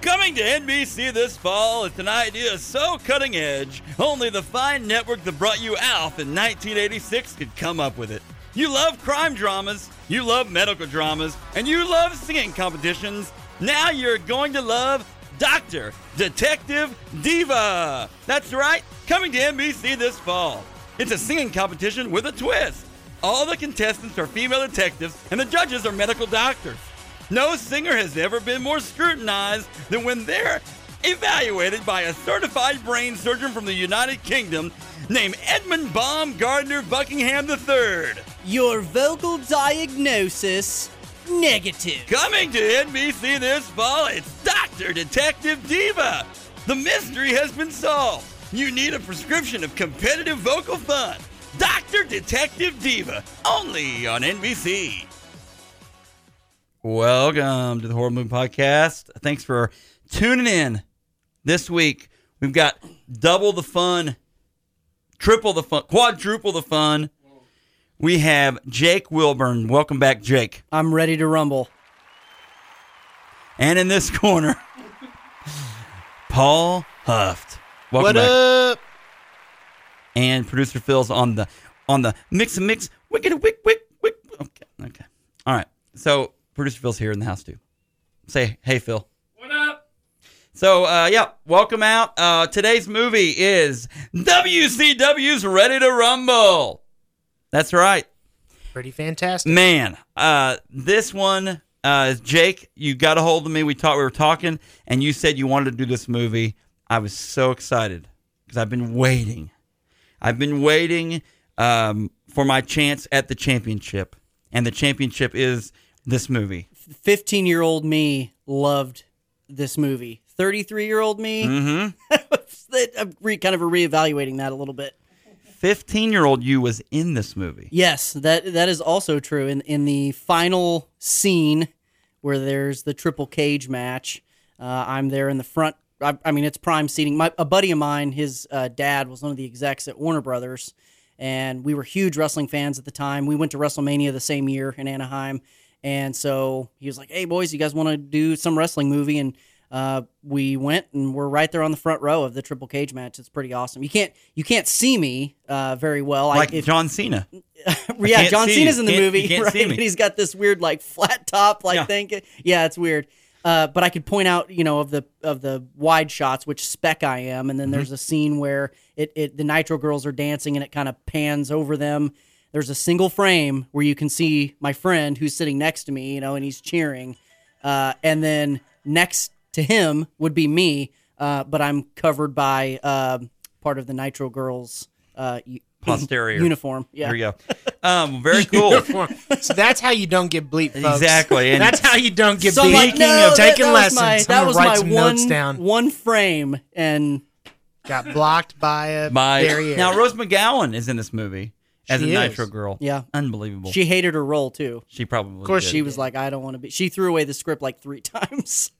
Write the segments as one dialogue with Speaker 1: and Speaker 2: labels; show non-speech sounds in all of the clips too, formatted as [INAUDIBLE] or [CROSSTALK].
Speaker 1: Coming to NBC this fall is an idea so cutting edge, only the fine network that brought you ALF in 1986 could come up with it. You love crime dramas, you love medical dramas, and you love singing competitions. Now you're going to love Doctor Detective Diva. That's right, coming to NBC this fall. It's a singing competition with a twist. All the contestants are female detectives, and the judges are medical doctors. No singer has ever been more scrutinized than when they're evaluated by a certified brain surgeon from the United Kingdom named Edmund Baumgardner Buckingham III.
Speaker 2: Your vocal diagnosis negative.
Speaker 1: Coming to NBC this fall, it's Dr. Detective Diva. The mystery has been solved. You need a prescription of competitive vocal fun. Dr. Detective Diva, only on NBC. Welcome to the Horror Movie Podcast. Thanks for tuning in this week. We've got double the fun, triple the fun, quadruple the fun. We have Jake Wilburn. Welcome back, Jake.
Speaker 2: I'm ready to rumble.
Speaker 1: And in this corner, Paul Huft. Welcome
Speaker 3: What
Speaker 1: back.
Speaker 3: up?
Speaker 1: And producer Phil's on the on the mix and mix. Wicked wick wick wick. Okay, okay. All right. So producer Phil's here in the house too. Say hey, Phil.
Speaker 4: What up?
Speaker 1: So uh, yeah, welcome out. Uh, today's movie is WCW's Ready to Rumble. That's right,
Speaker 2: [LAUGHS]
Speaker 3: Pretty fantastic.
Speaker 1: man. Uh, this one, uh, Jake, you got a hold of me. We talked. We were talking, and you said you wanted to do this movie. I was so excited because I've been waiting. I've been waiting um, for my chance at the championship, and the championship is this movie.
Speaker 2: 15 year old me loved this movie. 33 year old me,
Speaker 1: Mm-hmm.
Speaker 2: [LAUGHS] I'm re- kind of reevaluating that a little bit.
Speaker 1: Fifteen-year-old you was in this movie.
Speaker 2: Yes, that that is also true. In in the final scene where there's the triple cage match, uh, I'm there in the front. I, I mean, it's prime seating. My a buddy of mine, his uh, dad was one of the execs at Warner Brothers, and we were huge wrestling fans at the time. We went to WrestleMania the same year in Anaheim, and so he was like, "Hey boys, you guys want to do some wrestling movie?" And uh, we went and we're right there on the front row of the triple cage match. It's pretty awesome. You can't you can't see me uh, very well. I-
Speaker 1: Like
Speaker 2: if-
Speaker 1: John Cena.
Speaker 2: yeah,
Speaker 1: can't
Speaker 2: John
Speaker 1: see
Speaker 2: Cena's
Speaker 1: you.
Speaker 2: in the
Speaker 1: Can't- you
Speaker 2: movie,
Speaker 1: can't
Speaker 2: [LAUGHS] right?
Speaker 1: see me.
Speaker 2: And he's got this weird like flat top like
Speaker 1: Yeah.
Speaker 2: thing. Yeah, it's weird. Uh, but I could point out, you know, of the of the wide shots, which spec I am, and then there's
Speaker 1: Mm-hmm.
Speaker 2: a scene where it, it the Nitro girls are dancing and it kind of pans over them. There's a single frame where you can see my friend who's sitting next to me, you know, and he's cheering. Uh, and then next to him would be me, uh, but I'm covered by um part of the Nitro girls uh, u-
Speaker 1: Posterior.
Speaker 2: [LAUGHS] uniform. Yeah.
Speaker 1: There you go. Um, very
Speaker 2: [LAUGHS]
Speaker 1: cool.
Speaker 3: so that's how you don't get bleep, folks.
Speaker 1: Exactly, and-
Speaker 3: that's how you don't get
Speaker 2: So I'm
Speaker 3: bleep.
Speaker 2: like, no, that-
Speaker 3: taking
Speaker 2: that was
Speaker 3: lessons,
Speaker 2: my-
Speaker 3: I'm
Speaker 2: that
Speaker 3: gonna
Speaker 2: was
Speaker 3: write
Speaker 2: my
Speaker 3: some
Speaker 2: one, [LAUGHS]
Speaker 3: notes down.
Speaker 2: one frame, and
Speaker 3: Got blocked by a
Speaker 1: My
Speaker 3: barrier.
Speaker 1: now Rose McGowan is in this movie as
Speaker 3: She
Speaker 1: a
Speaker 3: is.
Speaker 1: Nitro girl.
Speaker 2: Yeah.
Speaker 1: unbelievable. She,
Speaker 2: she hated her role too.
Speaker 1: probably of
Speaker 3: course
Speaker 2: She was like, I don't want to be. She threw away the script like three [LAUGHS] times.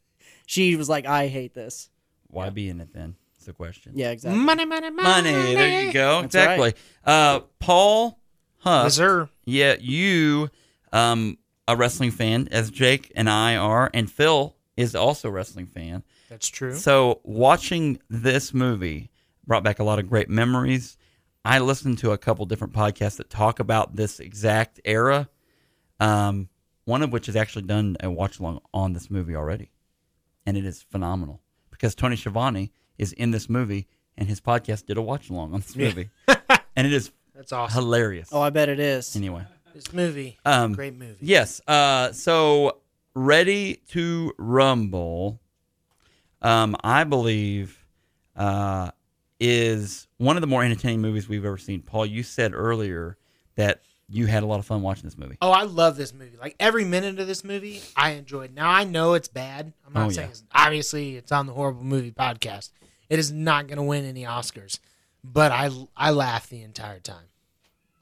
Speaker 2: She was like, I hate this.
Speaker 1: Why be in it then? It's the question.
Speaker 2: Yeah, exactly.
Speaker 3: money, money, money.
Speaker 1: money. There you go.
Speaker 2: That's
Speaker 1: exactly. Uh, Paul Huff.
Speaker 3: Yes, sir.
Speaker 1: yeah, you, um, a wrestling fan as Jake and I are, and Phil is also a wrestling fan.
Speaker 3: That's true.
Speaker 1: So watching this movie brought back a lot of great memories. I listened to a couple different podcasts that talk about this exact era. Um, one of which is actually done a watch along on this movie already. And it is phenomenal because Tony Schiavone is in this movie and his podcast did a watch along on this movie. and it is
Speaker 3: That's [LAUGHS] awesome.
Speaker 1: hilarious.
Speaker 2: Oh, I bet it is.
Speaker 1: Anyway.
Speaker 3: This movie,
Speaker 1: Um,
Speaker 3: great movie.
Speaker 1: Yes. Uh, so ready to rumble. Um, I believe uh, is one of the more entertaining movies we've ever seen. Paul, you said earlier that you had a lot of fun watching this movie.
Speaker 3: Oh, I love this movie. Like every minute of this movie, I enjoyed. Now I know it's bad. I'm not
Speaker 1: Oh,
Speaker 3: saying
Speaker 1: yeah.
Speaker 3: it's, obviously it's on the horrible movie podcast. It is not going to win any Oscars, but I I laughed the entire time.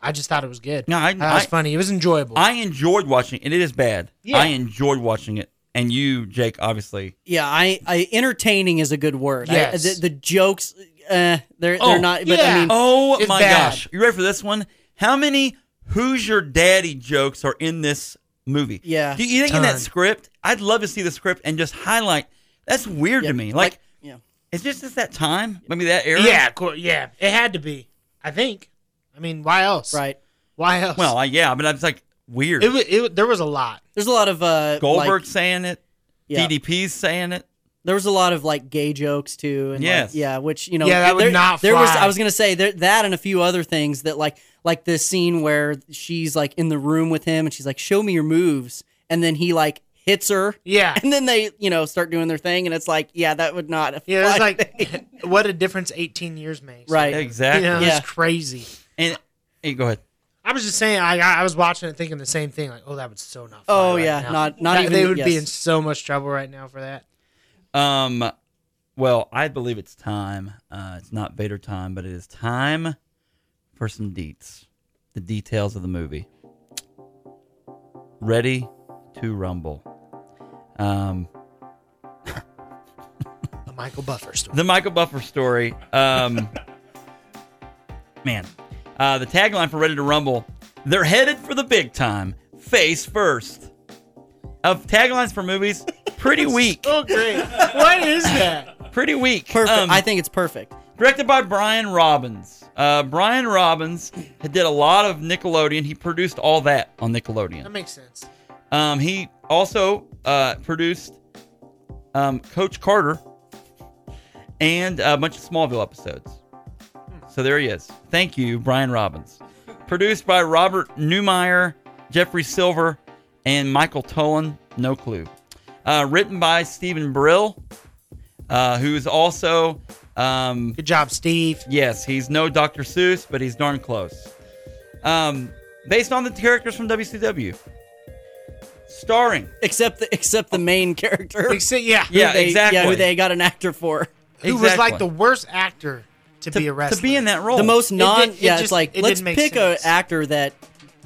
Speaker 3: I just thought it was good.
Speaker 1: No, I-
Speaker 3: thought it was
Speaker 1: I-
Speaker 3: funny. It was enjoyable.
Speaker 1: I enjoyed watching it. It is bad.
Speaker 3: Yeah.
Speaker 1: I enjoyed watching it, and you, Jake, obviously.
Speaker 2: Yeah, I, I entertaining is a good word. I-
Speaker 3: Yes.
Speaker 2: the, the jokes, uh, they're
Speaker 1: Oh,
Speaker 2: they're not. But I
Speaker 3: yeah. [LAUGHS]
Speaker 2: mean,
Speaker 1: Oh
Speaker 3: It's
Speaker 1: my
Speaker 3: bad.
Speaker 1: gosh! You ready for this one? How many "Who's Your Daddy" jokes are in this movie?
Speaker 2: Yeah.
Speaker 1: Do you think in that
Speaker 3: Ton.
Speaker 1: script? I'd love to see the script and just highlight. That's weird to me. Like,
Speaker 2: yeah,
Speaker 1: it's just it's that time, maybe that era.
Speaker 3: yeah, cool. Yeah, it had to be. I think. I mean, why else?
Speaker 2: right.
Speaker 3: Why else?
Speaker 1: Well, I, yeah, but I was like weird.
Speaker 3: it, wa- it wa- there was a lot.
Speaker 2: There's a lot of uh,
Speaker 1: Goldberg's
Speaker 2: Like,
Speaker 1: saying it.
Speaker 2: yeah,
Speaker 1: DDP's saying it.
Speaker 2: there was a lot of like gay jokes too. And,
Speaker 1: Yes.
Speaker 2: Like, yeah, which you know.
Speaker 3: Yeah, that would
Speaker 2: there,
Speaker 3: not
Speaker 2: There was.
Speaker 3: fly.
Speaker 2: I was gonna say there, that and a few other things that like like the scene where she's like in the room with him and she's like, "Show me your moves," and then he like hits her.
Speaker 1: [LAUGHS]
Speaker 3: Yeah.
Speaker 2: And then they, you know, start doing their thing, and it's like, yeah, that would not.
Speaker 3: Yeah, it's
Speaker 2: fly.
Speaker 3: like [LAUGHS] what a difference 18 years makes.
Speaker 2: right.
Speaker 1: Exactly.
Speaker 3: You know,
Speaker 2: Yeah.
Speaker 3: it's crazy.
Speaker 1: And hey, go ahead.
Speaker 3: I was just saying, I I I was watching it thinking the same thing. Like, oh, that would so not. Fly
Speaker 2: Oh,
Speaker 3: right
Speaker 2: yeah,
Speaker 3: now.
Speaker 2: not- not
Speaker 3: That-
Speaker 2: even-
Speaker 3: They would be
Speaker 2: yes.
Speaker 3: in so much trouble right now for that.
Speaker 1: Um, well, I believe it's time. Uh, it's not Vader time, but it is time for some deets, the details of the movie. Ready to rumble. Um,
Speaker 3: The Michael Buffer story.
Speaker 1: the Michael Buffer story. Um, [LAUGHS] man, uh, the tagline for Ready to Rumble: They're headed for the big time, face first. Of taglines for movies,
Speaker 2: [LAUGHS]
Speaker 1: pretty weak.
Speaker 3: oh, great. what is that?
Speaker 1: Pretty weak.
Speaker 2: [LAUGHS] Perfect.
Speaker 1: Um,
Speaker 2: I think it's perfect.
Speaker 1: directed by Brian Robbins. Uh, Brian Robbins did a lot of Nickelodeon. He produced all that on
Speaker 3: That
Speaker 1: Nickelodeon.
Speaker 3: makes sense.
Speaker 1: Um, he also uh, produced um, Coach Carter and a bunch of Smallville episodes. So there he is. Thank you, Brian Robbins. Produced by Robert Newmeyer, Jeffrey Silver, and Michael Tolan. No clue. Uh, written by Stephen Brill, uh, who's also um,
Speaker 3: Good job, Steve.
Speaker 1: Yes, he's no Dr. Seuss, but he's darn close. Um, based on the characters from WCW. Starring.
Speaker 2: Except the except the main character.
Speaker 3: [LAUGHS] Except, yeah,
Speaker 1: Yeah,
Speaker 2: who they,
Speaker 1: exactly.
Speaker 2: Yeah, who they got an actor for.
Speaker 3: who was like the
Speaker 1: Exactly.
Speaker 3: worst actor to, be a wrestler.
Speaker 1: to be in that role.
Speaker 2: The most non.
Speaker 3: Oh, it
Speaker 2: yeah,
Speaker 3: just-
Speaker 2: it's like
Speaker 3: it
Speaker 2: let's
Speaker 3: didn't make
Speaker 2: pick an
Speaker 3: sense.
Speaker 2: actor that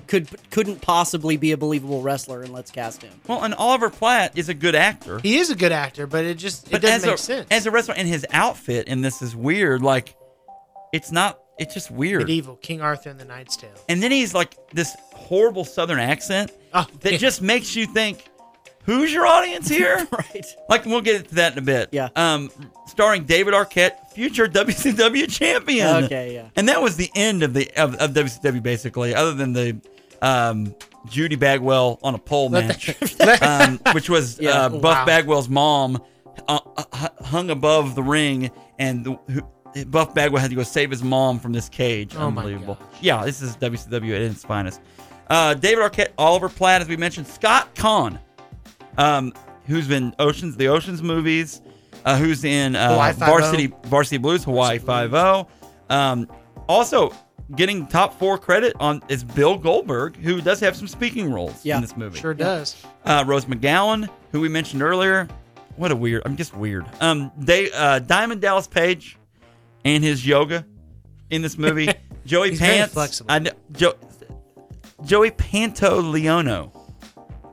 Speaker 2: could couldn't possibly be a believable wrestler, and let's cast him.
Speaker 1: Well, and Oliver Platt is a good actor.
Speaker 3: He is a good actor, but it just it
Speaker 1: but as
Speaker 3: doesn't make
Speaker 1: a,
Speaker 3: sense.
Speaker 1: As a wrestler, and his outfit in this is weird. Like, it's not, it's just weird.
Speaker 3: medieval King Arthur and the Knight's Tale.
Speaker 1: And then he's like this horrible southern accent
Speaker 3: Oh,
Speaker 1: that
Speaker 3: yeah.
Speaker 1: just makes you think, who's your audience
Speaker 3: [LAUGHS]
Speaker 1: here?
Speaker 2: [LAUGHS] Right.
Speaker 1: Like we'll get to that in a bit.
Speaker 2: Yeah.
Speaker 1: Um, starring David Arquette, future [LAUGHS] WCW champion.
Speaker 2: Okay, yeah.
Speaker 1: And that was the end of the of, of WCW basically, other than the um, Judy Bagwell on a pole match, um, which was
Speaker 2: Yeah.
Speaker 1: uh, Buff
Speaker 3: Wow.
Speaker 1: Bagwell's mom uh, uh, hu- hung above the ring, and the, who, Buff Bagwell had to go save his mom from this cage.
Speaker 3: Oh my
Speaker 1: Unbelievable.
Speaker 3: gosh.
Speaker 1: Yeah, this is WCW at its finest. Uh, David Arquette, Oliver Platt, as we mentioned, Scott Kahn, um, who's been Oceans, the Oceans movies, uh, who's in uh,
Speaker 3: Hawaii Five-O.
Speaker 1: Varsity Varsity Blues, Hawaii Five O. Um, also getting top four credit on is Bill Goldberg, who does have some speaking roles
Speaker 2: Yeah,
Speaker 1: in this movie.
Speaker 3: Sure does.
Speaker 1: Uh, Rose McGowan, who we mentioned earlier. What a weird. I'm just weird. Um, they, uh, Diamond Dallas Page and his yoga in this
Speaker 3: [LAUGHS]
Speaker 1: movie. Joey
Speaker 3: He's very
Speaker 1: Pants.
Speaker 3: flexible.
Speaker 1: I know, jo- Joey Panto Leono.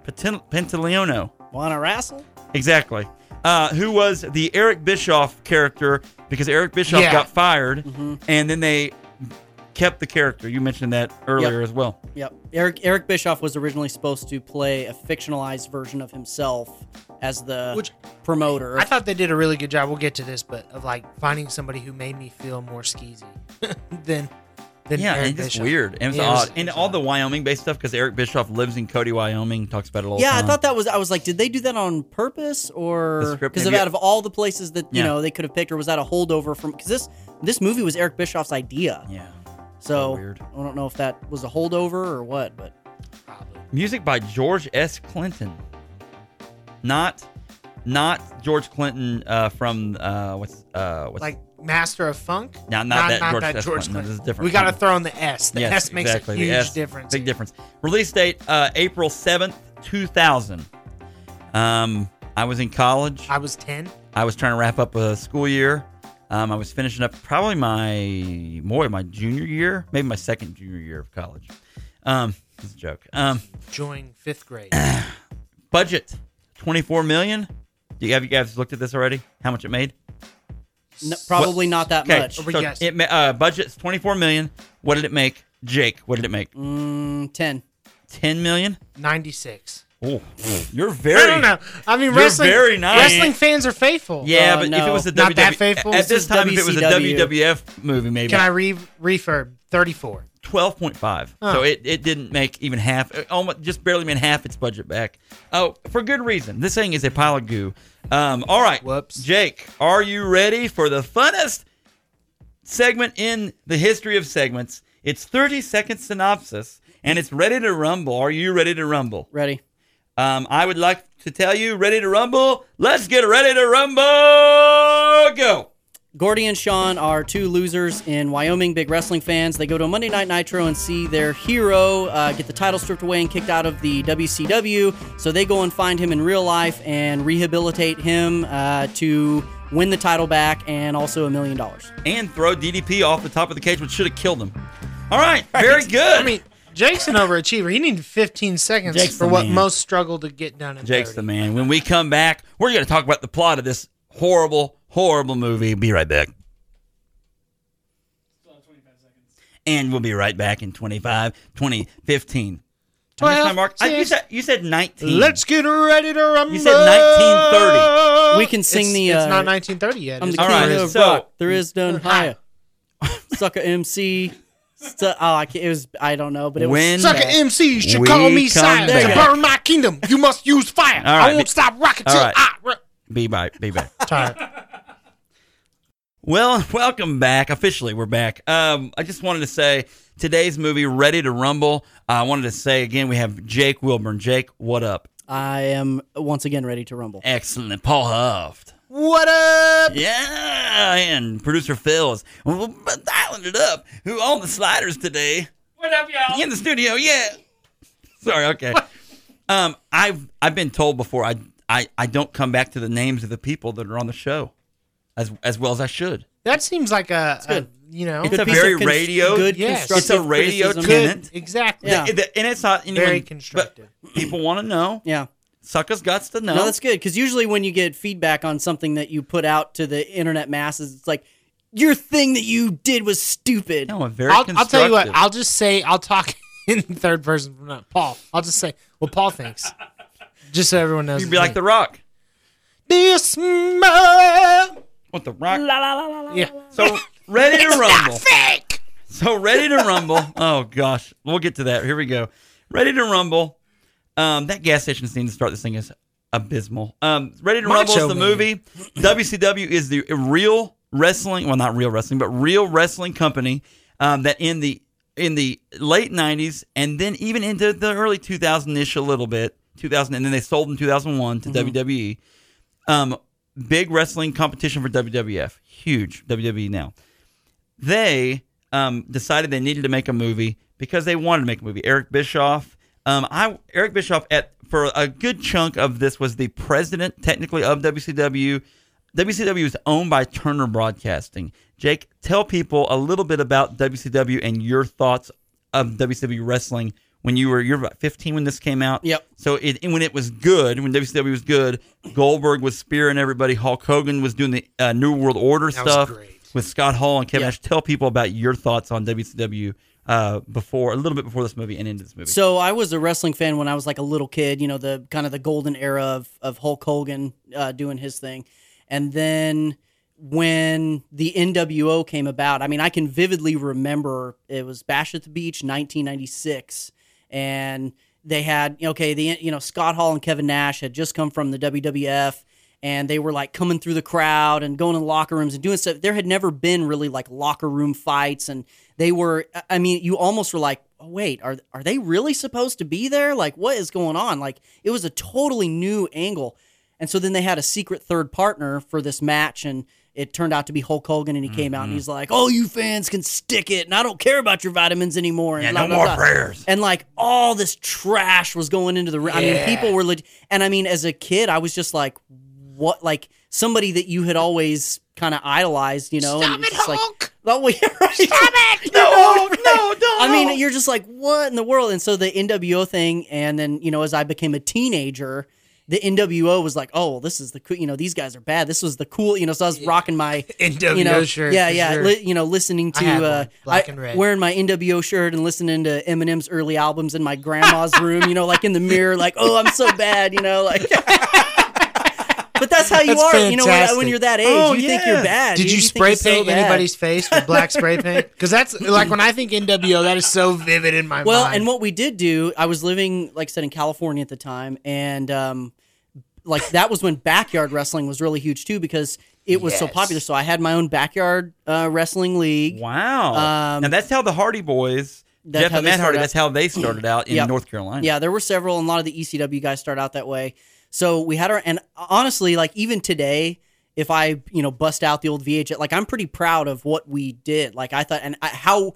Speaker 1: Pantaleono.
Speaker 2: Wanna wrestle?
Speaker 1: Exactly. Uh, who was the Eric Bischoff character because Eric Bischoff
Speaker 3: Yeah. Mm-hmm.
Speaker 1: got fired and then they kept the character. You mentioned that earlier as well.
Speaker 2: Yep. Eric Eric Bischoff was originally supposed to play a fictionalized version of himself as the
Speaker 3: Which-
Speaker 2: promoter.
Speaker 3: I thought they did a really good job. We'll get to this, but of like finding somebody who made me feel more skeezy [LAUGHS] than than
Speaker 1: Yeah,
Speaker 3: Eric
Speaker 1: and it's just
Speaker 3: Bischoff.
Speaker 1: weird. And it's
Speaker 3: It was-
Speaker 1: odd. And all the Wyoming based stuff because Eric Bischoff lives in Cody, Wyoming, talks about it all the
Speaker 2: Yeah, I
Speaker 1: time.
Speaker 2: thought that was. I was like, did they do that on purpose,
Speaker 1: The
Speaker 2: or
Speaker 1: script,
Speaker 2: because of
Speaker 1: maybe-
Speaker 2: out of all the places that you
Speaker 1: Yeah.
Speaker 2: know they could have picked, or was that a holdover from? Because this this movie was Eric Bischoff's idea,
Speaker 1: Yeah.
Speaker 2: so
Speaker 1: weird.
Speaker 2: I don't know if that was a holdover or what. But
Speaker 3: Probably.
Speaker 1: Music by George S. Clinton. Not not George Clinton uh, from uh, what's uh, what's
Speaker 3: Like Master of Funk.
Speaker 1: No, not that George S. Clinton. This is different.
Speaker 3: We got to throw in the S. The
Speaker 1: Yes,
Speaker 3: S makes
Speaker 1: exactly.
Speaker 3: a
Speaker 1: The
Speaker 3: huge
Speaker 1: S,
Speaker 3: difference.
Speaker 1: Big difference. Release date uh, April seventh, two thousand. Um, I was in college.
Speaker 3: I was ten.
Speaker 1: I was trying to wrap up a school year. Um, I was finishing up probably my more my junior year, maybe my second junior year of college. Um, it's a joke. Um,
Speaker 3: Joined fifth
Speaker 1: [CLEARS THROAT]
Speaker 3: grade.
Speaker 1: budget twenty four million. Do you have you guys looked at this already? How much it made?
Speaker 2: no, probably not that
Speaker 1: Okay,
Speaker 2: much.
Speaker 1: so
Speaker 3: we guessing?
Speaker 1: it ma- uh, budget's twenty four million. What did it make? Jake, what did it make?
Speaker 2: Mm, Ten.
Speaker 1: Ten million.
Speaker 3: Ninety six.
Speaker 1: Oh, you're
Speaker 3: I
Speaker 1: very.
Speaker 3: don't know. I mean,
Speaker 1: You're
Speaker 3: wrestling.
Speaker 1: very nice.
Speaker 3: Wrestling fans are faithful.
Speaker 1: Yeah,
Speaker 2: Uh,
Speaker 1: but if it
Speaker 2: no.
Speaker 1: was a
Speaker 3: Oh, Not
Speaker 1: WW,
Speaker 3: that faithful?
Speaker 1: at
Speaker 3: This
Speaker 1: this
Speaker 2: is
Speaker 1: time, if it was a
Speaker 2: WCW.
Speaker 1: WWF movie, maybe
Speaker 3: Can I re refurb thirty four?
Speaker 1: twelve point five.
Speaker 3: Huh.
Speaker 1: So it, it didn't make even half, it almost just barely made half its budget back. Oh, for good reason. This thing is a pile of goo. Um, all right,
Speaker 3: Whoops.
Speaker 1: Jake, are you ready for the funnest segment in the history of segments? It's thirty second synopsis, and it's ready to rumble. Are you ready to rumble?
Speaker 2: Ready?
Speaker 1: Um, I would like to tell you, ready to rumble. Let's get ready to rumble. Go.
Speaker 2: Gordy and Sean are two losers in Wyoming, big wrestling fans. They go to a Monday Night Nitro and see their hero uh, get the title stripped away and kicked out of the WCW. So they go and find him in real life and rehabilitate him uh, to win the title back and also a million dollars.
Speaker 1: and throw DDP off the top of the cage, which should have killed him. All right, very good.
Speaker 3: I mean, Jake's an overachiever. He needed fifteen seconds
Speaker 1: Jake's
Speaker 3: for
Speaker 1: the
Speaker 3: what
Speaker 1: man.
Speaker 3: most struggle to get done in
Speaker 1: Jake's the
Speaker 3: 30.
Speaker 1: man. When we come back, we're going to talk about the plot of this horrible, horrible movie. Be right back. And we'll be right back in 25, 2015. How much
Speaker 3: 12,
Speaker 1: time, Mark? I- you,
Speaker 3: six.
Speaker 1: said, you said 19.
Speaker 3: Let's get ready to rumble.
Speaker 1: You said 1930.
Speaker 2: We can sing
Speaker 3: it's,
Speaker 2: the,
Speaker 3: It's
Speaker 2: uh,
Speaker 3: not 1930 yet.
Speaker 2: I'm the
Speaker 3: It's
Speaker 2: king
Speaker 1: All right,
Speaker 2: of
Speaker 1: so-
Speaker 2: rock. There is none higher. Sucker MC. Su- oh, I can't, it was I don't know, but it
Speaker 1: When-
Speaker 2: was
Speaker 3: Sucker
Speaker 2: bad.
Speaker 3: MC should
Speaker 1: We
Speaker 3: call me
Speaker 1: come
Speaker 3: silent to
Speaker 1: back.
Speaker 3: burn my kingdom. You must use fire.
Speaker 1: All right,
Speaker 3: I won't
Speaker 1: be-
Speaker 3: stop rocking till
Speaker 1: all right.
Speaker 3: I. Ro-
Speaker 1: Be back. Be back.
Speaker 3: Tired.
Speaker 1: Well, [LAUGHS] welcome back. Officially, we're back. Um, I just wanted to say today's movie, Ready to Rumble. I wanted to say again, we have Jake Wilburn. Jake, what up?
Speaker 2: I am once again ready to rumble.
Speaker 1: Excellent. Paul Huffed.
Speaker 3: What up?
Speaker 1: Yeah, and producer Phil is well, but dialing it up. Who owned the sliders today?
Speaker 4: What up, y'all?
Speaker 1: In the studio, yeah. Sorry, okay. Um, I've I've been told before I, I I don't come back to the names of the people that are on the show, as as well as I should.
Speaker 3: That seems like a, a
Speaker 2: good.
Speaker 3: you know,
Speaker 1: It's a
Speaker 2: piece of
Speaker 1: very radio-
Speaker 2: good
Speaker 3: Yes.
Speaker 2: constructive
Speaker 1: It's a radio
Speaker 2: criticism.
Speaker 1: tune.
Speaker 3: good.
Speaker 1: tenant.
Speaker 3: Exactly.
Speaker 2: Yeah.
Speaker 1: The- the- and it's not anyone,
Speaker 3: Very
Speaker 1: but
Speaker 3: constructive.
Speaker 1: People want to know.
Speaker 2: Yeah.
Speaker 1: Suckers guts to know.
Speaker 2: No, that's good because usually when you get feedback on something that you put out to the internet masses, it's like your thing that you did was stupid.
Speaker 1: no, a very.
Speaker 3: I'll, I'll tell you what.
Speaker 1: constructive.
Speaker 3: I'll just say. I'll talk [LAUGHS] in third person from not Paul. I'll just say what Paul thinks. Just so everyone knows.
Speaker 1: You'd be like the Rock.
Speaker 3: this mo-
Speaker 1: What the Rock?
Speaker 3: Yeah.
Speaker 1: So ready
Speaker 3: [LAUGHS]
Speaker 1: to rumble.
Speaker 3: Fake.
Speaker 1: So ready to
Speaker 3: [LAUGHS]
Speaker 1: rumble. oh gosh, we'll get to that. Here we go. Ready to rumble. Um, that gas station scene to start this thing is abysmal. Um, ready to rumble is
Speaker 3: Macho
Speaker 1: the
Speaker 3: Man.
Speaker 1: movie. WCW is the real wrestling. Well, not real wrestling, but real wrestling company um, that in the in the late '90s and then even into the early 2000 ish a little bit. 2000 and then they sold in 2001
Speaker 3: Mm-hmm.
Speaker 1: to WWE. Um, big wrestling competition for WWF. Huge WWE now they um, decided they needed to make a movie because they wanted to make a movie. Eric Bischoff, um, I Eric Bischoff at for a good chunk of this was the president technically of WCW. WCW is owned by Turner Broadcasting. Jake, tell people a little bit about WCW and your thoughts of WCW wrestling when you were you're about 15 when this came out.
Speaker 2: Yep.
Speaker 1: So it and when it was good, when WCW was good, Goldberg was spearing everybody. Hulk Hogan was doing the uh, New World Order
Speaker 3: That was
Speaker 1: stuff
Speaker 3: great.
Speaker 1: with Scott Hall and Kevin
Speaker 2: Yeah.
Speaker 1: Nash. Tell people about your thoughts on WCW uh, before a little bit before this movie and into this movie.
Speaker 2: So I was a wrestling fan when I was like a little kid, you know, the kind of the golden era of, of Hulk Hogan uh, doing his thing. And then when the NWO came about, I mean, I can vividly remember it was Bash at the Beach, 1996, and they had okay, the you know Scott Hall and Kevin Nash had just come from the WWF, and they were like coming through the crowd and going in locker rooms and doing stuff. There had never been really like locker room fights, and they were. I- I mean, you almost were like, oh, wait, are are they really supposed to be there? Like, what is going on? Like, it was a totally new angle. And so then they had a secret third partner for this match, and it turned out to be Hulk Hogan, and he came
Speaker 1: Mm-hmm.
Speaker 2: out and he's like, "All you fans can stick it, and I don't care about your vitamins anymore." And
Speaker 1: Yeah,
Speaker 2: blah,
Speaker 1: no
Speaker 2: blah,
Speaker 1: more
Speaker 2: blah.
Speaker 1: prayers.
Speaker 2: And like all this trash was going into the. ri- I mean,
Speaker 3: Yeah.
Speaker 2: people were legit. And I mean, as a kid, I was just like, "What?" Like somebody that you had always kind of idolized, you know?
Speaker 3: Stop
Speaker 2: and
Speaker 3: it,
Speaker 2: it's just like,
Speaker 3: Hulk!
Speaker 2: Oh, [LAUGHS] well, yeah, right.
Speaker 3: Stop
Speaker 2: [LAUGHS]
Speaker 3: it!
Speaker 1: No, no, don't.
Speaker 2: I mean, you're just like, what in the world? And so the NWO thing, and then you know, as I became a teenager, the NWO was like, oh, well, this is the cool. You know, these guys are bad. This was the cool. You know, so I was rocking
Speaker 3: [LAUGHS]
Speaker 2: my
Speaker 3: NWO
Speaker 2: you know,
Speaker 3: shirt.
Speaker 2: yeah,
Speaker 3: for
Speaker 2: yeah,
Speaker 3: sure.
Speaker 2: li- you know, listening to
Speaker 3: had
Speaker 2: uh,
Speaker 3: one, black
Speaker 2: I-
Speaker 3: and red.
Speaker 2: wearing my NWO shirt and listening to Eminem's early albums in my grandma's room. You know, like in the mirror, like, oh, I'm so bad. You know, like. [LAUGHS] But that's how you
Speaker 3: That's
Speaker 2: are, you know. When, when
Speaker 3: fantastic.
Speaker 2: you're that age,
Speaker 1: Oh,
Speaker 2: you think you're
Speaker 1: yeah.
Speaker 2: bad.
Speaker 3: Did
Speaker 2: dude.
Speaker 3: you,
Speaker 2: think
Speaker 3: spray
Speaker 2: you're so
Speaker 3: paint
Speaker 2: bad.
Speaker 3: anybody's face with black spray paint?
Speaker 2: [LAUGHS]
Speaker 3: Because that's like when I think NWO, that is so vivid in my
Speaker 2: Well,
Speaker 3: mind. [LAUGHS]
Speaker 2: and what we did do, I was living, like I said, in California at the time, and um, like that was when backyard wrestling was really huge too because it was so
Speaker 3: Yes.
Speaker 2: popular. So I had my own backyard uh, wrestling league.
Speaker 1: Wow.
Speaker 2: Um,
Speaker 1: now that's how the Hardy Boys,
Speaker 2: That's
Speaker 1: Jeff
Speaker 2: how
Speaker 1: and
Speaker 2: they
Speaker 1: Matt Hardy,
Speaker 2: started out.
Speaker 1: that's how they started out in
Speaker 2: Yep.
Speaker 1: North Carolina.
Speaker 2: [LAUGHS] Yeah, there were several, and a lot of the ECW guys start out that way. So we had our, and honestly, like even today, if I you know bust out the old VHS, like I'm pretty proud of what we did. Like I thought, and I, how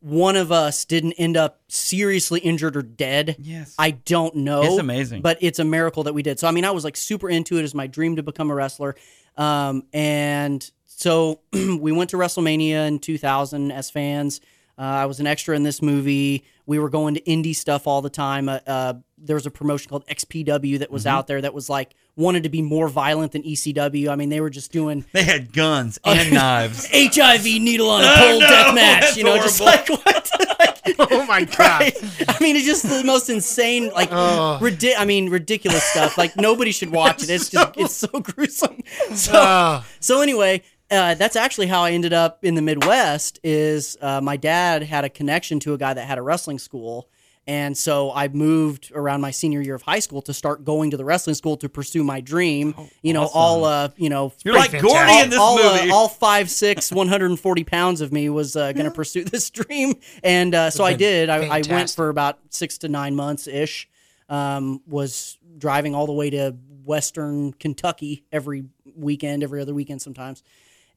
Speaker 2: one of us didn't end up seriously injured or dead.
Speaker 1: Yes.
Speaker 2: I don't know.
Speaker 1: It's amazing.
Speaker 2: but it's a miracle that we did. So I mean, I was like super into it. It was my dream to become a wrestler, um, and so [CLEARS THROAT] we went to WrestleMania in 2000 as fans. Uh, I was an extra in this movie. We were going to indie stuff all the time. Uh, uh, there was a promotion called XPW that was out there that was like wanted to be more violent than ECW. I mean, they were just doing
Speaker 1: they had
Speaker 2: [LAUGHS]
Speaker 1: guns and knives.
Speaker 2: HIV needle on a
Speaker 1: Oh,
Speaker 2: pole
Speaker 1: no,
Speaker 2: death match.
Speaker 1: that's
Speaker 2: You know, just like
Speaker 1: horrible.
Speaker 2: what? [LAUGHS] Like, [LAUGHS]
Speaker 3: oh my god,
Speaker 2: I mean, it's just the most insane, like,
Speaker 3: Oh.
Speaker 2: ridi- I mean, ridiculous stuff. Like nobody should watch it. It's just, it's so [LAUGHS] gruesome. So,
Speaker 3: Oh,
Speaker 2: so anyway, uh, that's actually how I ended up in the Midwest. Is uh, my dad had a connection to a guy that had a wrestling school, and so I moved around my senior year of high school to start going to the wrestling school to pursue my dream. you know, all uh, you know,
Speaker 1: Oh, You're like
Speaker 3: Pretty fantastic.
Speaker 1: Gordy in this
Speaker 2: all,
Speaker 1: movie.
Speaker 2: Uh, all five, six, [LAUGHS] 140 pounds of me was uh, going to pursue this [LAUGHS] dream. And uh, so I did. I, I went
Speaker 3: Fantastic.
Speaker 2: for about six to nine months ish, um, was driving all the way to Western Kentucky every weekend, every other weekend sometimes.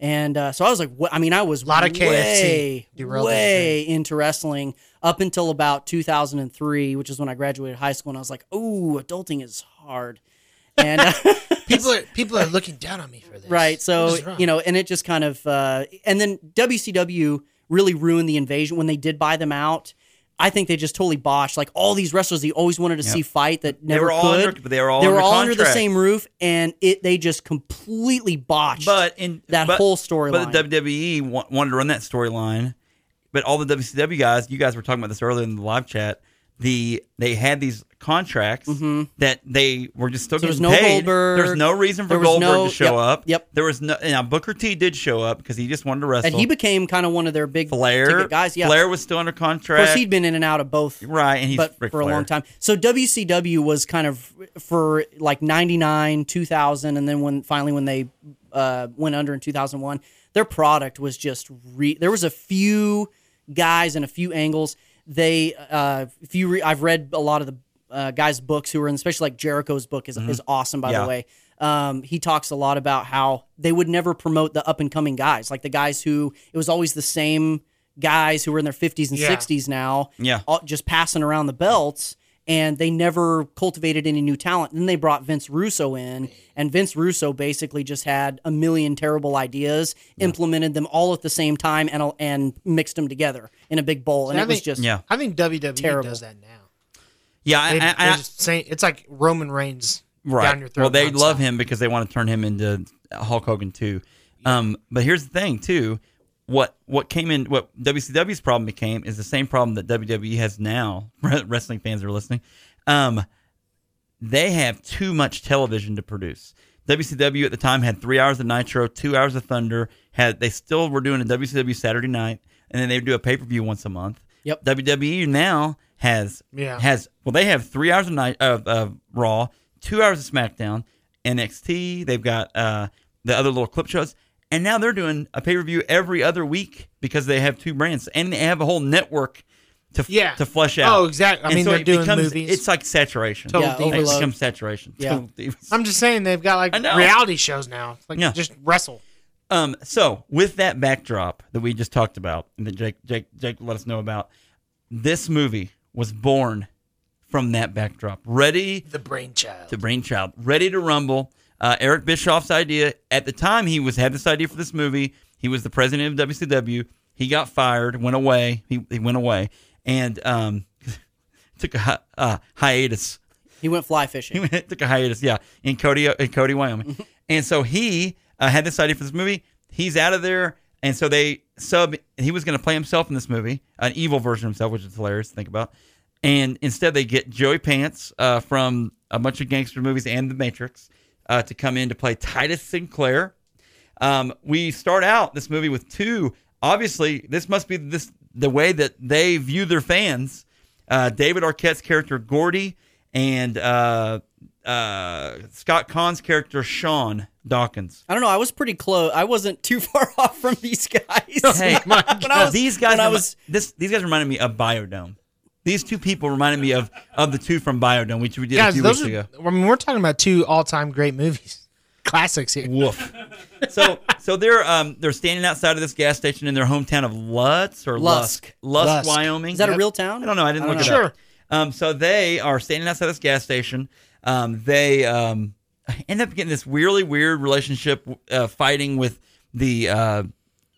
Speaker 2: And uh, so I was like, wh- I mean, I was a
Speaker 3: Lot of KFC
Speaker 2: way,
Speaker 3: derailed
Speaker 2: way into wrestling up until about 2003, which is when I graduated high school. And I was like, oh, adulting is hard. And uh, [LAUGHS]
Speaker 3: people are people are looking down on me for this.
Speaker 2: Right.
Speaker 3: What
Speaker 2: So,
Speaker 3: is wrong?
Speaker 2: you know, and it just kind of, uh, and then WCW really ruined the invasion when they did buy them out. I think they just totally botched like all these wrestlers they always wanted to see fight that never
Speaker 1: they were all
Speaker 2: could.
Speaker 1: under, they were all,
Speaker 2: they were
Speaker 1: under,
Speaker 2: all under the
Speaker 1: contract.
Speaker 2: same roof, and it they just completely botched
Speaker 1: But in
Speaker 2: that
Speaker 1: but,
Speaker 2: whole storyline.
Speaker 1: But the WWE wa- wanted to run that storyline. But all the WCW guys, you guys were talking about this earlier in the live chat. The they had these contracts that they were just still
Speaker 2: There was
Speaker 1: getting
Speaker 2: Mm-hmm. no
Speaker 1: paid.
Speaker 2: Goldberg.
Speaker 1: There was no reason for
Speaker 2: There was
Speaker 1: Goldberg
Speaker 2: no-
Speaker 1: to show
Speaker 2: yep,
Speaker 1: up.
Speaker 2: yep.
Speaker 1: There was no. Now Booker T did show up because he just wanted to wrestle.
Speaker 2: and he became kind of one of their big
Speaker 1: Flair
Speaker 2: ticket guys. Yeah,
Speaker 1: Flair was still under
Speaker 2: of
Speaker 1: contract.
Speaker 2: course he'd been in and out of both.
Speaker 1: right, and he's
Speaker 2: but
Speaker 1: Ric
Speaker 2: for a
Speaker 1: Flair.
Speaker 2: long time. So WCW was kind of for like 99, 2000 and then when finally when they uh, went under in 2001, their product was just re- there was a few guys and a few angles. They uh if you re- I've read a lot of the uh, guys books who are in especially like Jericho's book is is awesome by
Speaker 1: Mm-hmm. Yeah.
Speaker 2: the way. Um, he talks a lot about how they would never promote the up and coming guys, like the guys who it was always the same guys who were in their 50s and
Speaker 3: Yeah.
Speaker 2: 60s now
Speaker 1: Yeah.
Speaker 2: all, just passing around the belts and they never cultivated any new talent. Then they brought Vince Russo in, and Vince Russo basically just had a million terrible ideas, implemented them all at the same time, and and mixed them together in a big bowl, and
Speaker 3: I
Speaker 2: it was
Speaker 3: think-
Speaker 2: just
Speaker 1: Yeah.
Speaker 3: I think WWE
Speaker 2: Terrible.
Speaker 3: does that now.
Speaker 1: Yeah, I,
Speaker 3: They,
Speaker 1: I,
Speaker 3: they're
Speaker 1: I,
Speaker 3: just saying it's like Roman Reigns
Speaker 1: right.
Speaker 3: down your throat.
Speaker 1: Well, they
Speaker 3: nonstop.
Speaker 1: love him because they want to turn him into Hulk Hogan too. Um, but here's the thing too: what what came in, what WCW's problem became E [LAUGHS] is the same problem that WWE has now. Wrestling fans are listening. Um, they have too much television to produce. WCW at the time had three hours of Nitro, two hours of Thunder. Had they still were doing a WCW Saturday night, and then they would do a pay per view once a month.
Speaker 2: Yep.
Speaker 1: WWE now has
Speaker 3: Yeah.
Speaker 1: has well they have three hours of night of, of Raw, two hours of SmackDown, NXT. They've got uh, the other little clip shows, and now they're doing a pay per view every other week because they have two brands and they have a whole network to f-
Speaker 3: Yeah.
Speaker 1: to flush out.
Speaker 3: Oh, exactly. I
Speaker 1: And
Speaker 3: mean,
Speaker 1: so
Speaker 3: they're
Speaker 1: it
Speaker 3: doing
Speaker 1: becomes,
Speaker 3: movies.
Speaker 1: It's like saturation.
Speaker 3: Total
Speaker 2: Yeah,
Speaker 3: divas.
Speaker 1: It
Speaker 2: overload.
Speaker 1: becomes saturation.
Speaker 2: Yeah.
Speaker 1: Total divas.
Speaker 3: I'm just saying they've got like
Speaker 1: I know.
Speaker 3: reality shows now. Like
Speaker 1: Yeah.
Speaker 3: just wrestle.
Speaker 1: Um, so with that backdrop that we just talked about, and that Jake, Jake, Jake let us know about, this movie was born from that backdrop. Ready
Speaker 3: The brainchild.
Speaker 1: to brainchild, ready to rumble. Uh, Eric Bischoff's idea at the time he was had this idea for this movie. He was the president of WCW. He got fired, went away. He, he went away and um, [LAUGHS] took a hi- uh, hiatus
Speaker 2: He went fly
Speaker 1: [LAUGHS]
Speaker 2: fishing.
Speaker 1: he went, took a hiatus, yeah, in Cody, uh, in Cody, Wyoming. and so he uh, had this idea for this movie. He's out of there, and so they sub. He was going to play himself in this movie, an evil version of himself, which is hilarious to think about. And instead, they get Joey Pants uh, from a bunch of gangster movies and The Matrix uh, to come in to play Titus Sinclair. Um, we start out this movie with two. Obviously, this must be this the way that they view their fans. Uh, David Arquette's character Gordy and uh, uh, Scott Kahn's character Sean Dawkins.
Speaker 2: I don't know. I was pretty close. I wasn't too [LAUGHS] far off from these guys.
Speaker 1: Hey, [LAUGHS]
Speaker 3: my
Speaker 2: [LAUGHS] when I was,
Speaker 1: these guys,
Speaker 2: when I
Speaker 1: remi-
Speaker 2: was
Speaker 1: this these guys reminded me of Biodome. These two people reminded me of of the two from Biodome, which we did a
Speaker 3: Guys,
Speaker 1: few
Speaker 3: those
Speaker 1: weeks
Speaker 3: are.
Speaker 1: ago.
Speaker 3: I mean, we're talking about two all-time great movies, [LAUGHS] classics here.
Speaker 1: Woof. [LAUGHS] so so they're um they're standing outside of this gas station in their hometown of Lutz or Lusk
Speaker 2: Lusk.
Speaker 1: Lusk,
Speaker 3: Lusk.
Speaker 1: Wyoming.
Speaker 2: Is that a
Speaker 1: Yep.
Speaker 2: real town?
Speaker 1: I don't know. I didn't
Speaker 2: I don't
Speaker 1: look
Speaker 3: know.
Speaker 1: it up. Um, so they are standing outside this gas station. Um, they um, [LAUGHS] end up getting this weirdly weird relationship uh, fighting with the uh,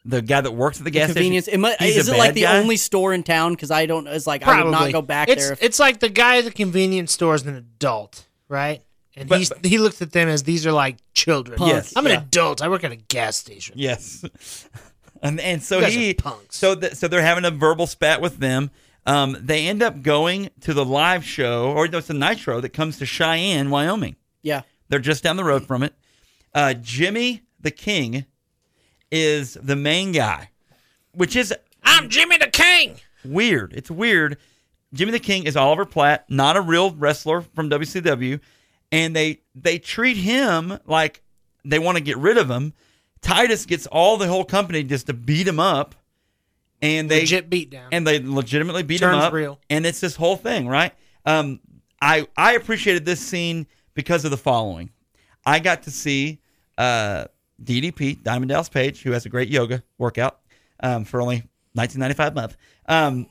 Speaker 1: the guy that works at the gas
Speaker 2: convenience.
Speaker 1: station.
Speaker 2: It mu-
Speaker 1: He's
Speaker 2: is
Speaker 1: a
Speaker 2: it like
Speaker 1: bad
Speaker 2: the
Speaker 1: guy.
Speaker 2: only store in town? Because I don't. It's like I would
Speaker 3: Probably
Speaker 2: not go back
Speaker 3: it's,
Speaker 2: there. If,
Speaker 3: It's like the guy at the convenience store is an adult, right? And
Speaker 1: But-
Speaker 3: he's, he looks at them as these are like children.
Speaker 2: Punk,
Speaker 1: Yes.
Speaker 3: I'm an
Speaker 2: yeah.
Speaker 3: adult. I work at a gas station.
Speaker 1: Yes. [LAUGHS] And and so
Speaker 3: You guys
Speaker 1: he
Speaker 3: are punks.
Speaker 1: so th- so they're having a verbal spat with them. Um, they end up going to the live show or no, it's the Nitro that comes to Cheyenne, Wyoming.
Speaker 2: yeah,
Speaker 1: They're just down the road from it. Uh, Jimmy the King is the main guy, which is
Speaker 3: I'm Jimmy the King.
Speaker 1: weird. It's weird. Jimmy the King is Oliver Platt, not a real wrestler from WCW, and they they treat him like they want to get rid of him. Titus gets all the whole company just to beat him up, and they
Speaker 3: Legit beatdown.
Speaker 1: and they legitimately beat him
Speaker 3: Turns
Speaker 1: up.
Speaker 3: real.
Speaker 1: And it's this whole thing, right? Um, I I appreciated this scene because of the following. I got to see uh, DDP Diamond Dallas Page, who has a great yoga workout um, for only 1995 month. Um,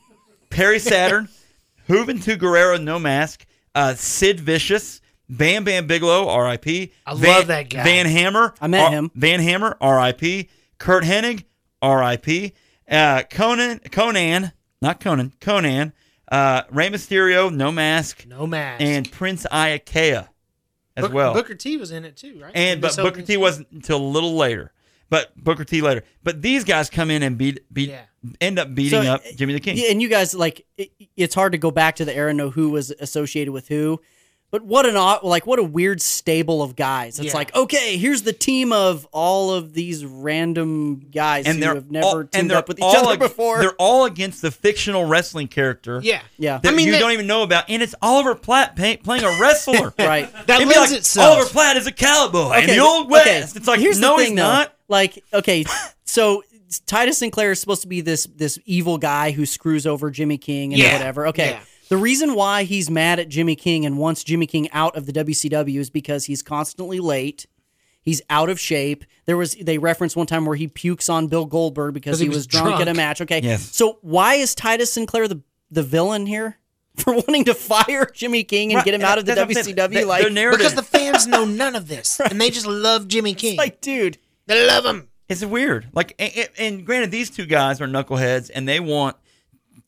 Speaker 1: Perry Saturn, [LAUGHS] Juventud Guerrero, No Mask, uh, Sid Vicious, Bam Bam Bigelow, R.I.P.
Speaker 3: I
Speaker 1: Van-
Speaker 3: love that guy.
Speaker 1: Van Hammer.
Speaker 2: I met
Speaker 1: R-
Speaker 2: him.
Speaker 1: Van Hammer, R.I.P. Kurt Hennig, R.I.P. Uh, Conan, Conan, not Conan, Conan, uh, Rey Mysterio, No Mask,
Speaker 3: no mask.
Speaker 1: and Prince Iakea as
Speaker 3: Book-
Speaker 1: well.
Speaker 3: Booker T was in it too, right?
Speaker 1: and
Speaker 3: In
Speaker 1: but
Speaker 3: this
Speaker 1: Booker
Speaker 3: opening
Speaker 1: T
Speaker 3: scene.
Speaker 1: wasn't until a little later. But Booker T later. But these guys come in and beat beat
Speaker 3: Yeah.
Speaker 1: end up beating
Speaker 2: So,
Speaker 1: up Jimmy the King.
Speaker 2: yeah. And you guys like it, it's hard to go back to the era and know who was associated with who. But what an odd, like what a weird stable of guys. It's
Speaker 3: Yeah.
Speaker 2: like okay, here's the team of all of these random guys
Speaker 1: and
Speaker 2: who
Speaker 1: they're
Speaker 2: have never
Speaker 1: all, and
Speaker 2: teamed
Speaker 1: they're
Speaker 2: up with each
Speaker 1: all
Speaker 2: [LAUGHS] other
Speaker 1: ag-
Speaker 2: before.
Speaker 1: They're all against the fictional wrestling character.
Speaker 3: Yeah.
Speaker 2: yeah,
Speaker 1: That
Speaker 3: I mean,
Speaker 1: you
Speaker 3: that-
Speaker 1: don't even know about, and it's Oliver Platt pa- playing a wrestler.
Speaker 2: [LAUGHS] right.
Speaker 3: That
Speaker 1: It'd be
Speaker 3: lends
Speaker 1: like,
Speaker 3: itself.
Speaker 1: Oliver Platt is a cowboy in
Speaker 2: Okay,
Speaker 1: the old
Speaker 2: but-
Speaker 1: west.
Speaker 2: okay,
Speaker 1: It's like
Speaker 2: here's
Speaker 1: no,
Speaker 2: the thing,
Speaker 1: he's
Speaker 2: though.
Speaker 1: not.
Speaker 2: Like, okay, so Titus Sinclair is supposed to be this this evil guy who screws over Jimmy King and
Speaker 3: Yeah,
Speaker 2: whatever. Okay.
Speaker 3: yeah.
Speaker 2: The reason why he's mad at Jimmy King and wants Jimmy King out of the WCW is because he's constantly late. He's out of shape. There was they referenced one time where he pukes on Bill Goldberg because he, was, drunk, at a
Speaker 3: drunk.
Speaker 2: match. Okay.
Speaker 1: Yes.
Speaker 2: So why is Titus Sinclair the the villain here [LAUGHS] for wanting to fire Jimmy King and get him
Speaker 1: Right,
Speaker 2: out of the
Speaker 1: that's what I'm saying.
Speaker 2: WCW?
Speaker 1: Their-
Speaker 2: like,
Speaker 1: their narrative.
Speaker 3: Because the fans know none of this, and they just love Jimmy King.
Speaker 2: like, dude.
Speaker 3: they love him.
Speaker 1: It's weird. Like, and, and- and granted, these two guys are knuckleheads, and they want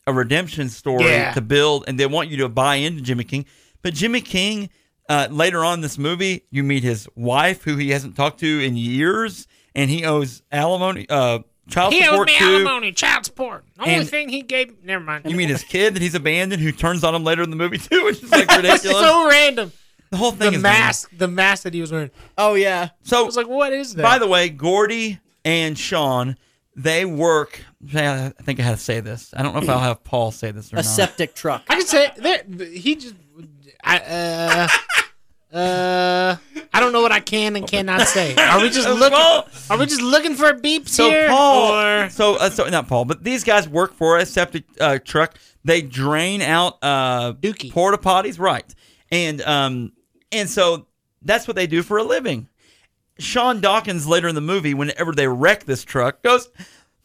Speaker 1: a redemption story
Speaker 3: Yeah.
Speaker 1: to build, and they want you to buy into Jimmy King. But Jimmy King, uh, later on in this movie, you meet his wife, who he hasn't talked to in years, and he owes alimony, uh, child
Speaker 4: He owed
Speaker 1: support
Speaker 4: me
Speaker 1: to.
Speaker 4: alimony, child support. The only
Speaker 1: And-
Speaker 4: thing he gave. Never mind.
Speaker 1: [LAUGHS] You mean his kid that he's abandoned, who turns on him later in the movie [LAUGHS] too, which is like
Speaker 3: It's
Speaker 1: ridiculous.
Speaker 3: [LAUGHS] so random.
Speaker 1: The whole
Speaker 3: The
Speaker 1: thing is
Speaker 3: mask, the mask that he was wearing.
Speaker 2: Oh yeah.
Speaker 1: So
Speaker 3: I was like, what is that?
Speaker 1: By the way, Gordy and Sean, they work. I think I had to say this. I don't know if I'll have Paul say this or
Speaker 2: A
Speaker 1: not.
Speaker 2: septic truck.
Speaker 3: I can say that he just. I, uh, uh, I don't know what I can and cannot say. Are we just
Speaker 1: Uh,
Speaker 3: looking?
Speaker 1: Paul-
Speaker 3: Are we just looking for beeps
Speaker 1: so
Speaker 3: here?
Speaker 1: Paul,
Speaker 3: or-
Speaker 1: so uh, so not Paul, but these guys work for a septic uh, truck. They drain out uh,
Speaker 3: Dookie.
Speaker 1: porta potties, right? And um and so that's what they do for a living. Sean Dawkins later in the movie, whenever they wreck this truck, goes,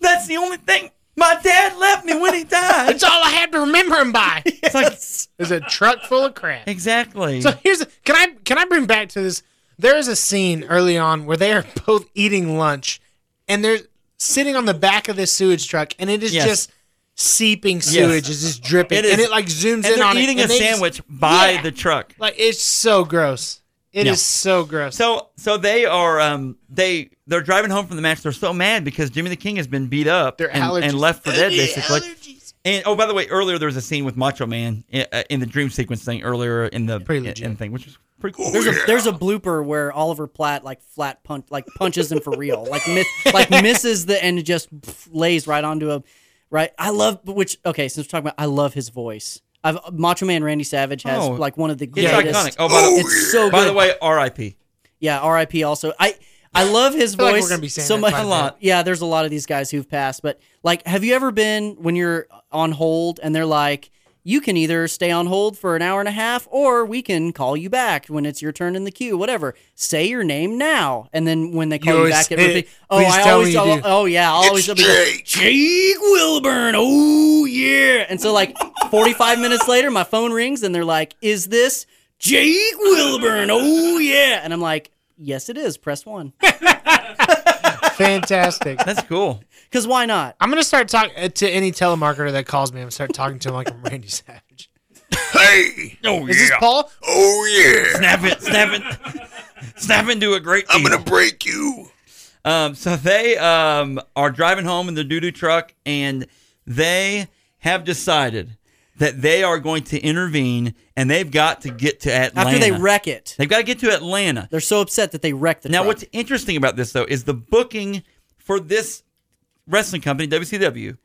Speaker 1: "That's the only thing my dad left me when he died."
Speaker 3: [LAUGHS] It's all I had to remember him [LAUGHS] by.
Speaker 1: it's like
Speaker 3: Is a truck full of crap.
Speaker 1: exactly.
Speaker 3: So here's the, can I can I bring back to this? There is a scene early on where they are [LAUGHS] both eating lunch, and they're sitting on the back of this sewage truck, and it is
Speaker 1: Yes.
Speaker 3: just seeping sewage, it's just dripping,
Speaker 1: It is.
Speaker 3: and it like
Speaker 1: and
Speaker 3: zooms in on
Speaker 1: they're
Speaker 3: it,
Speaker 1: eating a
Speaker 3: and they just-
Speaker 1: sandwich by
Speaker 3: Yeah.
Speaker 1: the truck.
Speaker 3: like it's so gross. It is
Speaker 1: Yeah.
Speaker 3: so
Speaker 1: [LAUGHS]
Speaker 3: gross.
Speaker 1: So so they are um they they're driving home from the match. They're so mad because Jimmy the King has been beat up
Speaker 3: Their
Speaker 1: and, and
Speaker 3: allergies.
Speaker 1: left for dead
Speaker 3: Their
Speaker 1: basically. And oh by the way, earlier there was a scene with Macho Man in, uh, in the dream sequence thing earlier in the
Speaker 3: Pretty legit. Oh,
Speaker 1: in thing, which was pretty cool.
Speaker 2: There's a there's a blooper where Oliver Platt like flat punch like punches him for real like miss,
Speaker 1: [LAUGHS]
Speaker 2: like misses the and just pff, lays right onto him. Right, I love which. Okay, since we're talking about, I love his voice. I've Macho Man Randy Savage has
Speaker 1: Oh,
Speaker 2: like one of the
Speaker 1: it's
Speaker 2: greatest.
Speaker 1: iconic. Oh, by the,
Speaker 2: It's so good.
Speaker 1: by the way, R.I.P.
Speaker 2: yeah. R.I.P. Also, I I love his
Speaker 3: feel like we're
Speaker 2: voice
Speaker 3: gonna be saying
Speaker 2: so
Speaker 3: that
Speaker 2: much.
Speaker 3: quite a lot.
Speaker 2: Yeah, there's a lot of these guys who've passed, but like, have you ever been when you're on hold and they're like, you can either stay on hold for an hour and a half, or we can call you back when it's your turn in the queue. Whatever. Say your name now, and then when they call
Speaker 3: You
Speaker 2: you,
Speaker 3: always
Speaker 2: back, it
Speaker 3: say
Speaker 2: would
Speaker 3: it.
Speaker 2: be, oh,
Speaker 3: Please
Speaker 2: I
Speaker 3: tell
Speaker 2: always,
Speaker 3: me you
Speaker 2: I'll-
Speaker 3: do.
Speaker 2: oh yeah, I'll always be like, Jake Wilburn. Oh yeah. And so like 45 minutes later, my phone rings and they're like, "Is this Jake Wilburn?" Oh yeah. And I'm like, "Yes, it is. Press one."
Speaker 3: Fantastic.
Speaker 1: That's
Speaker 3: [LAUGHS] Oh,
Speaker 1: cool.
Speaker 2: Because why not?
Speaker 3: I'm gonna start talking to any telemarketer that calls me. I'm gonna start talking to him like I'm Randy Savage.
Speaker 5: Hey!
Speaker 1: Oh
Speaker 3: Is this
Speaker 1: yeah.
Speaker 3: Paul?
Speaker 5: Oh yeah!
Speaker 1: Snap it, snap it, snap into a great.
Speaker 5: I'm
Speaker 1: deal.
Speaker 5: gonna break you!
Speaker 1: Um, so they um, are driving home in the doo doo truck, and they have decided that they are going to intervene, and they've got to get to Atlanta.
Speaker 2: After they wreck it,
Speaker 1: have got to get to Atlanta.
Speaker 2: they're so upset that they wreck the.
Speaker 1: Now,
Speaker 2: truck.
Speaker 1: what's interesting about this though is the booking for this wrestling company, WCW.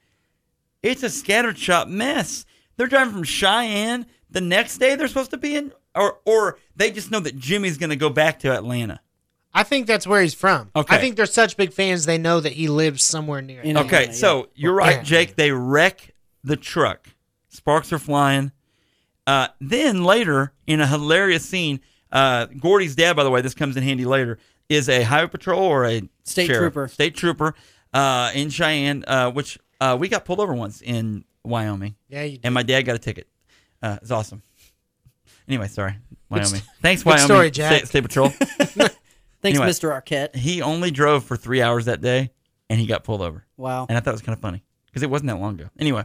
Speaker 1: It's a scattered shot mess. They're driving from Cheyenne. The next day, they're supposed to be in, or or they just know that Jimmy's going to go back to Atlanta.
Speaker 3: I think that's where he's from.
Speaker 1: Okay.
Speaker 3: I think they're such big fans they know that he lives somewhere near.
Speaker 2: In
Speaker 3: it.
Speaker 2: Atlanta,
Speaker 1: Okay,
Speaker 2: yeah.
Speaker 1: so you're right,
Speaker 3: Yeah.
Speaker 1: Jake. They wreck the truck. Sparks are flying. Uh, then later, in a hilarious scene, uh, Gordy's dad, by the way, this comes in handy later, is a highway patrol or a
Speaker 2: State
Speaker 1: sheriff,
Speaker 2: trooper.
Speaker 1: state trooper uh, in Cheyenne, uh, which uh, we got pulled over once in Wyoming,
Speaker 3: Yeah, you do.
Speaker 1: and my dad got a ticket. Uh, it's awesome. Anyway, sorry,
Speaker 3: Good
Speaker 1: Wyoming.
Speaker 3: st-
Speaker 1: Thanks,
Speaker 3: good
Speaker 1: Wyoming.
Speaker 3: story, Jack.
Speaker 1: State, state
Speaker 3: [LAUGHS]
Speaker 1: patrol.
Speaker 2: Thanks,
Speaker 1: anyway.
Speaker 2: Mr. Arquette.
Speaker 1: he only drove for three hours that day, and he got pulled over
Speaker 2: Wow.
Speaker 1: and I thought it was kind of funny because it wasn't that long ago. Anyway,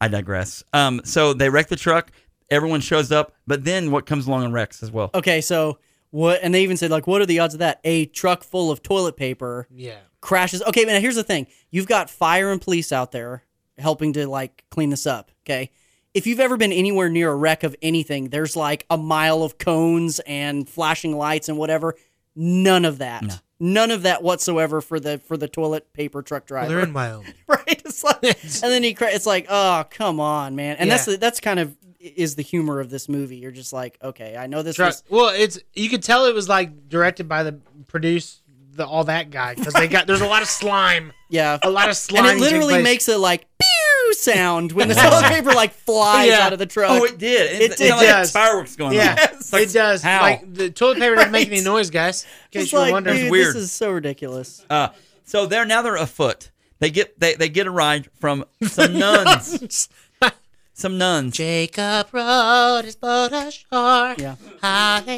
Speaker 1: I digress. Um, so they wreck the truck. Everyone shows up, but then what comes along and wrecks as well?
Speaker 2: Okay, so what? And they even said like, "What are the odds of that?" A truck full of toilet paper
Speaker 3: yeah.
Speaker 2: crashes. Okay, man, here's the thing. You've got fire and police out there helping to like clean this up, okay? If you've ever been anywhere near a wreck of anything, there's like a mile of cones and flashing lights and whatever. None of that. None of that whatsoever for the for the toilet paper truck driver.
Speaker 3: they're in [LAUGHS] Wyoming.
Speaker 2: [LAUGHS] right? It's like, and then he cra- it's like, "Oh, come on, man." And that's
Speaker 3: Yeah.
Speaker 2: the, that's kind of is the humor of this movie. You're just like, "Okay, I know this
Speaker 3: Truck.
Speaker 2: is
Speaker 3: Well, it's you could tell it was like directed by the produced the all that guy because they got there's a lot of slime,
Speaker 2: yeah,
Speaker 3: a lot of slime.
Speaker 2: and it literally makes a like pew sound
Speaker 1: [LAUGHS]
Speaker 2: when the toilet paper like flies
Speaker 3: Yeah.
Speaker 2: out of the truck.
Speaker 1: Oh, it did. It,
Speaker 2: It
Speaker 1: it,
Speaker 2: did.
Speaker 1: like
Speaker 3: Yes.
Speaker 1: Fireworks going
Speaker 3: yeah,
Speaker 1: on.
Speaker 3: it does.
Speaker 1: How?
Speaker 3: Like the toilet paper doesn't make
Speaker 2: Right.
Speaker 3: any noise, guys. In
Speaker 2: It's
Speaker 3: case you were
Speaker 2: like,
Speaker 3: wondering,
Speaker 2: dude,
Speaker 1: weird.
Speaker 2: this is so ridiculous.
Speaker 1: Uh, so they're now they're afoot. They get they, they get a ride from some nuns. Some nuns.
Speaker 3: [LAUGHS] Jacob Road is but a shore.
Speaker 2: Yeah.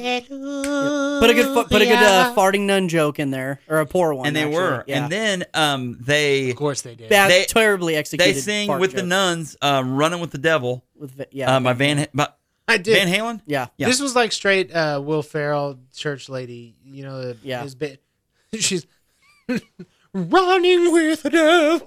Speaker 3: Hallelujah.
Speaker 2: Put a good, fu- put a good uh, farting nun joke in there, or a poor one.
Speaker 1: and they
Speaker 2: actually.
Speaker 1: were.
Speaker 2: Yeah.
Speaker 1: And then um they
Speaker 3: of course they did.
Speaker 2: Bad,
Speaker 1: they-
Speaker 2: terribly
Speaker 1: they
Speaker 2: executed.
Speaker 1: sing
Speaker 2: fart
Speaker 1: with the
Speaker 2: joke.
Speaker 1: nuns, uh, running with the devil.
Speaker 2: With the- yeah,
Speaker 1: Uh, by Van by
Speaker 3: I did.
Speaker 1: Van Halen.
Speaker 2: yeah.
Speaker 1: Yeah.
Speaker 3: This was like straight uh, Will Ferrell church lady. You know, the,
Speaker 2: Yeah.
Speaker 3: his bit. [LAUGHS] She's running with the devil.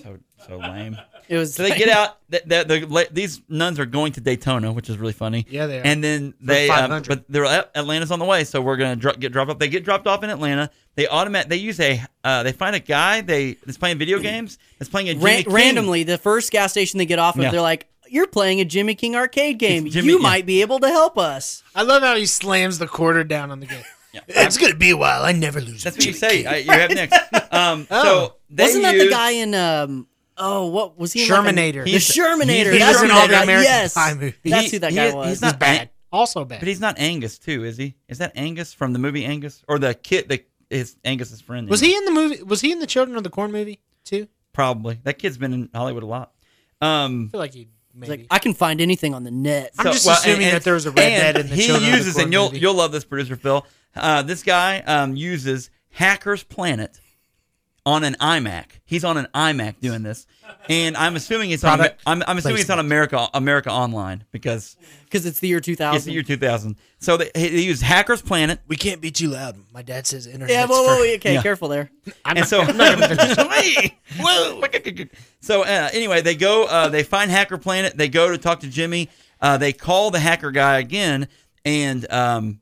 Speaker 1: So so lame.
Speaker 2: It was.
Speaker 1: So they
Speaker 2: [LAUGHS]
Speaker 1: get out. That that the, la these nuns are going to Daytona, which is really funny.
Speaker 3: Yeah, they are.
Speaker 1: And then they, um,
Speaker 3: 500.
Speaker 1: but they're at- Atlanta's on the way, so we're gonna dro- get dropped off. They get dropped off in Atlanta. They automat. They use a. Uh, they find a guy. They that's playing video games. That's playing a Jimmy
Speaker 2: Ran-
Speaker 1: King.
Speaker 2: randomly, the first gas station they get off of,
Speaker 1: Yeah.
Speaker 2: they're like, "You're playing a Jimmy King arcade game.
Speaker 1: Jimmy-
Speaker 2: you
Speaker 1: yeah.
Speaker 2: might be able to help us."
Speaker 3: I love how he slams the quarter down on the game. [LAUGHS] It's gonna be a while. I never lose.
Speaker 1: That's
Speaker 3: with
Speaker 1: what you
Speaker 3: Jimmy
Speaker 1: say.
Speaker 3: King.
Speaker 1: I, you have
Speaker 3: [LAUGHS]
Speaker 1: next. Um,
Speaker 3: Oh.
Speaker 1: So they
Speaker 2: Wasn't that the
Speaker 1: use-
Speaker 2: guy in? um Oh, what was he? in, like, a-
Speaker 3: Shermanator.
Speaker 2: the
Speaker 3: He's-
Speaker 2: Shermanator.
Speaker 3: he's
Speaker 2: That's
Speaker 3: in
Speaker 2: who
Speaker 3: all
Speaker 2: that
Speaker 3: the
Speaker 2: guy-
Speaker 3: American
Speaker 2: yes,
Speaker 3: Pie movies.
Speaker 2: that's
Speaker 1: He-
Speaker 2: who that
Speaker 1: he
Speaker 2: guy
Speaker 1: is-
Speaker 2: was.
Speaker 1: he's
Speaker 3: He's
Speaker 1: not-
Speaker 3: bad. Also bad.
Speaker 1: But he's not Angus too, is he? Is that Angus from the movie Angus or the kid? The his Angus's friend.
Speaker 3: was
Speaker 1: Angus.
Speaker 3: he in the movie? Was he in the Children of the Corn movie too?
Speaker 1: probably? That kid's been in Hollywood a lot. Um,
Speaker 3: I feel like he
Speaker 2: He's
Speaker 3: maybe.
Speaker 2: like, I can find anything on the net.
Speaker 3: I'm just assuming that there was a redhead in the
Speaker 1: He
Speaker 3: Children of the
Speaker 1: uses,
Speaker 3: Corn
Speaker 1: and you'll
Speaker 3: movie.
Speaker 1: you'll love this producer Phil. Uh, this guy um, uses Hacker's Planet on an iMac. He's on an iMac doing this, and I'm assuming it's on.
Speaker 3: Product
Speaker 1: I'm, I'm assuming it's on America America Online because
Speaker 2: because it's the year 2000.
Speaker 1: it's the year 2000. So they, they use Hacker's Planet,
Speaker 3: we can't be too loud. My dad says internet.
Speaker 2: yeah, whoa, whoa, whoa, okay,
Speaker 1: Yeah.
Speaker 2: careful there.
Speaker 3: [LAUGHS] I'm
Speaker 1: and
Speaker 3: not- [LAUGHS]
Speaker 1: so
Speaker 3: I'm not gonna
Speaker 1: [LAUGHS]
Speaker 3: finish.
Speaker 1: Whoa. so uh, anyway they go uh, they find hacker planet they go to talk to jimmy uh, they call the hacker guy again and um,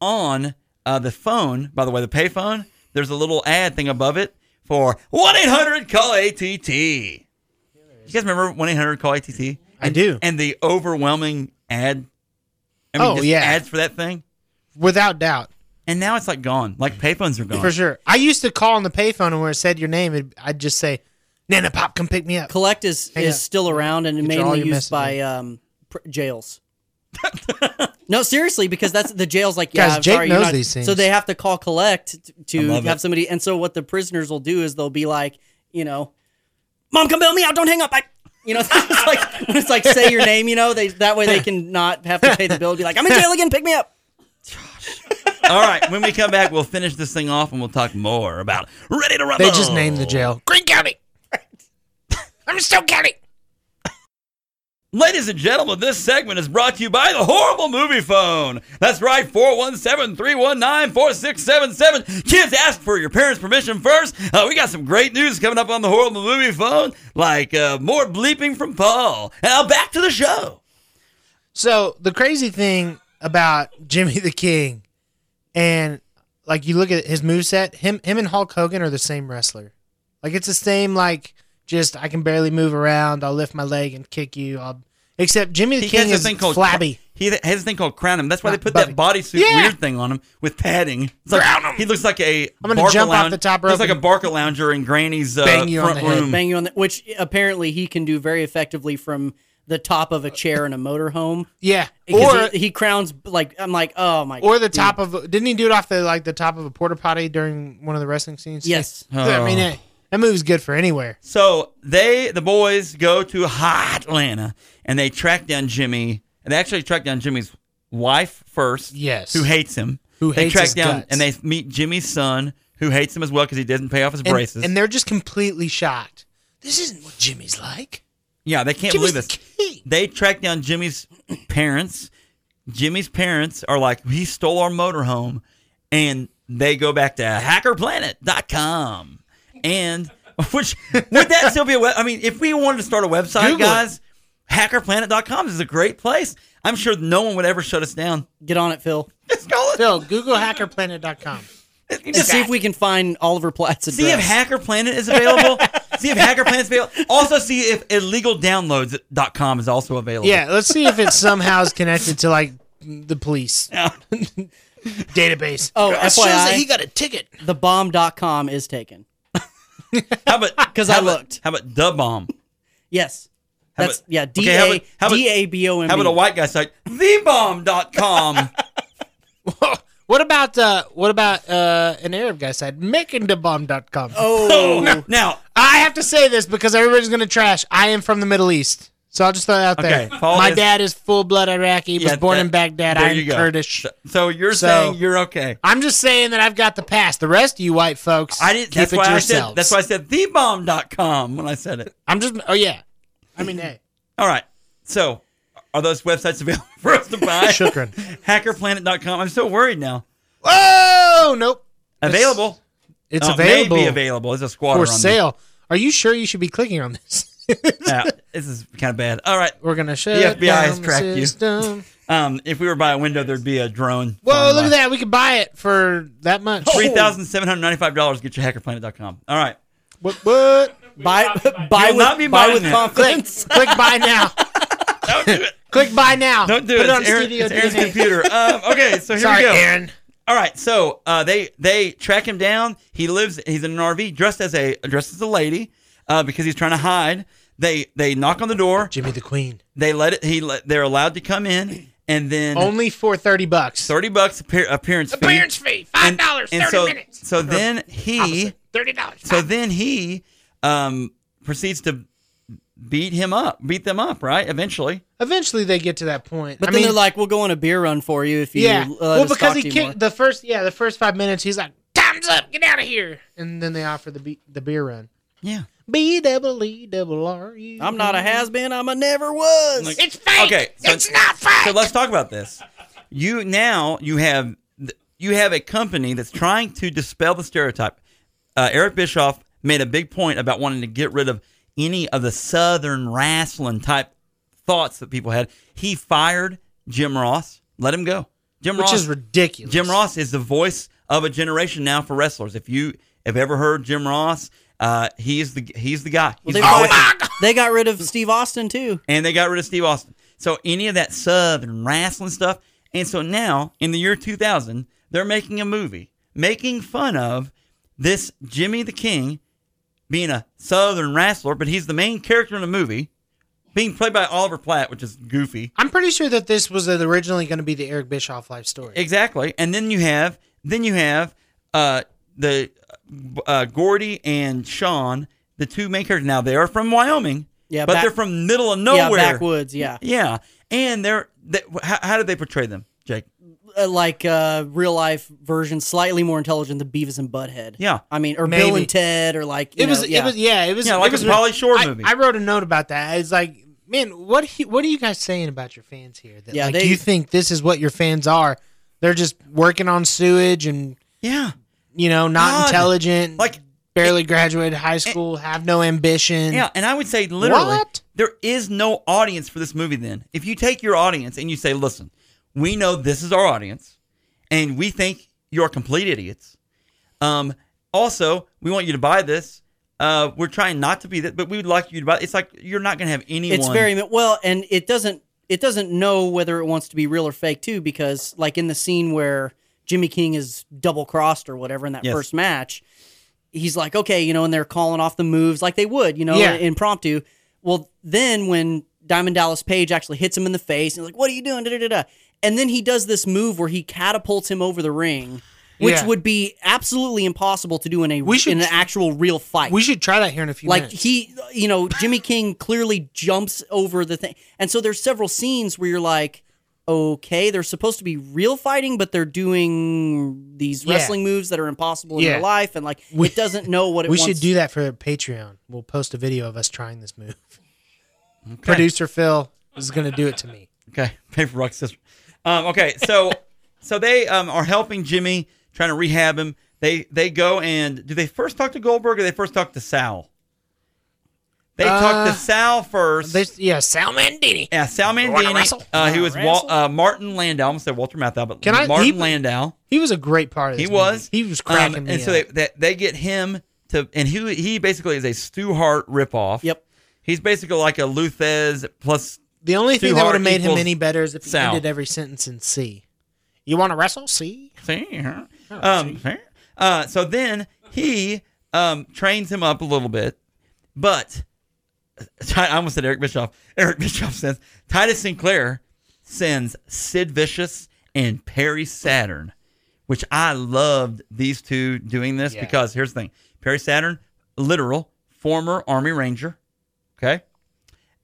Speaker 1: on uh, the phone by the way the payphone there's a little ad thing above it for 1-800-CALL-ATT you guys remember 1-800-CALL-ATT
Speaker 3: I do.
Speaker 1: and the overwhelming ad I
Speaker 3: Oh,
Speaker 1: just
Speaker 3: yeah.
Speaker 1: ads for that thing
Speaker 3: Without doubt,
Speaker 1: and now it's like gone like payphones are gone
Speaker 3: for sure. I used to call on the payphone, and where it said your name, it, I'd just say, "Nana Pop, come pick me up."
Speaker 2: Collect is,
Speaker 3: Hang
Speaker 2: is
Speaker 3: up.
Speaker 2: still around and
Speaker 3: Get your- all
Speaker 2: mainly
Speaker 3: your
Speaker 2: used by
Speaker 3: messages.
Speaker 2: um, pr- jails. [LAUGHS] no, seriously, because that's the jails like yeah.
Speaker 3: Guys,
Speaker 2: I'm
Speaker 3: Jake
Speaker 2: sorry, you're
Speaker 3: knows
Speaker 2: not-
Speaker 3: these things.
Speaker 2: so they have to call collect t- to
Speaker 1: love
Speaker 2: have
Speaker 1: it.
Speaker 2: somebody. And so what the prisoners will do is they'll be like, you know, mom, come bail me out. Don't hang up. I, you know, [LAUGHS] it's like it's like say your name. You know, they that
Speaker 3: [LAUGHS]
Speaker 2: way they can not have to pay the bill. Be like, I'm in jail again. Pick me up.
Speaker 1: All right, when we come back, we'll finish this thing off and we'll talk more about Ready to Rumble.
Speaker 3: They just named
Speaker 1: Oh.
Speaker 3: the jail.
Speaker 4: Green County. I'm still County.
Speaker 1: Ladies and gentlemen, this segment is brought to you by the Horrible Movie Phone. That's right, 417 319 4677. Kids, ask for your parents' permission first. Uh, we got some great news coming up on the Horrible Movie Phone, like uh, more bleeping from Paul. Now back to the show.
Speaker 3: So the crazy thing about Jimmy the King, and like you look at his moveset, him him and Hulk Hogan are the same wrestler. Like it's the same. Like just I can barely move around. I'll lift my leg and kick you. I'll, except Jimmy the King
Speaker 1: this
Speaker 3: is flabby.
Speaker 1: He has this thing called crown him. That's why they
Speaker 3: Not
Speaker 1: put that
Speaker 3: Buffy.
Speaker 1: bodysuit
Speaker 3: Yeah.
Speaker 1: weird thing on him with padding. It's like,
Speaker 5: Crown him.
Speaker 1: He looks like a.
Speaker 3: I'm gonna
Speaker 1: Barca
Speaker 3: jump off
Speaker 1: lounge-
Speaker 3: the top
Speaker 1: Looks
Speaker 3: rope
Speaker 1: like a
Speaker 3: and
Speaker 1: Barca lounger in Granny's uh,
Speaker 3: bang you on
Speaker 1: front
Speaker 3: the head.
Speaker 1: room.
Speaker 2: Bang you on the which apparently he can do very effectively from the top of a chair in a
Speaker 1: [LAUGHS]
Speaker 2: motorhome.
Speaker 3: Yeah,
Speaker 2: Because
Speaker 3: or
Speaker 2: he, he crowns like I'm like oh my
Speaker 3: or the top of didn't he do it off the like the top of a porta potty during one of the wrestling scenes?
Speaker 2: [LAUGHS] yes
Speaker 3: I mean that, that movie's good for anywhere.
Speaker 1: So they, the boys, go to Hot Atlanta and they track down Jimmy. And they actually track down Jimmy's wife first.
Speaker 3: Yes.
Speaker 1: Who hates him.
Speaker 3: Who
Speaker 1: they
Speaker 3: hates
Speaker 1: track
Speaker 3: his
Speaker 1: down
Speaker 3: guts.
Speaker 1: and they meet Jimmy's son, who hates him as well because he doesn't pay off his
Speaker 3: And,
Speaker 1: braces.
Speaker 3: and they're just completely shocked. This isn't what Jimmy's like.
Speaker 1: yeah, they can't
Speaker 3: Jimmy's
Speaker 1: believe this.
Speaker 3: the king.
Speaker 1: They track down Jimmy's parents. Jimmy's parents are like, he stole our motorhome. And they go back to hackerplanet.com. And [LAUGHS] which would that still be a web? I mean, if we wanted to start a website,
Speaker 3: Google it.
Speaker 1: guys, hackerplanet.com is a great place. I'm sure no one would ever shut us down.
Speaker 2: get on it Phil
Speaker 1: Just call it.
Speaker 3: Phil, Google hackerplanet.com.
Speaker 2: and see if we can find Oliver Platt's address.
Speaker 1: See if Hacker Planet is available. see if Hacker Planet's available. Also, see if illegaldownloads.com is also available.
Speaker 3: Yeah, let's see if it somehow is connected to like
Speaker 1: [LAUGHS]
Speaker 3: the police
Speaker 1: Oh.
Speaker 3: database.
Speaker 2: oh
Speaker 4: Shows that
Speaker 2: FYI
Speaker 4: he got a ticket.
Speaker 2: the bomb.com is taken
Speaker 1: How about
Speaker 3: [LAUGHS]
Speaker 2: 'Cause
Speaker 1: how
Speaker 2: I
Speaker 1: about-
Speaker 2: looked.
Speaker 1: How about the bomb?
Speaker 2: yes
Speaker 1: How
Speaker 2: that's
Speaker 1: about-
Speaker 2: yeah D
Speaker 1: okay, how
Speaker 2: A
Speaker 1: about- how about-
Speaker 2: D A B O M B
Speaker 1: How about a white guy site?
Speaker 3: [LAUGHS]
Speaker 1: Thebomb.com.
Speaker 3: [LAUGHS] What about uh what about uh an Arab guy said makingdebomb.com.
Speaker 2: oh
Speaker 1: now,
Speaker 3: I have to say this because everybody's going to trash. I am from the Middle East. So I'll just throw it out
Speaker 1: Okay,
Speaker 3: there.
Speaker 1: Paul
Speaker 3: My
Speaker 1: is-
Speaker 3: dad is full blood Iraqi, was
Speaker 1: Yeah,
Speaker 3: born
Speaker 1: that-
Speaker 3: in Baghdad.
Speaker 1: there
Speaker 3: I am
Speaker 1: you go.
Speaker 3: Kurdish.
Speaker 1: so you're
Speaker 3: So-
Speaker 1: saying you're okay.
Speaker 3: I'm just saying that I've got the past. The rest of you white folks,
Speaker 1: I didn't.
Speaker 3: keep
Speaker 1: That's
Speaker 3: it
Speaker 1: why I
Speaker 3: yourselves.
Speaker 1: said. That's why I said thebomb.com when I said it.
Speaker 3: I'm just. Oh yeah. I
Speaker 1: [LAUGHS]
Speaker 3: mean, hey,
Speaker 1: All right. So, are those websites [LAUGHS] available for us to
Speaker 3: [LAUGHS]
Speaker 1: buy?
Speaker 3: Shukran.
Speaker 1: Hackerplanet.com. I'm so worried now.
Speaker 3: Whoa, Oh, nope.
Speaker 1: Available.
Speaker 3: It's
Speaker 1: Oh,
Speaker 3: available
Speaker 1: May be available. It's a squatter
Speaker 3: for
Speaker 1: on [LAUGHS]
Speaker 3: sale. Are you sure you should be clicking on this? [LAUGHS]
Speaker 1: Now, this is kind of bad. All right.
Speaker 3: We're gonna shut
Speaker 1: The FBI
Speaker 3: down
Speaker 1: has
Speaker 3: the
Speaker 1: tracked you. [LAUGHS]
Speaker 3: system.
Speaker 1: Um, if we were by a window, there'd be a drone.
Speaker 3: Whoa!
Speaker 1: flying
Speaker 3: Look
Speaker 1: by.
Speaker 3: at that. We could buy it for that much.
Speaker 1: Three thousand seven hundred ninety-five dollars. Get your hackerplanet.com. All right.
Speaker 3: What?
Speaker 1: [LAUGHS]
Speaker 3: What?
Speaker 2: buy buy
Speaker 1: You'll
Speaker 2: with,
Speaker 1: not be
Speaker 2: buy
Speaker 1: buying
Speaker 2: with
Speaker 1: that.
Speaker 3: Click,
Speaker 2: confidence.
Speaker 3: click buy
Speaker 1: [LAUGHS]
Speaker 3: now.
Speaker 1: Don't do it.
Speaker 3: Click buy now.
Speaker 1: Don't do
Speaker 3: Put
Speaker 1: it.
Speaker 3: it on
Speaker 1: it's Aaron-
Speaker 3: Studio
Speaker 1: it's Aaron's
Speaker 3: DNA.
Speaker 1: computer. Um, okay, so here
Speaker 3: Sorry,
Speaker 1: we go.
Speaker 3: Aaron.
Speaker 1: All right, so uh, they they track him down. He lives. He's in an RV, dressed as a dressed as a lady, uh, because he's trying to hide. They they knock on the door.
Speaker 3: Jimmy the Queen.
Speaker 1: They let it. He let, they're allowed to come in, and then
Speaker 3: Only for thirty bucks.
Speaker 1: thirty bucks appear, appearance fee.
Speaker 4: Appearance fee, five dollars,
Speaker 1: And
Speaker 4: thirty
Speaker 1: so
Speaker 4: minutes.
Speaker 1: so then he
Speaker 4: Thirty dollars.
Speaker 1: so then he um, proceeds to beat him up, beat them up, right? Eventually,
Speaker 3: Eventually, they get to that point.
Speaker 2: But
Speaker 3: I
Speaker 2: then
Speaker 3: mean,
Speaker 2: they're like, "We'll go on a beer run for you if you
Speaker 3: yeah.
Speaker 2: uh, let
Speaker 3: well,
Speaker 2: us
Speaker 3: because
Speaker 2: talk
Speaker 3: he
Speaker 2: to you
Speaker 3: kicked
Speaker 2: more."
Speaker 3: the first. Yeah, the first five minutes, he's like,
Speaker 4: Time's up. Get out of here.
Speaker 3: and then they offer the be- the beer run.
Speaker 1: yeah.
Speaker 3: B double E double R U.
Speaker 2: I'm
Speaker 3: [LAUGHS]
Speaker 2: not a has been. I'm a never was.
Speaker 1: Like-
Speaker 4: It's fake.
Speaker 1: Okay, so-
Speaker 4: it's not
Speaker 1: So
Speaker 4: fake.
Speaker 1: let's talk about this. You now you have you have a company that's trying to dispel the stereotype. Uh, Eric Bischoff made a big point about wanting to get rid of any of the Southern wrestling type thoughts that people had. He fired Jim Ross, let him go. Jim
Speaker 3: which
Speaker 1: Ross
Speaker 3: is ridiculous.
Speaker 1: Jim Ross is the voice of a generation now for wrestlers. If you have ever heard Jim Ross, uh, he's the he's the guy. He's
Speaker 2: They,
Speaker 1: the voice.
Speaker 2: got- they got rid of Steve Austin too.
Speaker 1: and they got rid of Steve Austin. So any of that sub and wrestling stuff. And so now in the year 2000, they're making a movie making fun of this Jimmy the King being a southern wrestler, but he's the main character in the movie, being played by Oliver Platt, which is goofy.
Speaker 3: I'm pretty sure that this was originally going to be the Eric Bischoff life story.
Speaker 1: Exactly. And then you have then you have uh the uh, Gordy and Sean, the two main characters. Now they are from Wyoming.
Speaker 2: Yeah,
Speaker 1: but
Speaker 2: back-
Speaker 1: they're from middle of
Speaker 2: Yeah,
Speaker 1: nowhere.
Speaker 2: backwoods. Yeah,
Speaker 1: Yeah, and they're they, how, how did they portray them, Jake?
Speaker 2: Uh, like uh, real life version, slightly more intelligent than Beavis and Butthead.
Speaker 1: Yeah.
Speaker 2: I mean, or Bill
Speaker 3: Maybe.
Speaker 2: and Ted, or like you
Speaker 3: it was.
Speaker 2: know, yeah.
Speaker 3: It was. Yeah. It was.
Speaker 1: Yeah,
Speaker 3: it
Speaker 1: like
Speaker 3: was
Speaker 1: a Polly Shore
Speaker 3: I,
Speaker 1: movie.
Speaker 3: I wrote a note about that. It's like, man, what he, what are you guys saying about your fans here? That
Speaker 2: Yeah,
Speaker 3: like
Speaker 2: they-
Speaker 3: you think this is what your fans are? They're just working on sewage and
Speaker 1: yeah,
Speaker 3: you know not
Speaker 1: God.
Speaker 3: intelligent,
Speaker 1: Like-
Speaker 3: barely graduated high school, have no ambition.
Speaker 1: yeah, and I would say literally
Speaker 3: What?
Speaker 1: there is no audience for this movie. Then, if you take your audience and you say, "Listen, we know this is our audience, and we think you're complete idiots. Um, also, we want you to buy this. Uh, we're trying not to be that, but we would like you to buy. It's like you're not going to have anyone.
Speaker 2: it's very well, and it doesn't it doesn't know whether it wants to be real or fake too, because like in the scene where Jimmy King is double crossed or whatever in that
Speaker 1: Yes.
Speaker 2: first match, he's like, okay, you know, and they're calling off the moves like they would, you know,
Speaker 3: Yeah.
Speaker 2: impromptu. Well, then when Diamond Dallas Page actually hits him in the face and like, what are you doing? Da, da, da, da. And then he does this move where he catapults him over the ring, which
Speaker 3: Yeah.
Speaker 2: would be absolutely impossible to do in a
Speaker 3: We should-
Speaker 2: in an actual real fight
Speaker 3: we should try that here in a few
Speaker 2: like
Speaker 3: minutes.
Speaker 2: he you know jimmy king clearly jumps over the thing and so there's several scenes where you're like okay they're supposed to be real fighting but they're doing these
Speaker 3: Yeah.
Speaker 2: wrestling moves that are impossible in
Speaker 3: Yeah.
Speaker 2: real life and like
Speaker 3: We-
Speaker 2: it doesn't know what it
Speaker 3: we
Speaker 2: wants
Speaker 3: should do that for Patreon. We'll post a video of us trying this move. [LAUGHS] Producer Phil is going to do it to me.
Speaker 1: Okay, [LAUGHS] pay for rock sister. Um, okay,
Speaker 3: [LAUGHS]
Speaker 1: so so they um, are helping Jimmy, trying to rehab him. They they go and do they first talk to Goldberg or they first talk to Sal? They talk
Speaker 3: Uh,
Speaker 1: to Sal first.
Speaker 3: They, yeah,
Speaker 4: Sal
Speaker 3: Sal.
Speaker 4: Mandini.
Speaker 1: yeah, Sal
Speaker 4: wanna
Speaker 1: Mandini,
Speaker 4: wrestle?
Speaker 1: uh, who
Speaker 2: Wanna
Speaker 1: is Wal-
Speaker 2: wrestle?
Speaker 1: uh, Martin Landau. I almost said Walter Matthau, but
Speaker 3: Can I-
Speaker 1: Martin
Speaker 3: he-
Speaker 1: Landau.
Speaker 3: He was a great part of
Speaker 1: He
Speaker 3: this.
Speaker 1: was.
Speaker 3: movie. He was
Speaker 1: Um,
Speaker 3: cracking me
Speaker 1: and so
Speaker 3: up.
Speaker 1: they, they they get him to, and he he basically is a Stu Hart ripoff.
Speaker 2: Yep.
Speaker 1: He's basically like a Luthez plus.
Speaker 3: the only
Speaker 1: Stu
Speaker 3: thing that
Speaker 1: Hart
Speaker 3: would have made him
Speaker 1: equals
Speaker 3: any better is if he
Speaker 1: Sal.
Speaker 3: ended every sentence in C. You want to wrestle? C.
Speaker 1: See, huh?
Speaker 2: Oh,
Speaker 1: um, see? Uh, so then he um, trains him up a little bit, but [LAUGHS] I almost said Eric Bischoff. Eric [LAUGHS] Bischoff says Titus Sinclair sends Sid Vicious and Perry Saturn, which I loved these two doing this because here's the thing: Perry Saturn, literal former Army Ranger, okay,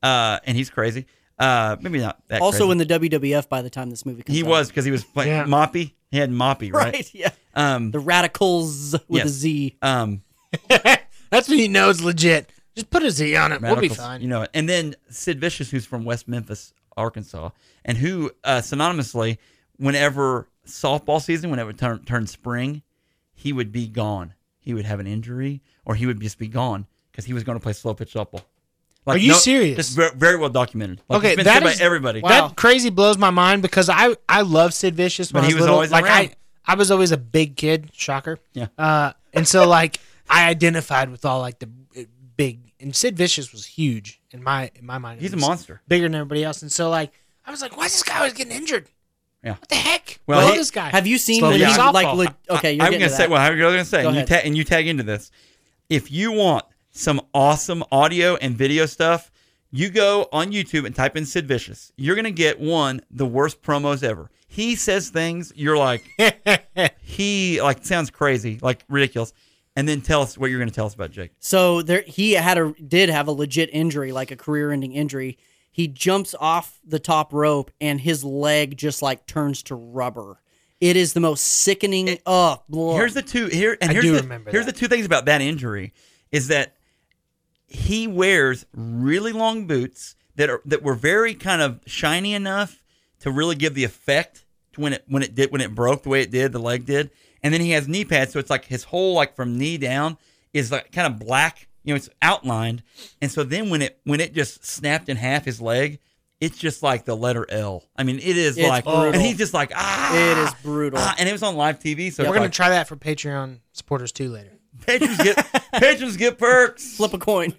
Speaker 1: uh, and he's crazy. Uh, maybe not that.
Speaker 2: also
Speaker 1: crazy.
Speaker 2: in the wwf by the time this movie comes
Speaker 1: he
Speaker 2: out.
Speaker 1: was because he was playing
Speaker 3: Yeah.
Speaker 1: Moppy. He had Moppy,
Speaker 2: [LAUGHS] right,
Speaker 1: right?
Speaker 2: yeah
Speaker 1: Um,
Speaker 2: the radicals with a
Speaker 1: Yes.
Speaker 2: z
Speaker 1: um,
Speaker 3: That's when you know it's legit. Just put a Z on it. We'll be
Speaker 1: radicals,
Speaker 3: fine.
Speaker 1: You know, and then Sid Vicious, who's from West Memphis, Arkansas, and who uh, synonymously, whenever softball season, whenever it turn, turned spring, he would be gone. He would have an injury, or he would just be gone because he was going to play slow pitch softball. Like,
Speaker 3: Are you serious?
Speaker 1: It's ver- very well documented. Like,
Speaker 3: Okay,
Speaker 1: it's been
Speaker 3: that
Speaker 1: said by
Speaker 3: is-
Speaker 1: everybody.
Speaker 2: Wow.
Speaker 3: That crazy blows my mind because I I love Sid Vicious when
Speaker 1: But
Speaker 3: I
Speaker 1: he was
Speaker 3: was, little.
Speaker 1: always
Speaker 3: like
Speaker 1: around.
Speaker 3: I I was always a big kid, shocker.
Speaker 1: Yeah.
Speaker 3: Uh, and so like I identified with all like the uh, big and Sid Vicious was huge in my in my mind.
Speaker 1: He's a
Speaker 3: He was
Speaker 1: monster.
Speaker 3: bigger than everybody else. And so like I was like, why is this guy always getting injured?
Speaker 1: Yeah.
Speaker 3: What the heck?
Speaker 1: Well,
Speaker 3: Well,
Speaker 1: he-
Speaker 3: this guy.
Speaker 2: Have you seen
Speaker 3: Slow
Speaker 2: when
Speaker 1: down.
Speaker 2: he,
Speaker 3: Softball.
Speaker 2: like? le- okay, you're
Speaker 1: I'm
Speaker 2: getting
Speaker 1: gonna
Speaker 2: to
Speaker 1: say
Speaker 2: that.
Speaker 1: well, I was gonna say,
Speaker 2: Go
Speaker 1: and you,
Speaker 2: ahead.
Speaker 1: ta- and you tag into this. If you want some awesome audio and video stuff, you go on YouTube and type in Sid Vicious. You're gonna get one the worst promos ever. He says things you're like, he like sounds crazy, like ridiculous, and then tell us what you're gonna tell us about Jake.
Speaker 2: So there, he had a did have a legit injury, like a career-ending injury. He jumps off the top rope, and his leg just like turns to rubber. It is the most sickening. oh, blah.
Speaker 1: Here's the two here and
Speaker 3: I
Speaker 1: here's
Speaker 3: do
Speaker 1: the,
Speaker 3: remember
Speaker 1: here's
Speaker 3: that.
Speaker 1: the two things about that injury is that he wears really long boots that are that were very kind of shiny enough to really give the effect to when it when it did when it broke the way it did the leg did and then he has knee pads so it's like his whole like from knee down is like kind of black you know it's outlined and so then when it when it just snapped in half his leg it's just like the letter L I mean it is
Speaker 2: It's
Speaker 1: like and
Speaker 2: brutal.
Speaker 1: he's just like ah
Speaker 2: it is brutal.
Speaker 1: ah, and it was on live TV so
Speaker 3: We're
Speaker 1: it's
Speaker 3: gonna
Speaker 1: like-
Speaker 3: try that for Patreon supporters too later.
Speaker 1: Patrons [LAUGHS] get patrons get perks.
Speaker 2: Flip a coin.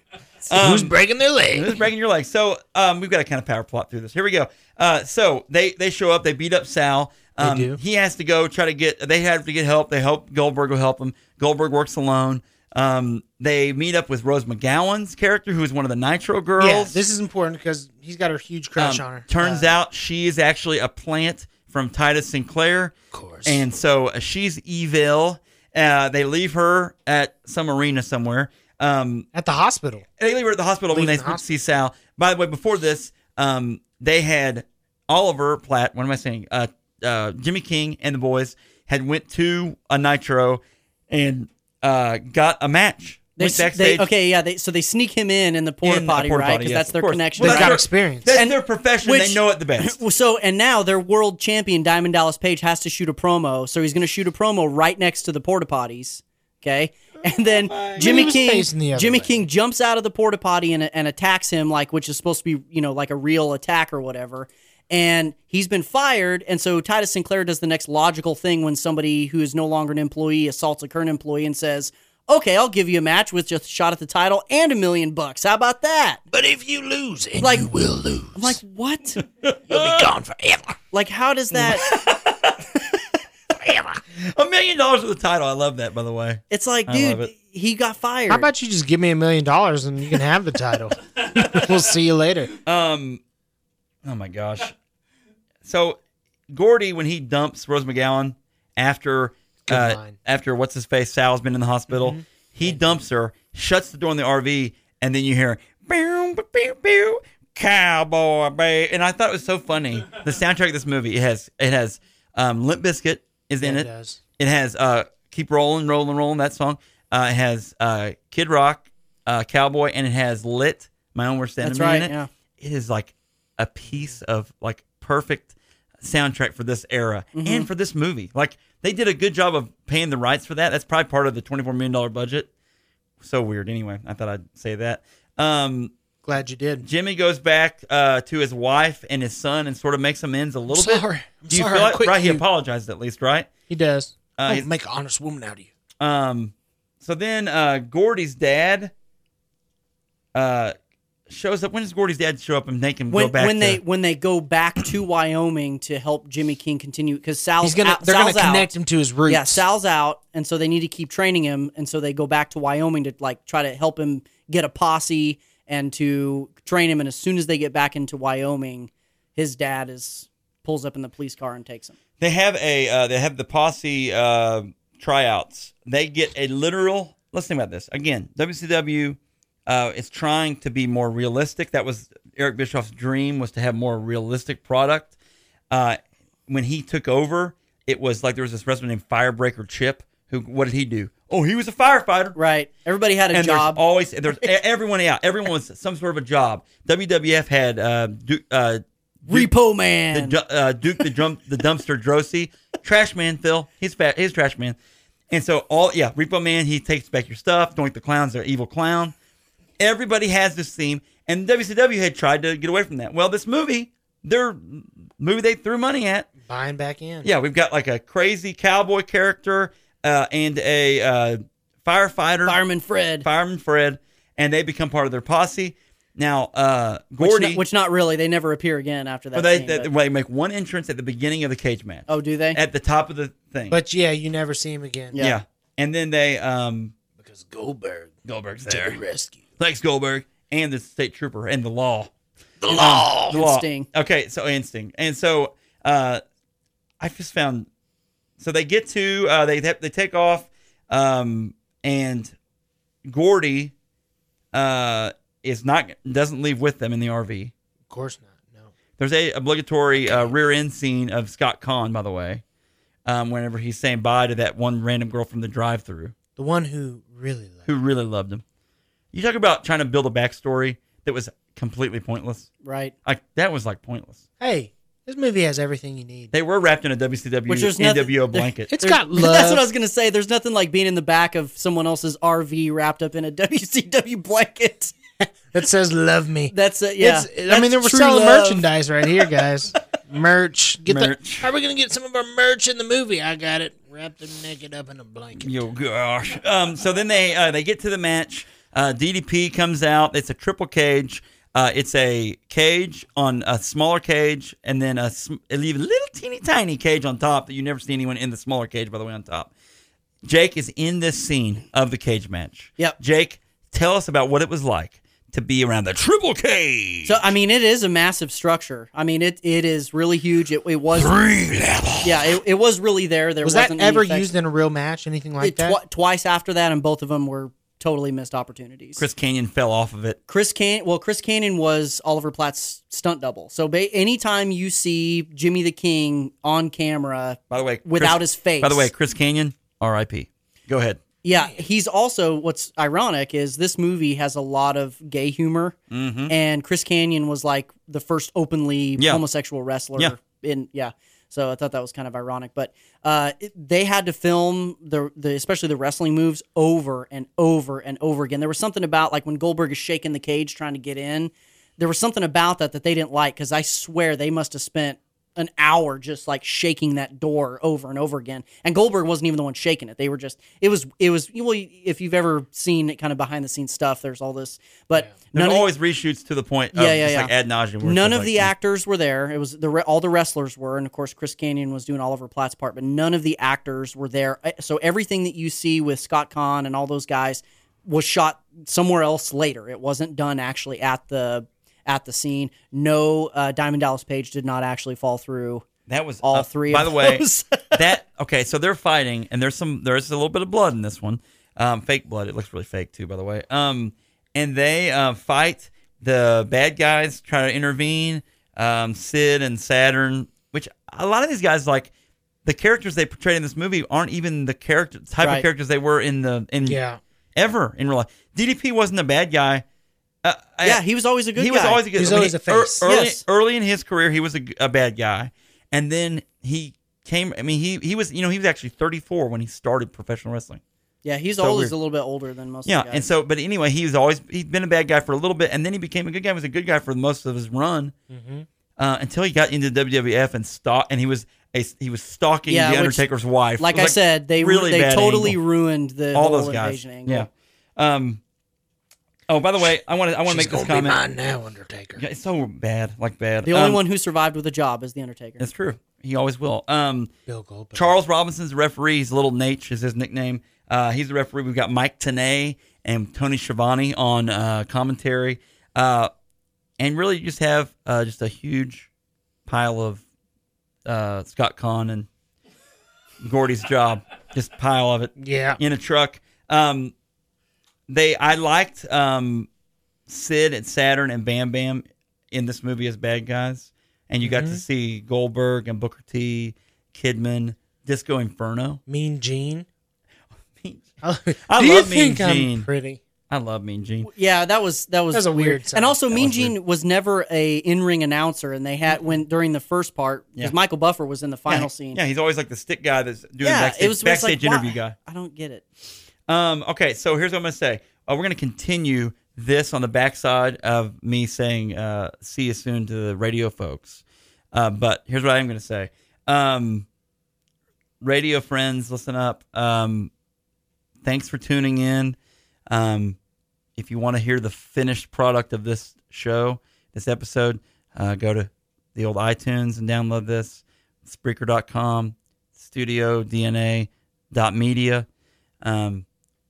Speaker 1: Um,
Speaker 4: Who's breaking their
Speaker 1: This
Speaker 4: leg?
Speaker 1: is breaking your leg. So um, we've got to kind of power plot through this. Here we go. Uh, so they they show up. They beat up Sal. Um,
Speaker 3: do.
Speaker 1: He has to go try to get. They have to get help. They hope Goldberg will help him. Goldberg works alone. Um, they meet up with Rose McGowan's character, who is one of the Nitro girls.
Speaker 3: Yeah, this is important because he's got a huge crush
Speaker 1: Um,
Speaker 3: on her.
Speaker 1: Turns out she is actually a plant from Titus Sinclair. Of
Speaker 3: course.
Speaker 1: And so uh, she's evil. Uh, they leave her at some arena somewhere. Um,
Speaker 3: uh, at the hospital.
Speaker 1: they leave her at the hospital when
Speaker 3: Leave
Speaker 1: they
Speaker 3: the hospital.
Speaker 1: see Sal. By the way, before this, um, they had Oliver Platt. What am I saying? Uh, uh, Jimmy King and the boys had went to a Nitro and uh, got a match.
Speaker 2: They,
Speaker 1: went
Speaker 2: s- they, okay, yeah. They, so they sneak him in in the porta
Speaker 1: in a
Speaker 2: potty,
Speaker 1: porta
Speaker 2: right?
Speaker 1: potty,
Speaker 2: Because
Speaker 1: yes,
Speaker 2: that's
Speaker 1: of
Speaker 2: their
Speaker 1: course.
Speaker 2: connection.
Speaker 1: Well,
Speaker 3: They've
Speaker 1: that's
Speaker 3: got
Speaker 1: their-
Speaker 3: experience.
Speaker 1: That's
Speaker 2: And-
Speaker 1: their profession. they
Speaker 2: which-
Speaker 1: know it the
Speaker 2: [LAUGHS]
Speaker 1: best.
Speaker 2: Well, So and now their world champion Diamond Dallas Page has to shoot a promo. So he's going to shoot a promo right next to the porta potties. Okay, and then
Speaker 3: He
Speaker 2: Jimmy
Speaker 3: was
Speaker 2: King
Speaker 3: facing the other
Speaker 2: Jimmy
Speaker 3: way.
Speaker 2: King jumps out of the porta potty and, and attacks him like which is supposed to be you know like a real attack or whatever. And he's been fired, and so Titus Sinclair does the next logical thing when somebody who is no longer an employee assaults a current employee and says, "Okay, I'll give you a match with just a shot at the title and a million bucks. How about that?"
Speaker 4: But if you lose, and
Speaker 2: Like-
Speaker 4: you will lose.
Speaker 2: I'm like, "What?
Speaker 4: You'll be gone forever.
Speaker 2: like, how
Speaker 4: [LAUGHS]
Speaker 2: does that?"
Speaker 4: Forever.
Speaker 1: A million dollars for the title. I love that, by the way.
Speaker 2: It's like,
Speaker 1: I
Speaker 2: dude,
Speaker 1: love it.
Speaker 2: he got fired.
Speaker 3: How about you just give me a million dollars and you can have the title? we'll see you later.
Speaker 1: Um, oh my gosh. [LAUGHS] So Gordy, when he dumps Rose McGowan after
Speaker 3: Good
Speaker 1: uh,
Speaker 3: line. Mm-hmm.
Speaker 1: after what's his face Sal's been in the hospital, he dumps her, shuts the door in the RV, and then you hear boom, boom, boom, cowboy bay. And I thought it was so funny. The soundtrack of this movie it has it has um, Limp Bizkit is in
Speaker 3: Yeah,
Speaker 1: it.
Speaker 3: it does.
Speaker 1: It has uh, "Keep Rolling, Rolling, Rolling" that song. Uh, it has uh, Kid Rock, uh, Cowboy, and it has "Lit." My own worst enemy
Speaker 2: That's
Speaker 1: in
Speaker 2: right.
Speaker 1: it.
Speaker 2: Yeah.
Speaker 1: It is like a piece of like perfect soundtrack for this era
Speaker 2: Mm-hmm.
Speaker 1: and for this movie. Like they did a good job of paying the rights for that. That's probably part of the twenty-four million dollar budget. So weird. Anyway, I thought I'd say that. Um,
Speaker 3: Glad you did.
Speaker 1: Jimmy goes back uh, to his wife and his son and sort of makes amends a little bit.
Speaker 3: sorry. I'm
Speaker 1: Do you
Speaker 3: sorry.
Speaker 1: feel
Speaker 3: I
Speaker 1: it?
Speaker 3: quit
Speaker 1: right? He
Speaker 3: you.
Speaker 1: apologized at least, right?
Speaker 3: He does.
Speaker 1: Uh,
Speaker 3: I'll
Speaker 1: he's-
Speaker 3: make an honest woman out of you.
Speaker 1: Um, so then uh, Gordy's dad uh, shows up. When does Gordy's dad show up and make him
Speaker 2: When,
Speaker 1: go back?
Speaker 2: when
Speaker 1: to-
Speaker 2: they when they go back to Wyoming to help Jimmy King continue because Sal's
Speaker 3: He's gonna.
Speaker 2: out,
Speaker 3: They're
Speaker 2: Sal's
Speaker 3: gonna connect
Speaker 2: out.
Speaker 3: him to his roots.
Speaker 2: Yeah, Sal's out, and so they need to keep training him, and so they go back to Wyoming to like try to help him get a posse and to train him. And as soon as they get back into Wyoming, his dad is pulls up in the police car and takes him.
Speaker 1: they have a uh, they have the posse uh, tryouts. They get a literal. Let's think about this again. WCW uh, is trying to be more realistic. That was Eric Bischoff's dream was to have more realistic product. Uh, when he took over, it was like there was this wrestler named Firebreaker Chip. Who? What did he do? Oh, he was a firefighter.
Speaker 2: Right. Everybody had a
Speaker 1: and
Speaker 2: job.
Speaker 1: there's always
Speaker 2: [LAUGHS]
Speaker 1: there's e- everyone out. Everyone was some sort of a job. WWF had uh, Duke, uh,
Speaker 2: Repo man.
Speaker 1: the, du- uh, Duke the drum the dumpster Drosy, trash man Phil. He's fat. He's trash man. And so all yeah, Repo Man. He takes back your stuff. Doink the clowns. They're evil clown. Everybody has this theme, And WCW had tried to get away from that. Well, this movie, their movie they threw money at,
Speaker 3: Buying back in.
Speaker 1: yeah, we've got like a crazy cowboy character uh, and a uh, firefighter,
Speaker 2: Fireman Fred.
Speaker 1: fireman Fred, and they become part of their posse. Now, uh,
Speaker 2: Which
Speaker 1: Gordy,
Speaker 2: not, which not really. They never appear again after that.
Speaker 1: well, they,
Speaker 2: scene,
Speaker 1: they,
Speaker 2: but-
Speaker 1: they make one entrance at the beginning of the cage match,
Speaker 2: oh, do they?
Speaker 1: at the top of the thing.
Speaker 3: But yeah, you never see him again.
Speaker 1: yeah. and then they um,
Speaker 4: Because Goldberg
Speaker 1: Goldberg's
Speaker 4: to the
Speaker 1: there.
Speaker 4: rescue.
Speaker 1: Thanks, Goldberg, and the state trooper and the law.
Speaker 4: The
Speaker 3: Um,
Speaker 4: law.
Speaker 1: the law.
Speaker 2: Sting.
Speaker 1: Okay, so and Sting. And so uh, I just found so they get to uh, they they take off um, and Gordy uh, is not doesn't leave with them in the RV.
Speaker 3: Of course not. No.
Speaker 1: There's a obligatory uh, rear end scene of Scott Kahn, by the way. Um, whenever he's saying bye to that one random girl from the drive-through
Speaker 3: The one who really loved
Speaker 1: who really loved him, you talk about trying to build a backstory that was completely pointless.
Speaker 2: Right.
Speaker 1: Like that was like pointless.
Speaker 3: Hey, this movie has everything you need.
Speaker 1: They were wrapped in a WCW
Speaker 2: Which there's nothing-
Speaker 1: NWO
Speaker 2: there- [LAUGHS]
Speaker 1: blanket.
Speaker 3: It's got love.
Speaker 2: That's what I was gonna say. There's nothing like being in the back of someone else's RV wrapped up in a [LAUGHS] WCW blanket.
Speaker 3: that says love me.
Speaker 2: That's it. Yeah.
Speaker 3: I mean, they
Speaker 2: That's
Speaker 3: were
Speaker 2: true
Speaker 3: selling
Speaker 2: love.
Speaker 3: merchandise right here, [LAUGHS] guys. Merch. Get the
Speaker 1: Merch.
Speaker 4: How are we going to get some of our merch in the movie? I got it. Wrap them naked up in a blanket.
Speaker 1: Yo gosh. Um, so then they uh, they get to the match. Uh, DDP comes out. It's a triple cage. Uh, it's a cage on a smaller cage, and then a sm- leave a little teeny tiny cage on top that you never see anyone in the smaller cage. By the way, on top, Jake is in this scene of the cage match.
Speaker 2: Yep.
Speaker 1: Jake, tell us about what it was like to be around the triple cage.
Speaker 2: So I mean, it is a massive structure. I mean, it it is really huge. It, it was
Speaker 5: Three level.
Speaker 2: yeah, it, it was really there. There
Speaker 3: Was that
Speaker 2: wasn't
Speaker 3: ever
Speaker 2: any effects.
Speaker 3: used in a real match? Anything like
Speaker 2: It
Speaker 3: that?
Speaker 2: twi- twice after that, and both of them were totally missed opportunities.
Speaker 1: Chris Canyon fell off of it.
Speaker 2: Chris Can well, Chris Cannon was Oliver Platt's stunt double. So ba- anytime you see Jimmy the King on camera,
Speaker 1: By the way, Chris-
Speaker 2: Without his face.
Speaker 1: By the way, Chris Canyon, R.I.P. Go ahead.
Speaker 2: yeah, he's also what's ironic is this movie has a lot of gay humor, and Chris Canyon was like the first openly
Speaker 1: Yeah.
Speaker 2: homosexual wrestler
Speaker 1: Yeah.
Speaker 2: in yeah. So I thought that was kind of ironic, but uh, it- they had to film the, the especially the wrestling moves over and over and over again. There was something about like when Goldberg is shaking the cage trying to get in. There was something about that that they didn't like because I swear they must have spent an hour just like shaking that door over and over again. And Goldberg wasn't even the one shaking it. They were just it was it was well if you've ever seen it kind of behind the scenes stuff. There's all this, but
Speaker 1: There's
Speaker 2: none of the-
Speaker 1: always reshoots to the point of
Speaker 2: Yeah, yeah,
Speaker 1: just
Speaker 2: yeah.
Speaker 1: like ad nauseum. where
Speaker 2: None
Speaker 1: it's
Speaker 2: of
Speaker 1: like,
Speaker 2: the actors were there. It was the re- all the wrestlers were, and of course Chris Canyon was doing Oliver Platt's part, but none of the actors were there. Uh, So everything that you see with Scott Kahn and all those guys was shot somewhere else later. It wasn't done actually at the at the scene. No, uh, Diamond Dallas Page did not actually fall through.
Speaker 1: That was
Speaker 2: all
Speaker 1: uh,
Speaker 2: three
Speaker 1: By
Speaker 2: of
Speaker 1: the way, eh,
Speaker 2: those.
Speaker 1: [LAUGHS]
Speaker 2: [LAUGHS]
Speaker 1: that okay. So they're fighting, and there's some there's a little bit of blood in this one, um, fake blood. It looks really fake too, by the way. Um, and they uh, fight. The bad guys try to intervene. Um, Sid and Saturn, which a lot of these guys like. The characters they portrayed in this movie aren't even the character type of
Speaker 2: Right.
Speaker 1: characters they were in the in
Speaker 3: Yeah.
Speaker 1: ever in real life. DDP wasn't a bad guy. Uh, I-
Speaker 2: Yeah, he was always a good
Speaker 1: he
Speaker 2: guy.
Speaker 1: was always a good.
Speaker 3: He
Speaker 1: I
Speaker 3: was
Speaker 1: mean,
Speaker 3: always a
Speaker 1: ear-
Speaker 3: face.
Speaker 1: Early,
Speaker 2: Yes.
Speaker 1: early in his career, he was a, g- a bad guy, and then he came. I mean, he he was you know he was actually 34 when he started professional wrestling.
Speaker 2: yeah, he's
Speaker 1: so
Speaker 2: always
Speaker 1: weird.
Speaker 2: a little bit older than most.
Speaker 1: Yeah,
Speaker 2: of the guys.
Speaker 1: and so but anyway, he was always he'd been a bad guy for a little bit, and then he became a good guy. He was a good guy for most of his run
Speaker 2: Mm-hmm.
Speaker 1: uh, until he got into WWF and stalk, and he was a, he was stalking
Speaker 2: Yeah,
Speaker 1: the
Speaker 2: which-
Speaker 1: Undertaker's wife.
Speaker 2: like
Speaker 1: It was
Speaker 2: I said, they
Speaker 1: really
Speaker 2: they
Speaker 1: bad
Speaker 2: totally
Speaker 1: angle.
Speaker 2: ruined the
Speaker 1: all
Speaker 2: whole
Speaker 1: those guys.
Speaker 2: invasion angle.
Speaker 1: Yeah. Um. Oh, by the way, I want to I want to
Speaker 4: She's
Speaker 1: make this
Speaker 4: going to be
Speaker 1: comment.
Speaker 4: mine now, Undertaker.
Speaker 1: Yeah, it's so bad, like bad.
Speaker 2: The only
Speaker 1: Um,
Speaker 2: one who survived with a job is the Undertaker.
Speaker 1: That's true. He always will. Um,
Speaker 3: Bill Goldberg.
Speaker 1: Charles Robinson's the referee. He's Little Nate is his nickname. Uh, he's the referee. We've got Mike Tanay and Tony Schiavone on uh, commentary, uh, and really you just have uh, just a huge pile of uh, Scott Kahn and Gordy's job. Just pile of it
Speaker 3: yeah.
Speaker 1: in a truck. Um, they I liked um, Sid and Saturn and Bam Bam in this movie as bad guys, and you got to see Goldberg and Booker T, Kidman, Disco Inferno. [LAUGHS]
Speaker 3: Mean Gene. [LAUGHS] I
Speaker 1: I
Speaker 3: Do you
Speaker 1: love Mean
Speaker 3: think I'm
Speaker 1: Gene.
Speaker 3: pretty?
Speaker 1: I love Mean Gene.
Speaker 2: Yeah, that was that was
Speaker 3: That was a weird
Speaker 2: And
Speaker 3: sound.
Speaker 2: also,
Speaker 3: That
Speaker 2: Mean
Speaker 3: was
Speaker 2: Gene was never a in-ring announcer, and they had when during the first part
Speaker 1: Yeah.
Speaker 2: because Michael Buffer was in the final
Speaker 1: yeah,
Speaker 2: scene.
Speaker 1: Yeah, he's always like the stick guy that's doing
Speaker 2: Yeah,
Speaker 1: backstage,
Speaker 2: it was it's
Speaker 1: backstage
Speaker 2: like,
Speaker 1: interview
Speaker 2: why?
Speaker 1: guy.
Speaker 2: I don't get it.
Speaker 1: Um, okay, so here's what I'm gonna say. Uh, we're gonna continue this on the backside of me saying uh, "see you soon" to the radio folks. Uh, but here's what I'm going to say, um, radio friends, listen up. Um, thanks for tuning in. Um, if you want to hear the finished product of this show, this episode, uh, go to the old iTunes and download this, Spreaker.com, StudioDNA.media, um,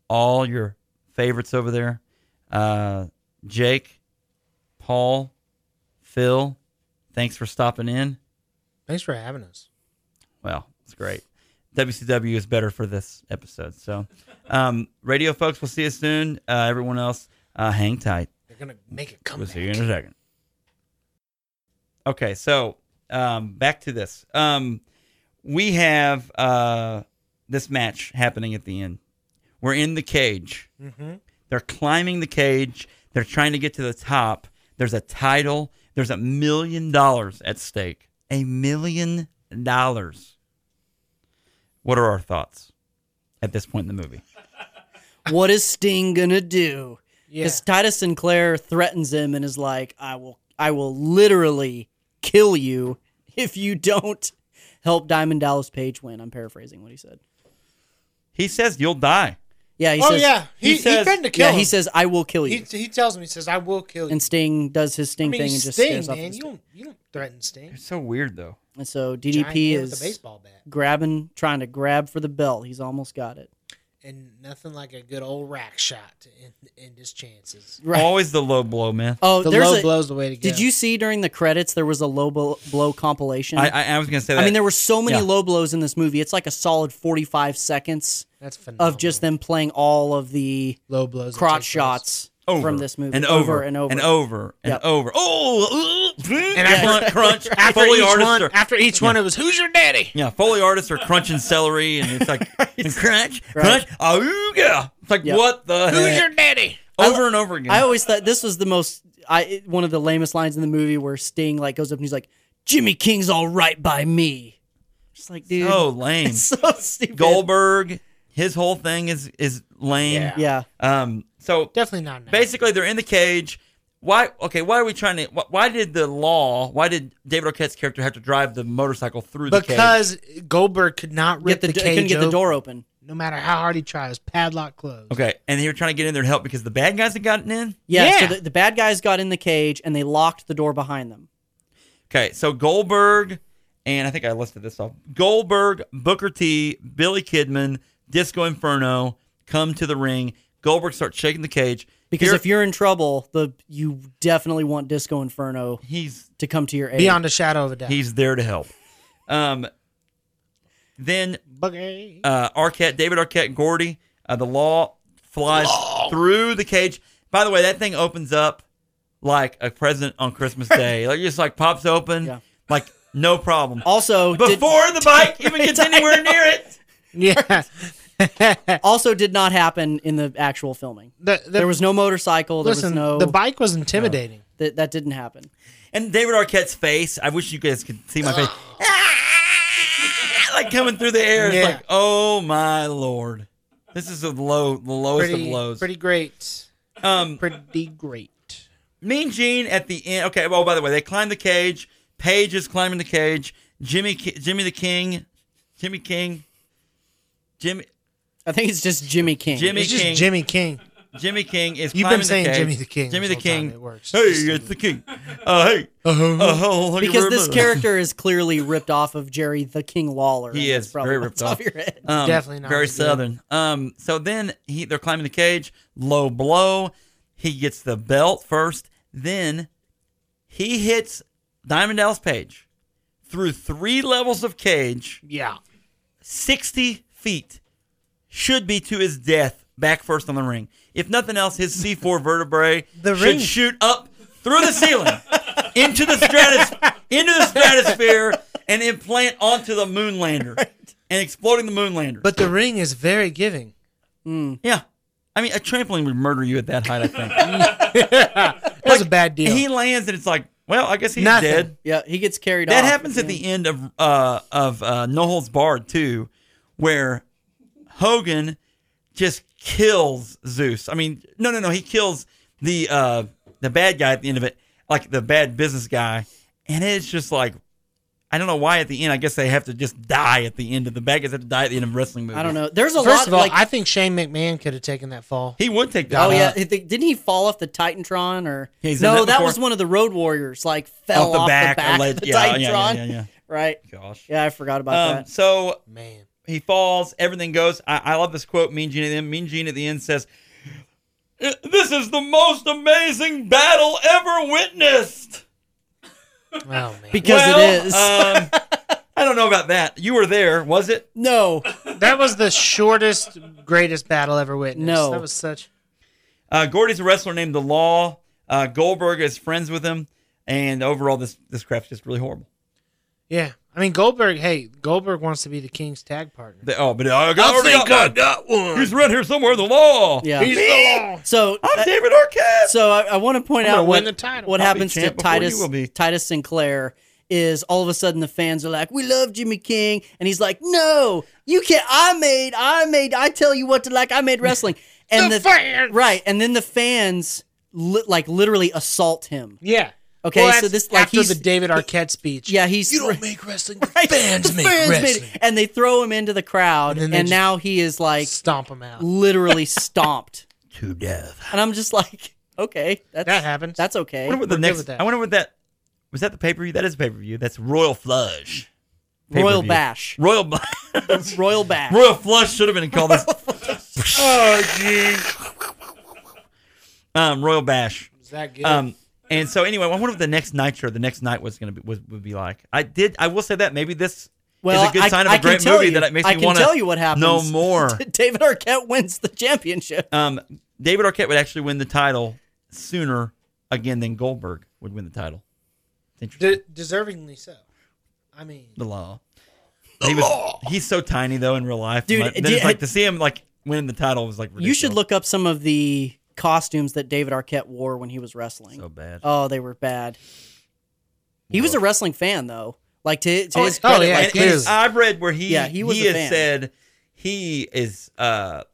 Speaker 1: all your favorites over there. Uh, Jake, Paul, Phil, thanks for stopping in.
Speaker 3: Thanks for having us.
Speaker 1: Well, it's great. WCW is better for this episode. So, um, radio folks, we'll see you soon. Uh, everyone else, uh, hang tight.
Speaker 3: They're gonna make it come.
Speaker 1: We'll see you in a second. Okay, so um, back to this. Um, we have uh, this match happening at the end. We're in the cage. They're climbing the cage. They're trying to get to the top. There's a title. There's a million dollars at stake. A million dollars. What are our thoughts at this point in the movie?
Speaker 2: What is Sting gonna do?
Speaker 3: Yeah.
Speaker 2: Because Titus Sinclair threatens him and is like, "I will, I will literally kill you if you don't help Diamond Dallas Page win." I'm paraphrasing what he said.
Speaker 1: He says you'll die.
Speaker 2: Yeah, he
Speaker 3: oh
Speaker 2: says.
Speaker 3: yeah,
Speaker 1: he
Speaker 3: he, he,
Speaker 1: says-
Speaker 3: threatened to kill
Speaker 2: yeah,
Speaker 3: him.
Speaker 2: he says, "I will kill you,"
Speaker 3: he, he tells him he says I will kill you.
Speaker 2: and Sting does his
Speaker 3: I
Speaker 2: Sting
Speaker 3: mean,
Speaker 2: thing and
Speaker 3: he's
Speaker 2: just
Speaker 3: Sting,
Speaker 2: scares off. the
Speaker 3: man. You
Speaker 2: Sting.
Speaker 3: don't you don't threaten Sting.
Speaker 1: It's so weird though.
Speaker 2: And so
Speaker 3: Giant
Speaker 2: DDP
Speaker 3: man with a
Speaker 2: is
Speaker 3: baseball bat
Speaker 2: grabbing, trying to grab for the belt. He's almost got it.
Speaker 3: and nothing like a good old rack shot to end, end his chances.
Speaker 2: Right.
Speaker 1: Always the low blow, man.
Speaker 2: Oh,
Speaker 3: The
Speaker 2: there's
Speaker 3: low
Speaker 2: a,
Speaker 3: blows the way to go.
Speaker 2: Did you see during the credits there was a low blow, blow compilation?
Speaker 1: I, I, I was gonna say that.
Speaker 2: I mean, there were so many
Speaker 1: Yeah.
Speaker 2: low blows in this movie. It's like a solid 45 seconds
Speaker 3: That's phenomenal.
Speaker 1: Oh,
Speaker 2: of just them playing all of the
Speaker 3: low blows, that take
Speaker 2: crotch
Speaker 3: place.
Speaker 2: shots
Speaker 1: over
Speaker 2: from this movie
Speaker 1: and over,
Speaker 2: and over.
Speaker 1: and over and
Speaker 2: Yep.
Speaker 1: over. Oh, and
Speaker 3: after-
Speaker 1: crunch,
Speaker 3: [LAUGHS]
Speaker 1: crunch.
Speaker 3: After
Speaker 1: Foley
Speaker 3: each
Speaker 1: artists
Speaker 3: one,
Speaker 1: are
Speaker 3: after each one, it was who's your daddy?
Speaker 1: yeah, Foley artists are crunching celery, and it's
Speaker 3: [LAUGHS]
Speaker 1: like and crunch, crunch. Oh yeah, it's like
Speaker 2: Yep.
Speaker 1: what the
Speaker 4: Who's
Speaker 1: heck?
Speaker 4: your daddy?
Speaker 1: over and over again.
Speaker 2: I always thought this was the most I it- one of the lamest lines in the movie where Sting like goes up and he's like, "Jimmy King's all right by me." Just like, dude,
Speaker 1: so Oh, lame.
Speaker 2: [LAUGHS] it's so stupid.
Speaker 1: Goldberg, his whole thing is is lame.
Speaker 2: Yeah,
Speaker 1: Um. So
Speaker 3: Definitely not. Now.
Speaker 1: basically they're in the cage why okay why are we trying to wh- why did the law why did david arquette's character have to drive the motorcycle through the cage
Speaker 3: because Goldberg could not
Speaker 2: get
Speaker 3: rip
Speaker 2: the,
Speaker 3: the,
Speaker 2: do-
Speaker 3: cage
Speaker 2: couldn't get the
Speaker 3: open,
Speaker 2: door open.
Speaker 3: no matter how hard he tries. Padlock closed.
Speaker 1: okay and they were trying to get in there to help because the bad guys had gotten in
Speaker 2: Yeah,
Speaker 3: Yeah.
Speaker 2: so the, the bad guys got in the cage and they locked the door behind them.
Speaker 1: okay so goldberg and i think i listed this off goldberg booker t billy kidman disco inferno come to the ring goldberg starts shaking the cage
Speaker 2: Because
Speaker 1: Here-
Speaker 2: if you're in trouble, the you definitely want Disco Inferno
Speaker 1: he's
Speaker 2: to come to your aid.
Speaker 3: Beyond a shadow of a doubt.
Speaker 1: he's there to help um then
Speaker 3: Booger.
Speaker 1: uh, Arquette, David Arquette, Gordy, uh, the law flies
Speaker 2: Oh.
Speaker 1: through the cage. By the way, that thing opens up like a present on
Speaker 2: [LAUGHS]
Speaker 1: Christmas Day. like it just like pops open,
Speaker 2: Yeah.
Speaker 1: like no problem.
Speaker 2: also, did-
Speaker 1: Before the [LAUGHS] bike even gets
Speaker 2: I
Speaker 1: anywhere
Speaker 2: know.
Speaker 1: near it.
Speaker 2: [LAUGHS]
Speaker 3: yeah.
Speaker 2: also did not happen in the actual filming.
Speaker 3: The, the,
Speaker 2: There was no motorcycle. There
Speaker 3: listen,
Speaker 2: was no
Speaker 3: the bike was intimidating.
Speaker 2: that that didn't happen.
Speaker 1: And David Arquette's face. I wish you guys could see my face. [LAUGHS] like coming through the air. It's
Speaker 3: Yeah.
Speaker 1: like, oh my lord. This is the low, the lowest of
Speaker 3: Pretty,
Speaker 1: lows.
Speaker 3: pretty great.
Speaker 1: um,
Speaker 3: Pretty great.
Speaker 1: Mean Gene at the end. Okay. Well, by the way, they climb the cage. Paige is climbing the cage. Jimmy, Ki- Jimmy the King, Jimmy King, Jimmy,
Speaker 2: I think it's just Jimmy King.
Speaker 1: Jimmy
Speaker 3: It's just
Speaker 1: King,
Speaker 3: Jimmy King.
Speaker 1: Jimmy King is.
Speaker 3: You've
Speaker 1: climbing
Speaker 3: been saying
Speaker 1: the cage.
Speaker 3: Jimmy the King.
Speaker 1: Jimmy the
Speaker 3: this whole time.
Speaker 1: King.
Speaker 3: It works.
Speaker 1: Hey, it's the King. Uh, hey.
Speaker 3: Uh-huh.
Speaker 1: Uh, hello, thank you
Speaker 2: because
Speaker 1: very
Speaker 2: this
Speaker 1: much.
Speaker 2: character is clearly ripped off of Jerry the King Lawler.
Speaker 1: He
Speaker 2: and that's
Speaker 1: is
Speaker 2: probably
Speaker 1: very
Speaker 2: off
Speaker 1: ripped
Speaker 2: the top
Speaker 1: off.
Speaker 2: of your head.
Speaker 1: Um,
Speaker 3: Definitely not
Speaker 1: very
Speaker 3: what he did.
Speaker 1: southern. Um, so then he they're climbing the cage, low blow. He gets the belt first, then he hits Diamond Dallas Page through three levels of cage,
Speaker 3: Yeah.
Speaker 1: 60 feet, should be to his death back first on the ring. If nothing else, his C4 vertebrae
Speaker 3: The
Speaker 1: should
Speaker 3: ring-
Speaker 1: shoot up through the ceiling into the stratus into the stratosphere and implant onto the moon
Speaker 3: [LAUGHS]
Speaker 1: lander and exploding the moon lander.
Speaker 3: But the ring is very giving.
Speaker 1: Yeah. I mean, a trampoline would murder you at that height, I think.
Speaker 3: That was a bad deal.
Speaker 1: And he lands and it's like, well, I guess he's
Speaker 3: Nothing.
Speaker 1: dead.
Speaker 2: Yeah, he gets carried off.
Speaker 1: That happens at the end of uh, of uh, No Holds Barred too, where Hogan just kills Zeus. I mean, no, no, no, he kills the uh the bad guy at the end of it, like the bad business guy, and it's just like I don't know why at the end. I guess they have to just die at the end of the bad guys have to die at the end of wrestling movies.
Speaker 2: I don't know. There's a lot
Speaker 3: First of all,
Speaker 2: like
Speaker 3: I think Shane McMahon could have taken that fall.
Speaker 1: He would take that.
Speaker 2: Oh
Speaker 1: off.
Speaker 2: yeah, He- th- didn't he fall off the Titantron or
Speaker 1: Yeah, he's done
Speaker 2: no?
Speaker 1: that
Speaker 2: That
Speaker 1: before.
Speaker 2: was one of the Road Warriors. Like fell
Speaker 1: Off
Speaker 2: off
Speaker 1: the
Speaker 2: the
Speaker 1: back,
Speaker 2: back,
Speaker 1: alleged-
Speaker 2: of the
Speaker 1: yeah, yeah,
Speaker 2: Titantron.
Speaker 1: yeah, yeah, yeah.
Speaker 2: Right.
Speaker 1: Gosh.
Speaker 2: Yeah, I forgot about
Speaker 1: Um,
Speaker 2: that.
Speaker 1: so
Speaker 3: Man,
Speaker 1: he falls. Everything goes. I, I love this quote. Mean Gene at the end. Mean Gene at the end says, "This is the most amazing battle ever witnessed."
Speaker 3: oh man,
Speaker 2: Because
Speaker 1: Well,
Speaker 2: it is. [LAUGHS]
Speaker 1: um, I don't know about that. You were there, was it?
Speaker 2: no.
Speaker 3: that was the shortest, greatest battle ever witnessed.
Speaker 2: No.
Speaker 3: that was such.
Speaker 1: Uh, Gordy's a wrestler named The Law. Uh, Goldberg is friends with him, and overall, this this crap's just really horrible.
Speaker 3: Yeah, I mean Goldberg. Hey, Goldberg wants to be the King's tag partner.
Speaker 1: They- oh, but I got,
Speaker 5: I
Speaker 1: already
Speaker 5: think I
Speaker 1: got
Speaker 5: got
Speaker 1: mine.
Speaker 5: one.
Speaker 1: He's right here somewhere. The Law.
Speaker 2: Yeah.
Speaker 3: He's the
Speaker 2: so
Speaker 1: I'm
Speaker 2: uh,
Speaker 1: David Arquette.
Speaker 2: so I, I want to point
Speaker 3: I'm gonna
Speaker 2: out what,
Speaker 3: win the title.
Speaker 2: what
Speaker 1: I'll be
Speaker 2: happens to
Speaker 1: champ before you
Speaker 2: Titus
Speaker 1: will be.
Speaker 2: Titus Sinclair is all of a sudden the fans are like, "We love Jimmy King," and he's like, "No, you can't. I made, I made, I tell you what to like. I made
Speaker 1: [LAUGHS]
Speaker 2: wrestling." And the,
Speaker 3: fans.
Speaker 2: right, and then the fans li- like literally assault him.
Speaker 3: Yeah.
Speaker 2: Okay,
Speaker 3: Well,
Speaker 2: so
Speaker 3: that's
Speaker 2: this, like,
Speaker 3: after
Speaker 2: he's-
Speaker 3: the David Arquette speech.
Speaker 2: Yeah, he's
Speaker 5: You don't make
Speaker 3: [LAUGHS]
Speaker 5: wrestling. The
Speaker 2: Right.
Speaker 5: Fans
Speaker 2: The
Speaker 5: make
Speaker 2: fans made it.
Speaker 5: wrestling.
Speaker 2: and they throw him into the crowd, and,
Speaker 3: And then they just-
Speaker 2: now he is like
Speaker 3: stomp him
Speaker 1: [LAUGHS]
Speaker 3: out.
Speaker 2: literally stomped.
Speaker 1: to death.
Speaker 2: And I'm just like, okay, that's
Speaker 3: That happens.
Speaker 2: That's okay.
Speaker 1: I wonder what the
Speaker 3: We're good
Speaker 1: next.
Speaker 3: with that.
Speaker 1: I wonder what that was. That the pay per view. That is pay per view. That's Royal Flush.
Speaker 2: Royal
Speaker 1: Pay-per-view. [LAUGHS]
Speaker 2: bash,
Speaker 1: Royal b-
Speaker 2: royal bash.
Speaker 1: Royal Flush should have been called this.
Speaker 3: oh jeez.
Speaker 1: Um, Royal Bash.
Speaker 3: Is that good?
Speaker 1: Um, and so anyway, I wonder what the next nitro, the next night was gonna be was, would be like. I did. I will say that maybe this
Speaker 2: Well,
Speaker 1: is a good
Speaker 2: I-
Speaker 1: sign of
Speaker 2: I
Speaker 1: a
Speaker 2: can
Speaker 1: great
Speaker 2: tell
Speaker 1: movie
Speaker 2: you-
Speaker 1: that it makes
Speaker 2: I
Speaker 1: me
Speaker 2: can
Speaker 1: want
Speaker 2: tell you what happens. [LAUGHS]
Speaker 1: No more.
Speaker 2: David Arquette wins the championship.
Speaker 1: um, David Arquette would actually win the title sooner again than Goldberg would win the title. It's interesting.
Speaker 3: De- deservingly so. I mean,
Speaker 1: the law. he was, He's so tiny though in real life,
Speaker 2: Dude,
Speaker 1: But then
Speaker 2: do-
Speaker 1: it's like to see him like winning the title was like ridiculous.
Speaker 2: You should look up some of the costumes that David Arquette wore when he was wrestling.
Speaker 1: so bad.
Speaker 2: oh, they were bad. He was a wrestling fan though. Like to, to
Speaker 1: Oh,
Speaker 2: his
Speaker 1: oh,
Speaker 2: credit,
Speaker 3: yeah,
Speaker 2: like,
Speaker 1: and, and
Speaker 3: clearly.
Speaker 1: I've read where he
Speaker 2: Yeah, he was a
Speaker 1: has
Speaker 2: fan.
Speaker 1: said he is uh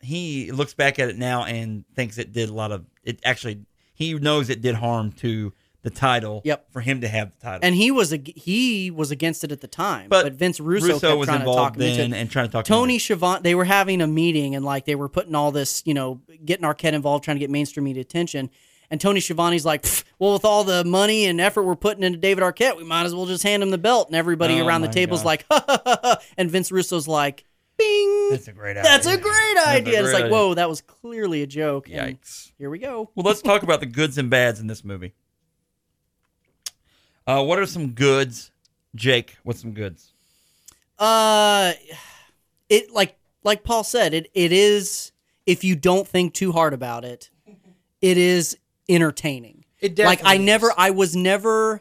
Speaker 1: he looks back at it now and thinks it did a lot of it actually he knows it did harm to the title
Speaker 2: Yep.
Speaker 1: for him to have the title
Speaker 2: and he was ag- he was against it at the time.
Speaker 1: But
Speaker 2: But, Vince Russo, kept
Speaker 1: was
Speaker 2: trying
Speaker 1: involved
Speaker 2: to talk him
Speaker 1: then
Speaker 2: into it.
Speaker 1: and trying to talk him
Speaker 2: Tony
Speaker 1: into
Speaker 2: Schiavone. They were having a meeting and like they were putting all this, you know, getting Arquette involved, trying to get mainstream media attention. And Tony Schiavone's like, "Pfft, well, with all the money and effort we're putting into David Arquette, we might as well just hand him the belt. And everybody
Speaker 1: Oh,
Speaker 2: around the
Speaker 1: my
Speaker 2: table's
Speaker 1: God.
Speaker 2: like, ha, ha, ha, ha. and Vince Russo's like, bing,
Speaker 1: that's a great
Speaker 2: that's
Speaker 1: idea.
Speaker 2: a great
Speaker 1: a
Speaker 2: idea.
Speaker 1: great
Speaker 2: it's like,
Speaker 1: idea.
Speaker 2: whoa, that was clearly a joke. And
Speaker 1: yikes
Speaker 2: here we go.
Speaker 1: Well, let's talk about the goods and bads in this movie. Uh, what are some goods, Jake? What's some goods?
Speaker 2: Uh, it like like Paul said, it it is if you don't think too hard about it, it is entertaining.
Speaker 3: it
Speaker 2: like
Speaker 3: definitely
Speaker 2: I never,
Speaker 3: is.
Speaker 2: I was never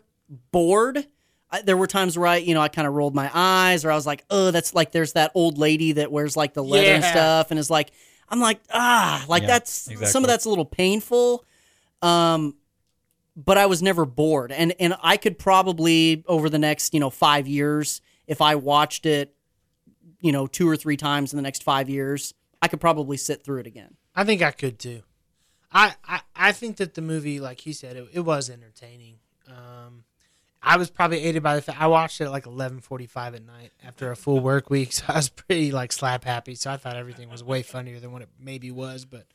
Speaker 2: bored. I, there were times where I, you know, I kind of rolled my eyes, or I was like, oh, that's like there's that old lady that wears like the leather and
Speaker 3: Yeah.
Speaker 2: stuff, and is like, I'm like, ah, like
Speaker 1: Yeah,
Speaker 2: that's some
Speaker 1: exactly.
Speaker 2: of that's a little painful. Um, but I was never bored, and and I could probably over the next you know five years, if I watched it, you know, two or three times in the next five years, I could probably sit through it again.
Speaker 3: I think I could too. I, I, I think that the movie, like he said, it, it was entertaining. Um, I was probably aided by the fact I watched it at like eleven forty five at night after a full work week, [LAUGHS] so I was pretty like slap happy. So I thought everything was way funnier than what it maybe was, but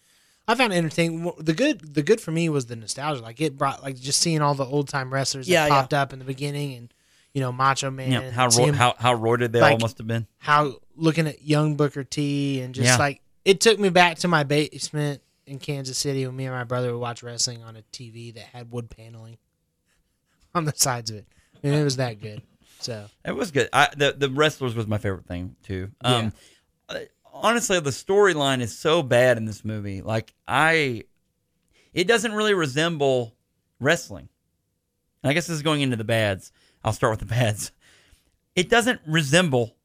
Speaker 3: I found it entertaining. The good the good for me was the nostalgia. Like it brought like just seeing all the old time wrestlers
Speaker 2: Yeah,
Speaker 3: that
Speaker 2: yeah.
Speaker 3: popped up in the beginning, and you know Macho Man,
Speaker 1: Yeah, how
Speaker 3: see
Speaker 1: ro-
Speaker 3: him-
Speaker 1: how how roided they all
Speaker 3: like-
Speaker 1: must have been.
Speaker 3: how looking at young Booker T and just
Speaker 1: Yeah.
Speaker 3: like it took me back to my basement in Kansas City when me and my brother would watch wrestling on a TV that had wood paneling [LAUGHS] on the sides of it. And it was that good. So
Speaker 1: It was good. I, the the wrestlers was my favorite thing too. Um, I- honestly, the storyline is so bad in this movie. Like I, it doesn't really resemble wrestling. And I guess this is going into the bads. I'll start with the [LAUGHS] bads. It doesn't resemble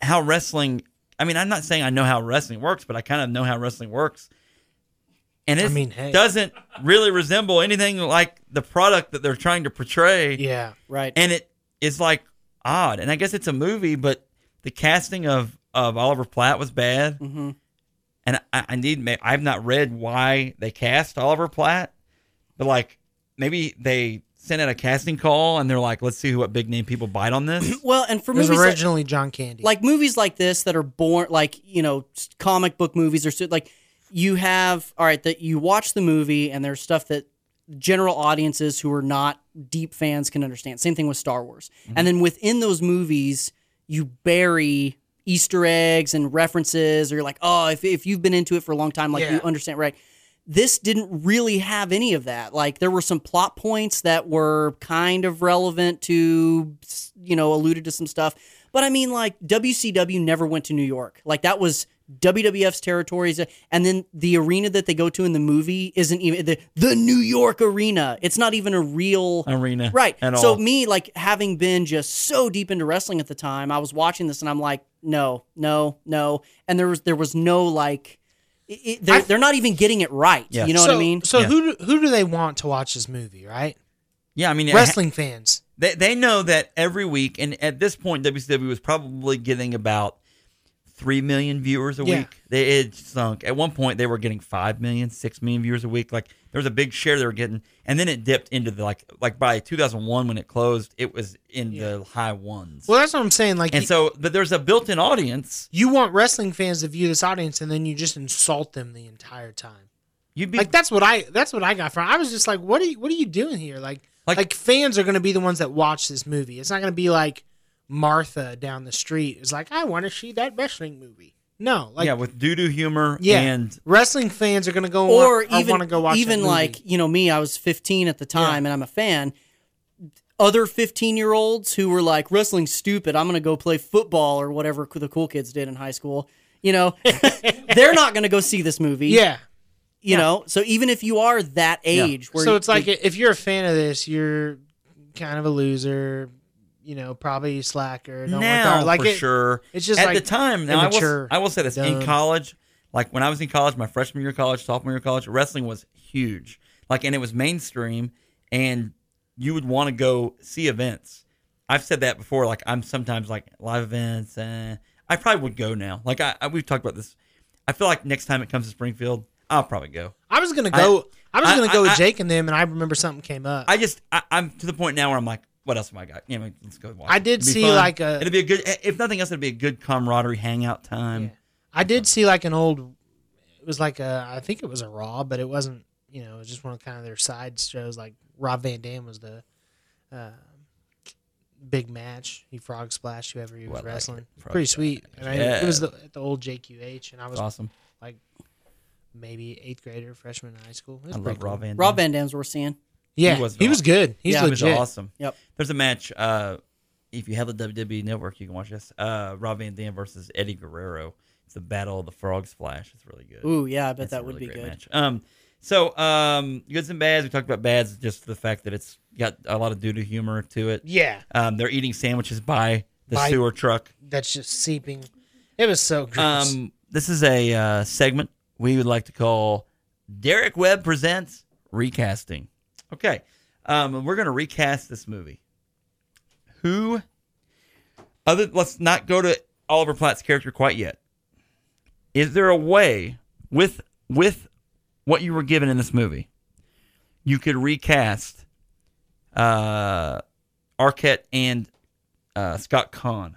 Speaker 1: how wrestling. I mean, I'm not saying I know how wrestling works, but I kind of know how wrestling works. And
Speaker 3: I
Speaker 1: it
Speaker 3: mean, hey.
Speaker 1: doesn't really resemble anything like the product that they're trying to portray
Speaker 3: yeah.
Speaker 2: Right.
Speaker 1: and it is like odd. And I guess it's a movie, but the casting of of Oliver Platt was bad,
Speaker 2: Mhm.
Speaker 1: and I, I need. ma- I've not read why they cast Oliver Platt, but like maybe they sent out a casting call and they're like, let's see what big name people bite on this.
Speaker 2: [CLEARS THROAT] Well, and for
Speaker 3: It was
Speaker 2: movies like,
Speaker 3: originally John Candy.
Speaker 2: like movies like this that are born like you know s- comic book movies or so- like you have all right that you watch the movie and there's stuff that general audiences who are not deep fans can understand same thing with star wars and then within those movies you bury easter eggs and references or you're like oh if, if you've been into it for a long time like you
Speaker 3: Yeah.
Speaker 2: understand right this didn't really have any of that. Like there were some plot points that were kind of relevant to, you know, alluded to some stuff. But I mean, like WCW never went to New York. Like that was WWF's territories, and then the arena that they go to in the movie isn't even the the New York arena. It's not even a real
Speaker 1: Arena,
Speaker 2: right?
Speaker 1: At
Speaker 2: so
Speaker 1: all.
Speaker 2: me, like having been just so deep into wrestling at the time, I was watching this and I'm like, no, no, no, and there was there was no like, it, it- they're,
Speaker 3: I-
Speaker 2: they're not even getting it right.
Speaker 1: Yeah.
Speaker 2: You know
Speaker 3: so,
Speaker 2: what I mean?
Speaker 3: So
Speaker 1: Yeah.
Speaker 3: who do, who do they want to watch this movie? Right,
Speaker 1: yeah, I mean, it-
Speaker 3: wrestling fans.
Speaker 1: They, they know that every week, and at this point, WCW was probably getting about three million viewers a
Speaker 3: Yeah.
Speaker 1: week. They it sunk. At one point, they were getting five million, six million viewers a week. Like there was a big share they were getting, and then it dipped into the like like by 2001 when it closed, it was in the high ones.
Speaker 3: Well, that's what I'm saying. Like,
Speaker 1: and
Speaker 3: you,
Speaker 1: so, but there's a built-in audience.
Speaker 3: you want wrestling fans to view this audience, and then you just insult them the entire time.
Speaker 1: You'd be
Speaker 3: Like that's what I that's what I got from. it. I was just like, what are you what are you doing here? Like
Speaker 1: Like-
Speaker 3: like, fans are going to be the ones that watch this movie. It's not going to be like Martha down the street is like, I want to see that wrestling movie. No, like
Speaker 1: yeah
Speaker 3: yeah,
Speaker 1: with doo doo humor and
Speaker 3: wrestling fans are going to go
Speaker 2: or
Speaker 3: I
Speaker 2: even
Speaker 3: want to go watch
Speaker 2: even
Speaker 3: that movie.
Speaker 2: like you know me, I was 15 at the time and I'm a fan. Other 15 year olds who were like wrestling's stupid. I'm gonna go play football or whatever the cool kids did in high school. You know, [LAUGHS] they're not gonna go see this movie.
Speaker 3: yeah.
Speaker 2: you know. So even if you are that age, where
Speaker 3: So it's like if you're a fan of this, you're kind of a loser. You know, probably a slacker. Don't
Speaker 1: now
Speaker 3: want that. like
Speaker 1: for
Speaker 3: it-
Speaker 1: sure.
Speaker 3: it's just
Speaker 1: at
Speaker 3: like
Speaker 1: the time. Now
Speaker 3: immature,
Speaker 1: I will I will say this in
Speaker 3: dumb.
Speaker 1: college, like when I was in college, my freshman year of college, sophomore year of college, wrestling was huge. Like and it was mainstream, and you would want to go see events. I've said that before. Like I'm sometimes like live events. Eh, I probably would go now. Like I, I we've talked about this. I feel like next time it comes to Springfield, I'll probably go.
Speaker 3: I was gonna go. I, was
Speaker 1: I-
Speaker 3: gonna go
Speaker 1: I-
Speaker 3: with Jake and them, and I remember something came up.
Speaker 1: I just I, I'm to the point now where I'm like, what else am I got? Yeah, I mean, let's go watch.
Speaker 3: I
Speaker 1: it.
Speaker 3: did
Speaker 1: It'd be
Speaker 3: see, like, a-
Speaker 1: It'd be a good. If nothing else, it'd be a good camaraderie hangout time.
Speaker 3: I did see like an old. It was like a. I think it was a Raw, but it wasn't. You know, it was just one of kind of their side shows. Like Rob Van Dam was the uh, big match. He frog splashed whoever he was
Speaker 1: Well, I like
Speaker 3: wrestling.
Speaker 1: the frog
Speaker 3: Pretty sweet. And I,
Speaker 1: Yeah.
Speaker 3: It was the, at the old JQH, and I was
Speaker 1: It's awesome.
Speaker 3: like maybe eighth grader, freshman in high school. It was
Speaker 1: I love
Speaker 3: pretty cool.
Speaker 1: Rob Van. Dam.
Speaker 2: Rob Van Dam's worth seeing.
Speaker 3: Yeah,
Speaker 1: He
Speaker 3: he
Speaker 1: was
Speaker 3: was,
Speaker 1: awesome.
Speaker 3: good. He's
Speaker 2: Yeah,
Speaker 1: He was
Speaker 3: legit.
Speaker 1: awesome.
Speaker 2: Yep.
Speaker 1: There's a match. Uh, if you have the WWE E Network, you can watch this. Uh, Rob Van Dam versus Eddie Guerrero. It's the Battle of the Frog Splash. It's really good.
Speaker 2: Ooh, yeah, I bet
Speaker 1: That's
Speaker 2: that
Speaker 1: a
Speaker 2: would
Speaker 1: really
Speaker 2: be
Speaker 1: great
Speaker 2: good.
Speaker 1: match. Um, so um, goods and bads. We talked about bads, just the fact that it's got a lot of doo doo humor to it.
Speaker 3: Yeah,
Speaker 1: Um, they're eating sandwiches by the
Speaker 3: By-
Speaker 1: sewer truck.
Speaker 3: that's just seeping. It was so gross.
Speaker 1: Um, this is a uh, segment we would like to call Derek Webb Presents Recasting. Okay. Um, we're going to recast this movie. Who, other, let's not go to Oliver Platt's character quite yet. Is there a way with, with what you were given in this movie, you could recast uh, Arquette and uh, Scott Kahn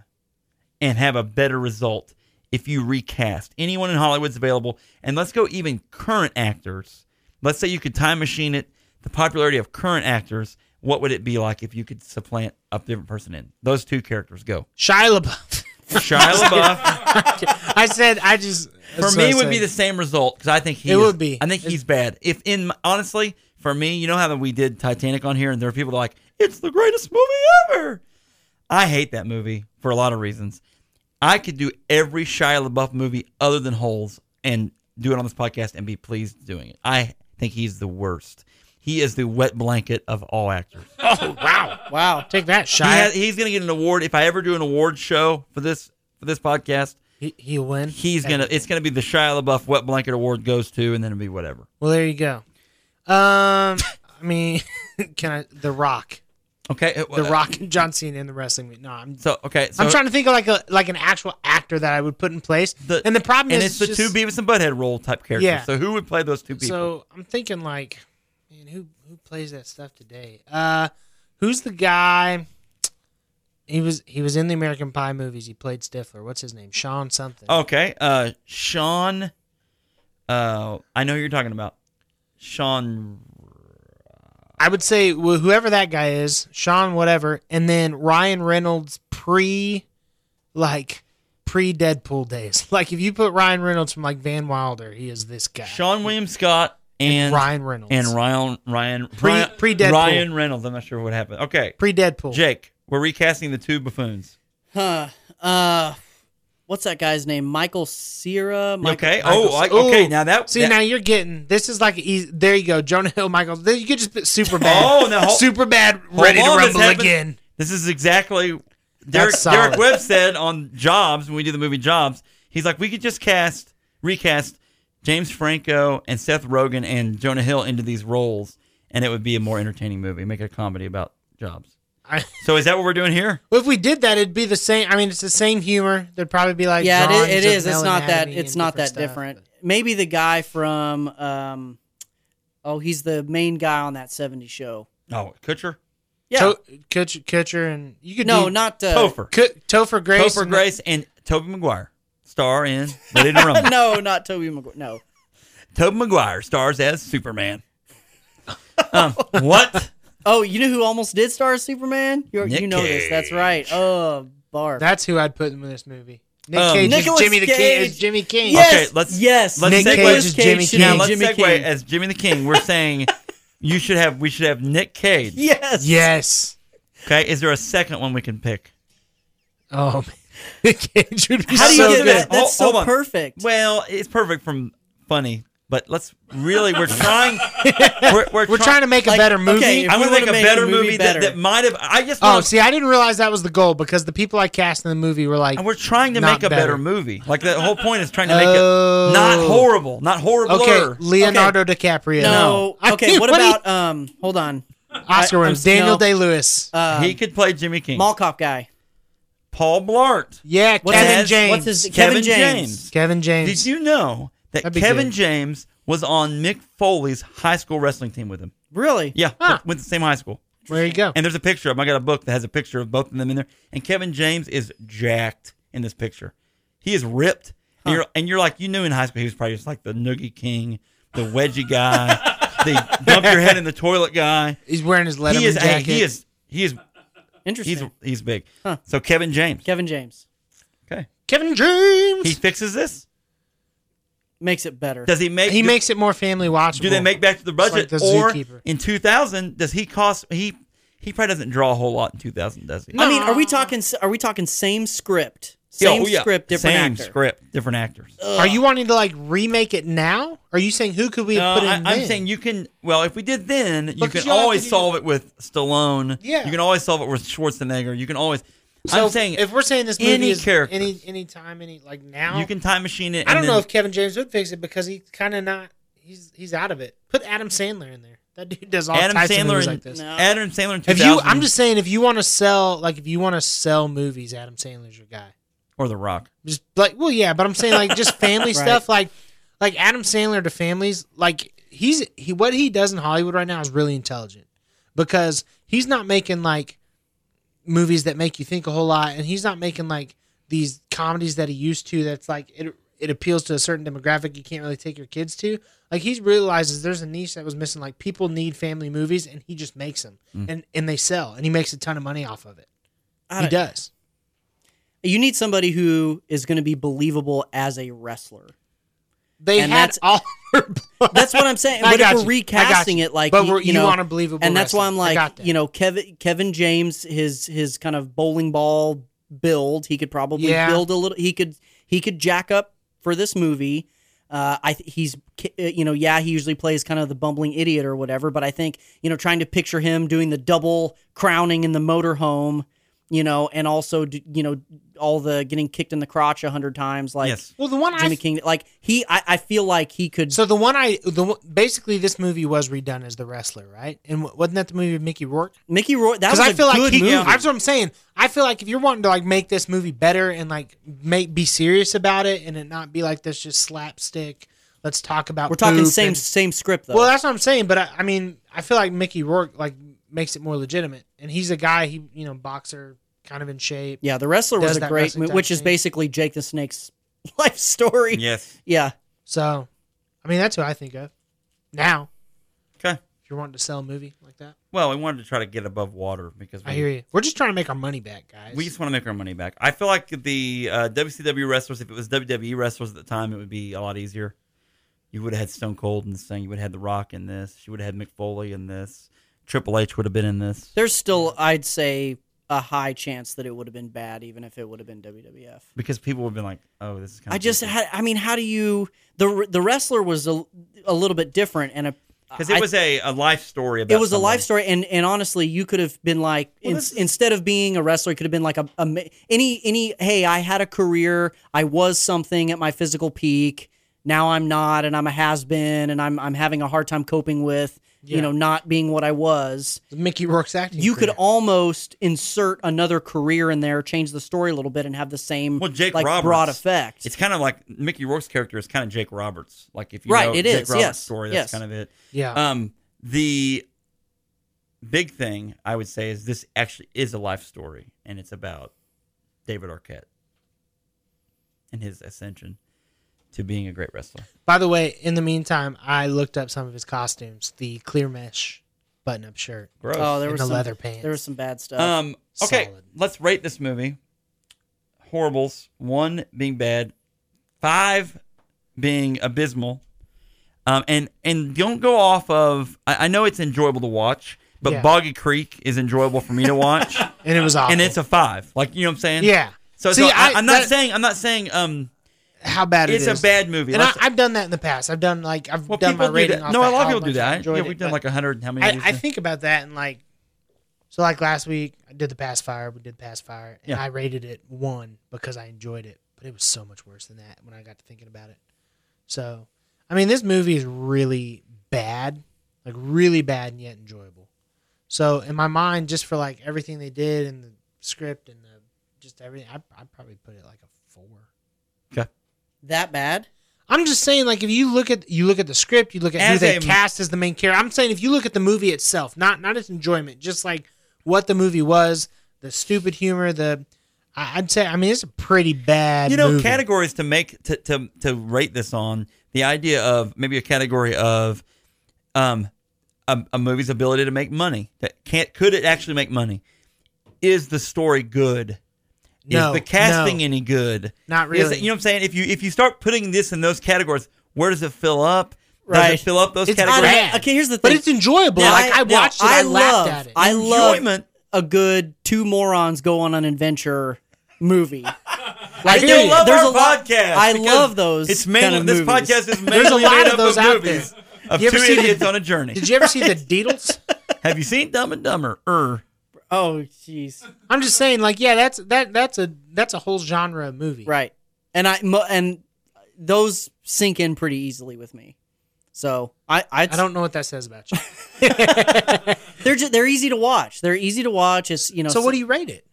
Speaker 1: and have a better result if you recast anyone in Hollywood's available. And let's go even current actors. Let's say you could time machine it, the popularity of current actors. What would it be like if you could supplant a different person in those two characters? Go
Speaker 3: Shia LaBeouf. [LAUGHS]
Speaker 1: Shia LaBeouf
Speaker 3: I said I just
Speaker 1: for me would be the same result because I think he
Speaker 3: It
Speaker 1: is-
Speaker 3: would be.
Speaker 1: I think he's bad. If in my- honestly for me, you know how we did Titanic on here, and there are people that are like it's the greatest movie ever. I hate that movie for a lot of reasons. I could do every Shia LaBeouf movie other than Holes and do it on this podcast and be pleased doing it. I think he's the worst. He is the wet blanket of all actors.
Speaker 2: Wow.
Speaker 3: Take that,
Speaker 1: He has,
Speaker 3: Shia.
Speaker 1: he's going to get an award if I ever do an award show for this for this podcast.
Speaker 3: He, he'll win.
Speaker 1: He's gonna. It's gonna be the Shia LaBeouf Wet Blanket Award goes to, and then it'll be whatever.
Speaker 3: [LAUGHS] Well, there you go. Um, I mean, can I? The Rock.
Speaker 1: Okay. uh,
Speaker 3: The
Speaker 1: uh,
Speaker 3: Rock and John Cena in the wrestling. ring. No, I'm
Speaker 1: So okay. So
Speaker 3: I'm trying to think of like a like an actual actor that I would put in place.
Speaker 1: the-
Speaker 3: and the problem
Speaker 1: and it's
Speaker 3: is
Speaker 1: the
Speaker 3: just-
Speaker 1: two Beavis and Butthead role type characters.
Speaker 3: Yeah.
Speaker 1: So who would play those two people?
Speaker 3: So I'm thinking like, man, who who plays that stuff today? Uh, who's the guy? He was he was in the American Pie movies. He played Stifler. What's his name? Sean something.
Speaker 1: okay. Uh, Sean. Uh, I know who you're talking about. Sean.
Speaker 3: I would say wh- whoever that guy is, Sean whatever, and then Ryan Reynolds pre, like pre Deadpool days. [LAUGHS] Like if you put Ryan Reynolds from like Van Wilder, he is this guy.
Speaker 1: Sean William Scott and
Speaker 3: Ryan Reynolds
Speaker 1: and Ryan Ryan
Speaker 3: Pre-
Speaker 1: Ryan,
Speaker 3: pre-Deadpool.
Speaker 1: Ryan Reynolds. I'm not sure what happened. Okay,
Speaker 3: pre Deadpool.
Speaker 1: Jake, we're recasting the two buffoons.
Speaker 2: Huh. Uh, what's that guy's name? Michael Cera. Michael,
Speaker 1: okay. Oh, I, okay. Now that
Speaker 3: see
Speaker 1: that-
Speaker 3: now you're getting this is like easy, there you go Jonah Hill Michael Then you could just put super bad
Speaker 1: [LAUGHS] Oh, now hold-
Speaker 3: super bad
Speaker 1: hold
Speaker 3: ready to
Speaker 1: on, this
Speaker 3: rumble
Speaker 1: happens-
Speaker 3: again
Speaker 1: This is exactly Derek, Derek
Speaker 3: solid.
Speaker 1: Webb said on Jobs when we did the movie Jobs. He's like, we could just cast recast James Franco and Seth Rogen and Jonah Hill into these roles, and it would be a more entertaining movie. Make it a comedy about jobs.
Speaker 3: I-
Speaker 1: So is that what we're doing here?
Speaker 3: well, if we did that it'd be the same I mean it's the same humor there'd probably be like
Speaker 2: yeah, it
Speaker 3: drawings
Speaker 2: is. It
Speaker 3: of
Speaker 2: is. It's not that.
Speaker 3: anatomy
Speaker 2: It's
Speaker 3: and
Speaker 2: not that
Speaker 3: stuff,
Speaker 2: different. Maybe the guy from. Um, oh, he's the main guy on that '70s show.
Speaker 1: Oh, Kutcher,
Speaker 2: Yeah.
Speaker 3: but- Kutcher, Kutcher and you could
Speaker 2: no,
Speaker 3: do,
Speaker 2: not uh,
Speaker 1: Topher,
Speaker 3: Kut- Topher Grace
Speaker 1: Topher
Speaker 3: and-
Speaker 1: Grace, and Toby Maguire star in Ready to
Speaker 2: [LAUGHS]
Speaker 1: Rumble. [LAUGHS]
Speaker 2: [LAUGHS] no, not Toby McGuire. No.
Speaker 1: Toby Maguire stars as
Speaker 2: [LAUGHS]
Speaker 1: Superman. um, what?
Speaker 2: Oh, you know who almost did star as Superman? you
Speaker 1: Nick
Speaker 2: you know this. That's right. Oh, barf.
Speaker 3: that's who I'd put in this movie Nick
Speaker 1: Um,
Speaker 3: Cage is
Speaker 2: Nicolas
Speaker 3: Jimmy the King
Speaker 2: Cage.
Speaker 3: is Jimmy King
Speaker 2: yes.
Speaker 1: Okay, let's-
Speaker 2: yes.
Speaker 1: let's
Speaker 3: Nick segue- Cage is Jimmy
Speaker 2: should
Speaker 3: King.
Speaker 2: be
Speaker 1: Now let's
Speaker 2: Jimmy
Speaker 1: segue
Speaker 2: King.
Speaker 1: as Jimmy the King. We're saying you should have we should have Nick Cage.
Speaker 2: yes.
Speaker 3: yes
Speaker 1: Okay, is there a second one we can pick?
Speaker 3: oh man. [LAUGHS] Nick Cage would be
Speaker 2: How do you
Speaker 3: so
Speaker 2: get
Speaker 3: good.
Speaker 2: that?
Speaker 1: Hold-
Speaker 2: That's so
Speaker 1: hold on.
Speaker 2: perfect.
Speaker 1: Well, it's perfect from funny, but let's really we're
Speaker 3: [LAUGHS]
Speaker 1: trying we're, we're,
Speaker 3: we're
Speaker 1: try-
Speaker 3: trying to make a
Speaker 2: Like,
Speaker 3: better
Speaker 2: okay,
Speaker 3: movie
Speaker 2: if
Speaker 1: I'm
Speaker 2: we
Speaker 1: gonna
Speaker 2: wanna
Speaker 1: make a
Speaker 2: make
Speaker 1: better
Speaker 2: the movie
Speaker 1: movie, that,
Speaker 2: better.
Speaker 1: that might have I just
Speaker 3: Oh,
Speaker 1: wanna-
Speaker 3: see, I didn't realize that was the goal because the people I cast in the movie were like,
Speaker 1: and we're trying to
Speaker 3: not
Speaker 1: make a better.
Speaker 3: better.
Speaker 1: movie. Like the whole point is trying to make
Speaker 3: Oh.
Speaker 1: it not horrible, not horrible.
Speaker 3: okay, Leonardo DiCaprio.
Speaker 2: no.
Speaker 3: I
Speaker 2: Okay.
Speaker 3: mean,
Speaker 2: What
Speaker 3: do you-
Speaker 2: about um? Hold on.
Speaker 3: Oscar
Speaker 2: I-
Speaker 3: wins?
Speaker 2: I'm-
Speaker 3: Daniel
Speaker 2: no.
Speaker 3: Day Lewis.
Speaker 2: Uh,
Speaker 1: he could play Jimmy King.
Speaker 2: mall cop guy.
Speaker 1: Paul Blart.
Speaker 3: yeah,
Speaker 2: what's
Speaker 3: Kevin
Speaker 1: his-
Speaker 3: James.
Speaker 2: what's his- Kevin James.
Speaker 3: Kevin James.
Speaker 1: Did you know that
Speaker 3: That'd be
Speaker 1: Kevin
Speaker 3: good.
Speaker 1: James was on Mick Foley's high school wrestling team with him?
Speaker 2: Really?
Speaker 1: Yeah,
Speaker 3: Huh.
Speaker 1: went to the same high school.
Speaker 3: There you go.
Speaker 1: And there's a picture of them. I got a book that has a picture of both of them in there. And Kevin James is jacked in this picture. He is ripped. And, you're, and you're like, you knew in high school he was probably just like the noogie king, the wedgie guy, the dump your head in the toilet guy.
Speaker 3: He's wearing his Letterman
Speaker 1: He is,
Speaker 3: jacket.
Speaker 1: he is, he is,
Speaker 2: Interesting.
Speaker 1: he's, he's big. So Kevin James.
Speaker 2: Kevin James
Speaker 1: Okay.
Speaker 3: Kevin James.
Speaker 1: He
Speaker 3: He,
Speaker 1: fixes this.
Speaker 2: makes it better.
Speaker 1: Does he make? do,
Speaker 3: makes it more family watchable.
Speaker 1: Do they make back to the
Speaker 3: It's
Speaker 1: budget?
Speaker 3: like the
Speaker 1: or
Speaker 3: zookeeper.
Speaker 1: in 2000, does he cost? He he probably doesn't draw a whole lot in 2000, does he?
Speaker 2: I mean, are we talking? s- Are we talking same script? Same
Speaker 1: Oh, yeah.
Speaker 2: script, different
Speaker 1: Same
Speaker 2: actor.
Speaker 1: script, different actors.
Speaker 3: Are you wanting to like remake it now? Are you saying who could we
Speaker 1: No,
Speaker 3: put in?
Speaker 1: I, I'm
Speaker 3: then?
Speaker 1: saying you can. Well, if we did then, you
Speaker 3: Because
Speaker 1: can
Speaker 3: you'll have
Speaker 1: always
Speaker 3: to do-
Speaker 1: solve it with Stallone.
Speaker 3: Yeah.
Speaker 1: You can always solve it with Schwarzenegger. You can always.
Speaker 3: So
Speaker 1: I'm saying
Speaker 3: if we're saying this movie
Speaker 1: any
Speaker 3: is
Speaker 1: character.
Speaker 3: any any time, any like now,
Speaker 1: you can time machine it.
Speaker 3: I don't
Speaker 1: and
Speaker 3: know
Speaker 1: then-
Speaker 3: if Kevin James would fix it because he's kind of not. He's he's out of it. Put Adam Sandler in there. That dude does all
Speaker 1: Adam
Speaker 3: types of
Speaker 1: Sandler
Speaker 3: movies
Speaker 1: and
Speaker 3: like this.
Speaker 2: No.
Speaker 1: Adam Sandler. In
Speaker 3: If you,
Speaker 1: 2000
Speaker 3: I'm just saying, if you want to sell, like, if you want to sell movies, Adam Sandler's your guy.
Speaker 1: or The Rock.
Speaker 3: Just like, well, yeah, but I'm saying like just family
Speaker 2: Right.
Speaker 3: stuff, like, like Adam Sandler to families, like he's he what he does in Hollywood right now is really intelligent because he's not making like movies that make you think a whole lot, and he's not making like these comedies that he used to. That's like it it appeals to a certain demographic you can't really take your kids to. Like he realizes there's a niche that was missing. Like people need family movies, and he just makes them, and and they sell, and he makes a ton of money off of it.
Speaker 2: I
Speaker 3: He
Speaker 2: don't-
Speaker 3: does.
Speaker 2: You need somebody who is going to be believable as a wrestler.
Speaker 3: They
Speaker 2: And
Speaker 3: had
Speaker 2: that's-
Speaker 3: all.
Speaker 2: That's what I'm saying.
Speaker 3: [LAUGHS] I
Speaker 2: But if
Speaker 3: got
Speaker 2: we're
Speaker 3: you. I got
Speaker 2: recasting
Speaker 3: you.
Speaker 2: it, like
Speaker 3: But
Speaker 2: you,
Speaker 3: we're-
Speaker 2: you
Speaker 3: you
Speaker 2: know,
Speaker 3: want a believable
Speaker 2: and that's why I'm
Speaker 3: wrestler. I
Speaker 2: like,
Speaker 3: got that.
Speaker 2: you know, Kevin Kevin James, his his kind of bowling ball build, he could probably
Speaker 3: Yeah.
Speaker 2: build a little. He could he could jack up for this movie. Uh, I th- he's ki- uh, you know yeah he usually plays kind of the bumbling idiot or whatever, but I think you know trying to picture him doing the double crowning in the motorhome you know, and also d- you know all the getting kicked in the crotch a hundred times, like
Speaker 1: Yes.
Speaker 3: Well, the one I
Speaker 2: Jimmy King. Like he, I, I feel like he could.
Speaker 3: so the one I the one- basically this movie was redone as the wrestler, right? And w- wasn't that the movie of Mickey Rourke?
Speaker 2: Mickey Roy. That was
Speaker 3: Because
Speaker 2: a
Speaker 3: I feel
Speaker 2: good
Speaker 3: like he,
Speaker 2: movie.
Speaker 3: that's what I'm saying. I feel like if you're wanting to like make this movie better and like make be serious about it and it not be like this just slapstick. Let's talk about
Speaker 2: We're talking
Speaker 3: poop
Speaker 2: same
Speaker 3: and-
Speaker 2: same script though.
Speaker 3: Well, that's what I'm saying, but I, I mean, I feel like Mickey Rourke like makes it more legitimate, and he's a guy he you know boxer, kind of in shape.
Speaker 2: yeah, the wrestler was
Speaker 3: Does
Speaker 2: a
Speaker 3: that
Speaker 2: great,
Speaker 3: wrestling
Speaker 2: mo-
Speaker 3: type
Speaker 2: which is
Speaker 3: thing.
Speaker 2: basically Jake the Snake's [LAUGHS] life story.
Speaker 1: Yes.
Speaker 2: Yeah.
Speaker 3: So, I mean, that's who I think of now.
Speaker 1: Okay.
Speaker 3: If you're wanting to sell a movie like that,
Speaker 1: Well, we wanted to try to get above water because we,
Speaker 3: I hear you. We're just trying to make our money back, guys.
Speaker 1: we just want to make our money back. I feel like the uh, WCW wrestlers, if it was WWE wrestlers at the time, it would be a lot easier. You would have had Stone Cold in this thing. You would have had The Rock in this. You would have had McFoley in this. Triple H would have been in this
Speaker 2: There's still, I'd say, a high chance that it would have been bad, even if it would have been WWF.
Speaker 1: because people would have been like, "Oh, this is." kind
Speaker 2: I
Speaker 1: of
Speaker 2: just had, I mean, how do you? The the wrestler was a, a little bit different, and a
Speaker 1: because
Speaker 2: I-
Speaker 1: it was a, a life story about.
Speaker 2: it was a
Speaker 1: someone.
Speaker 2: life story, and and honestly, you could have been like in,
Speaker 1: this is-
Speaker 2: instead of being a wrestler, it could have been like a, a ma- any any. Hey, I had a career, I was something at my physical peak. Now I'm not, and I'm a has been, and I'm I'm having a hard time coping with you
Speaker 3: Yeah.
Speaker 2: know not being what I was.
Speaker 3: Mickey Rourke's acting.
Speaker 2: you could
Speaker 3: career.
Speaker 2: almost insert another career in there, change the story a little bit, and have the same
Speaker 1: Well, Jake
Speaker 2: like
Speaker 1: Roberts.
Speaker 2: broad effect.
Speaker 1: It's kind of like Mickey Rourke's character is kind of Jake Roberts. Like if you
Speaker 2: Right,
Speaker 1: know
Speaker 2: it
Speaker 1: Jake
Speaker 2: is,
Speaker 1: Roberts'
Speaker 2: yes,
Speaker 1: story,
Speaker 2: yes.
Speaker 1: that's kind of it.
Speaker 3: yeah.
Speaker 1: Um, the big thing I would say is this actually is a life story, and it's about David Arquette and his ascension to being a great wrestler.
Speaker 3: By the way, in the meantime, I looked up some of his costumes: the clear mesh button-up shirt,
Speaker 1: Gross.
Speaker 2: oh, there
Speaker 3: and
Speaker 2: was
Speaker 3: the
Speaker 2: some,
Speaker 3: leather pants.
Speaker 2: There was some bad stuff.
Speaker 1: um, okay,
Speaker 3: Solid.
Speaker 1: let's rate this movie. Horribles. One being bad, five being abysmal. Um, and and don't go off of. I, I know it's enjoyable to watch, but
Speaker 3: Yeah.
Speaker 1: Boggy Creek is enjoyable for me to
Speaker 3: [LAUGHS]
Speaker 1: watch,
Speaker 3: and it was awful.
Speaker 1: and it's a five. Like you know what I'm saying?
Speaker 3: yeah.
Speaker 1: So,
Speaker 3: See,
Speaker 1: so I,
Speaker 3: I-
Speaker 1: am not
Speaker 3: that-
Speaker 1: saying I'm not saying um
Speaker 3: how bad it
Speaker 1: it's a
Speaker 3: is.
Speaker 1: bad movie.
Speaker 3: And I,
Speaker 1: Let's-
Speaker 3: I've done that in the past. I've done like I've
Speaker 1: well,
Speaker 3: done
Speaker 1: people
Speaker 3: my
Speaker 1: do
Speaker 3: rating.
Speaker 1: that.
Speaker 3: off
Speaker 1: No, a
Speaker 3: of
Speaker 1: lot of
Speaker 3: how
Speaker 1: people do
Speaker 3: much I
Speaker 1: that.
Speaker 3: enjoyed
Speaker 1: Yeah,
Speaker 3: it,
Speaker 1: we've done
Speaker 3: but
Speaker 1: like hundred. How many?
Speaker 3: I,
Speaker 1: of
Speaker 3: I
Speaker 1: these?
Speaker 3: think about that and like, so like last week I did the pass fire. We did pass fire, and
Speaker 1: Yeah.
Speaker 3: I rated it one because I enjoyed it, but it was so much worse than that when I got to thinking about it. So, I mean, this movie is really bad, like really bad and yet enjoyable. So in my mind, just for like everything they did and the script and the just everything, I I'd probably put it like a four.
Speaker 2: that bad?
Speaker 3: I'm just saying, like, if you look at you look at the script, you look at
Speaker 1: As
Speaker 3: who they
Speaker 1: a-
Speaker 3: cast as the main character. I'm saying if you look at the movie itself, not not its enjoyment, just like what the movie was, the stupid humor, the I- I'd say, I mean, it's a pretty bad.
Speaker 1: you know
Speaker 3: movie.
Speaker 1: categories to make to, to to rate this on the idea of maybe a category of um a, a movie's ability to make money that can't could it actually make money is the story good is
Speaker 3: No,
Speaker 1: the casting
Speaker 3: no.
Speaker 1: any good
Speaker 3: Not
Speaker 1: Is it-
Speaker 3: really.
Speaker 1: you know what i'm saying if you if you start putting this in those categories where does it fill up does
Speaker 2: Right.
Speaker 1: it fill up those
Speaker 3: It's
Speaker 1: categories
Speaker 3: bad.
Speaker 2: Okay, here's the thing.
Speaker 3: but it's enjoyable.
Speaker 2: Now,
Speaker 3: like I,
Speaker 2: now,
Speaker 3: watched it, I,
Speaker 2: love,
Speaker 3: laughed at it.
Speaker 2: I love
Speaker 1: Enjoyment.
Speaker 2: a good two morons go on an adventure
Speaker 1: [LAUGHS]
Speaker 2: movie.
Speaker 1: I
Speaker 3: Like,
Speaker 1: do
Speaker 3: dude,
Speaker 1: love
Speaker 2: there's
Speaker 1: our
Speaker 2: a lot-
Speaker 1: podcast.
Speaker 2: I
Speaker 1: because
Speaker 2: love those
Speaker 1: It's mainly
Speaker 2: kind of
Speaker 1: this
Speaker 2: movies.
Speaker 1: podcast is mainly
Speaker 3: There's a lot
Speaker 1: made
Speaker 3: of
Speaker 1: up
Speaker 3: those out
Speaker 1: movies
Speaker 3: there.
Speaker 1: of
Speaker 3: You
Speaker 1: two
Speaker 3: ever see the-
Speaker 1: idiots on a journey.
Speaker 3: Did you ever
Speaker 1: [LAUGHS]
Speaker 3: see the Deedles?
Speaker 1: Have you seen Dumb and Dumber? Er,
Speaker 2: [LAUGHS] Oh, jeez.
Speaker 3: I'm just saying, like, yeah, that's that that's a that's a whole genre of movie.
Speaker 2: Right. And I mo- and those sink in pretty easily with me. So I I,
Speaker 3: I don't know what that says about
Speaker 1: [LAUGHS]
Speaker 3: you.
Speaker 2: They're just, they're easy to watch. They're easy to watch. It's you know.
Speaker 3: so what do you rate it?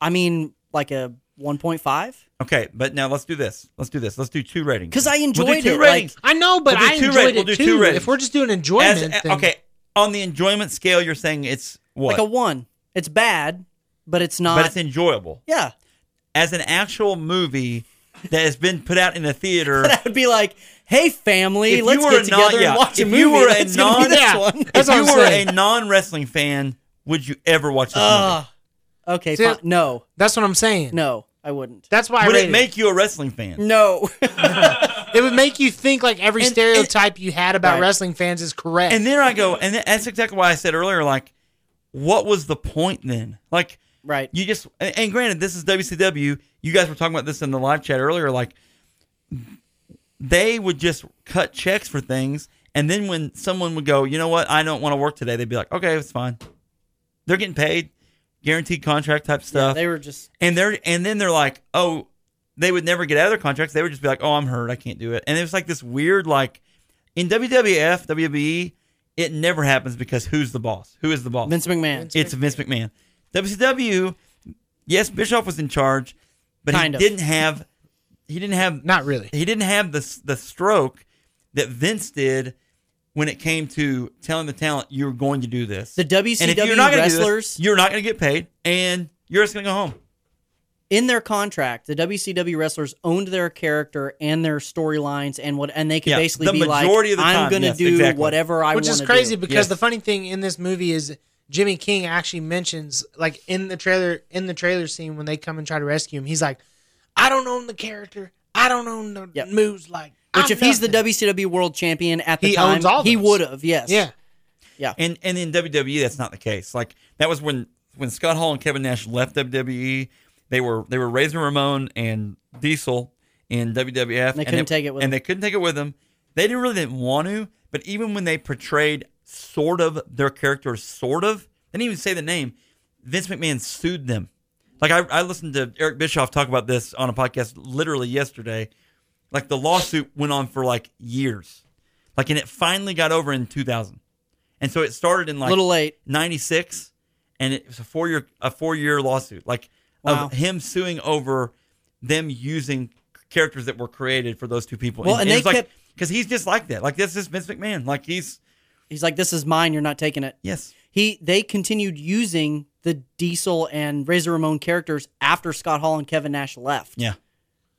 Speaker 2: I mean, like a one point five
Speaker 1: Okay, but now let's do this. Let's do this. Let's do two ratings.
Speaker 2: because I enjoyed
Speaker 1: we'll do two
Speaker 2: it.
Speaker 1: ratings.
Speaker 3: I know, but
Speaker 1: We'll do
Speaker 3: I
Speaker 1: two
Speaker 3: enjoyed
Speaker 1: rate-
Speaker 3: it
Speaker 1: we'll do two
Speaker 3: too.
Speaker 1: ratings.
Speaker 3: if we're just doing
Speaker 1: As-
Speaker 3: enjoyment, then-
Speaker 1: okay, on the enjoyment scale, you're saying it's what?
Speaker 2: Like, like a one. It's bad, but it's not.
Speaker 1: but it's enjoyable
Speaker 2: yeah,
Speaker 1: as an actual movie that has been put out in a theater.
Speaker 2: [LAUGHS] that would be like, hey family,
Speaker 1: If
Speaker 2: let's
Speaker 1: you were
Speaker 2: get
Speaker 1: a non-
Speaker 2: together
Speaker 1: yeah,
Speaker 2: and watch a
Speaker 1: if
Speaker 2: movie.
Speaker 1: you were a
Speaker 2: It's gonna be
Speaker 1: non-
Speaker 2: this
Speaker 3: yeah.
Speaker 2: one.
Speaker 1: if
Speaker 2: [LAUGHS]
Speaker 3: That's what
Speaker 1: you
Speaker 3: I'm
Speaker 1: were
Speaker 3: saying. Uh,
Speaker 1: a non wrestling fan, would you ever watch this
Speaker 2: Ugh. okay,
Speaker 3: See,
Speaker 2: fine. no,
Speaker 3: That's what I'm saying.
Speaker 2: no, I wouldn't.
Speaker 3: That's why
Speaker 1: movie?
Speaker 3: I
Speaker 1: Would
Speaker 3: rated
Speaker 1: it make you a wrestling fan? [LAUGHS]
Speaker 2: No, [LAUGHS]
Speaker 3: it. It would make you think like every
Speaker 2: And-
Speaker 3: stereotype you had about
Speaker 2: Right.
Speaker 3: wrestling fans is correct.
Speaker 1: And then I go, and that's exactly why I said earlier, like, what was the point then? Like,
Speaker 2: right.
Speaker 1: You just and, and granted, this is WCW. You guys were talking about this in the live chat earlier. Like they would just cut checks for things, and then when someone would go, you know what, I don't want to work today, they'd be like, okay, it's fine. They're getting paid. guaranteed contract type stuff.
Speaker 2: They were just
Speaker 1: and they're and then they're like, oh, they would never get out of their contracts. They would just be like, oh, I'm hurt, I can't do it. And it was like this weird like in WWF, WWE, E, it never happens because who's the boss? Who is the boss?
Speaker 2: Vince McMahon.
Speaker 1: it's Vince McMahon. WCW, yes, Bischoff was in charge, but
Speaker 2: Kind
Speaker 1: he
Speaker 2: of.
Speaker 1: didn't have he didn't have
Speaker 3: Not really.
Speaker 1: he didn't have the the stroke that Vince did when it came to telling the talent you're going to do this.
Speaker 2: The
Speaker 1: and if
Speaker 2: WCW
Speaker 1: you're not gonna do this,
Speaker 2: wrestlers
Speaker 1: you're not going to get paid, and you're just going to go home.
Speaker 2: in their contract, the WCW wrestlers owned their character and their storylines and what, and they could
Speaker 1: Yeah,
Speaker 2: basically
Speaker 1: the
Speaker 2: be like,
Speaker 1: majority of the
Speaker 2: "I'm
Speaker 1: time,
Speaker 2: going to
Speaker 1: yes,
Speaker 2: do
Speaker 1: exactly.
Speaker 2: whatever I want."
Speaker 3: Which is crazy
Speaker 2: Do.
Speaker 3: because
Speaker 1: Yes.
Speaker 3: the funny thing in this movie is Jimmy King actually mentions like in the trailer in the trailer scene when they come and try to rescue him, he's like,
Speaker 4: I don't own the character. I don't own the
Speaker 2: Yep.
Speaker 4: moves like.
Speaker 2: Which,
Speaker 4: I'm
Speaker 2: if he's the
Speaker 4: nothing.
Speaker 2: WCW World Champion at the
Speaker 3: He
Speaker 2: time,
Speaker 3: owns all
Speaker 2: he
Speaker 3: those.
Speaker 2: would have. Yes.
Speaker 3: Yeah.
Speaker 1: And and in WWE, that's not the case. Like that was when when Scott Hall and Kevin Nash left WWE. They were they were Razor Ramon and Diesel in WWF.
Speaker 2: They
Speaker 1: and
Speaker 2: couldn't take it with
Speaker 1: and
Speaker 2: them.
Speaker 1: they couldn't take it with them. They didn't really didn't want to. But even when they portrayed sort of their character, sort of, they didn't even say the name. Vince McMahon sued them. Like I, I listened to Eric Bischoff talk about this on a podcast literally yesterday. Like the lawsuit went on for like years. Like and it finally got over in 2000. And so it started in
Speaker 2: A
Speaker 1: like
Speaker 2: little late.
Speaker 1: 96 and it was a four year a four year lawsuit like
Speaker 2: Wow.
Speaker 1: of him suing over them using characters that were created for those two people
Speaker 2: Well, and they kept-
Speaker 1: because he's just like that like this is vince mcmahon like he's
Speaker 2: He's like, "This is mine. You're not taking it."
Speaker 1: yes
Speaker 2: He they continued using the Diesel and Razor Ramon characters after Scott Hall and Kevin Nash left.
Speaker 1: yeah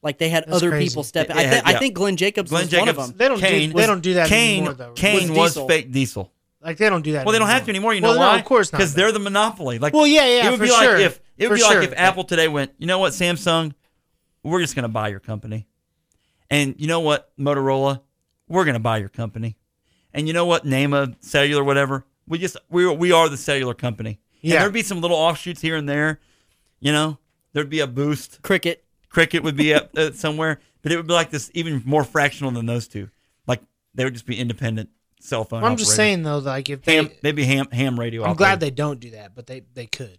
Speaker 2: Like they had
Speaker 3: That's
Speaker 2: other
Speaker 3: crazy.
Speaker 2: people step in.
Speaker 1: It-
Speaker 2: I,
Speaker 1: it
Speaker 2: thi-
Speaker 1: had-
Speaker 2: I
Speaker 1: yeah.
Speaker 2: think Glenn Jacobs
Speaker 1: glenn
Speaker 2: was
Speaker 1: jacobs
Speaker 2: one of them.
Speaker 3: They don't do-
Speaker 1: kane,
Speaker 3: they don't do that
Speaker 1: kane
Speaker 3: anymore, though.
Speaker 1: kane
Speaker 2: Was
Speaker 1: was,
Speaker 2: Diesel.
Speaker 1: fake diesel
Speaker 3: like they don't do that.
Speaker 1: well they don't have to anymore you
Speaker 3: Well,
Speaker 1: know
Speaker 3: no,
Speaker 1: why
Speaker 3: of course not.
Speaker 1: because they're the monopoly like
Speaker 3: Well, yeah, yeah,
Speaker 1: it would
Speaker 3: for
Speaker 1: be
Speaker 3: sure.
Speaker 1: like if it would
Speaker 3: For
Speaker 1: be like
Speaker 3: sure.
Speaker 1: if apple today went you know what samsung we're just gonna buy your company and you know what motorola we're gonna buy your company and you know what name a cellular whatever we just we, we are the cellular company yeah
Speaker 3: Yeah.
Speaker 1: there'd be some little offshoots here and there you know there'd be a boost
Speaker 2: Cricket.
Speaker 1: cricket would be up uh, somewhere but it would be like this even more fractional than those two like they would just be independent cell phone
Speaker 3: I'm just
Speaker 1: operators.
Speaker 3: saying though, like if they,
Speaker 1: ham, they'd be ham ham radio
Speaker 3: I'm glad they don't do that, but they they could.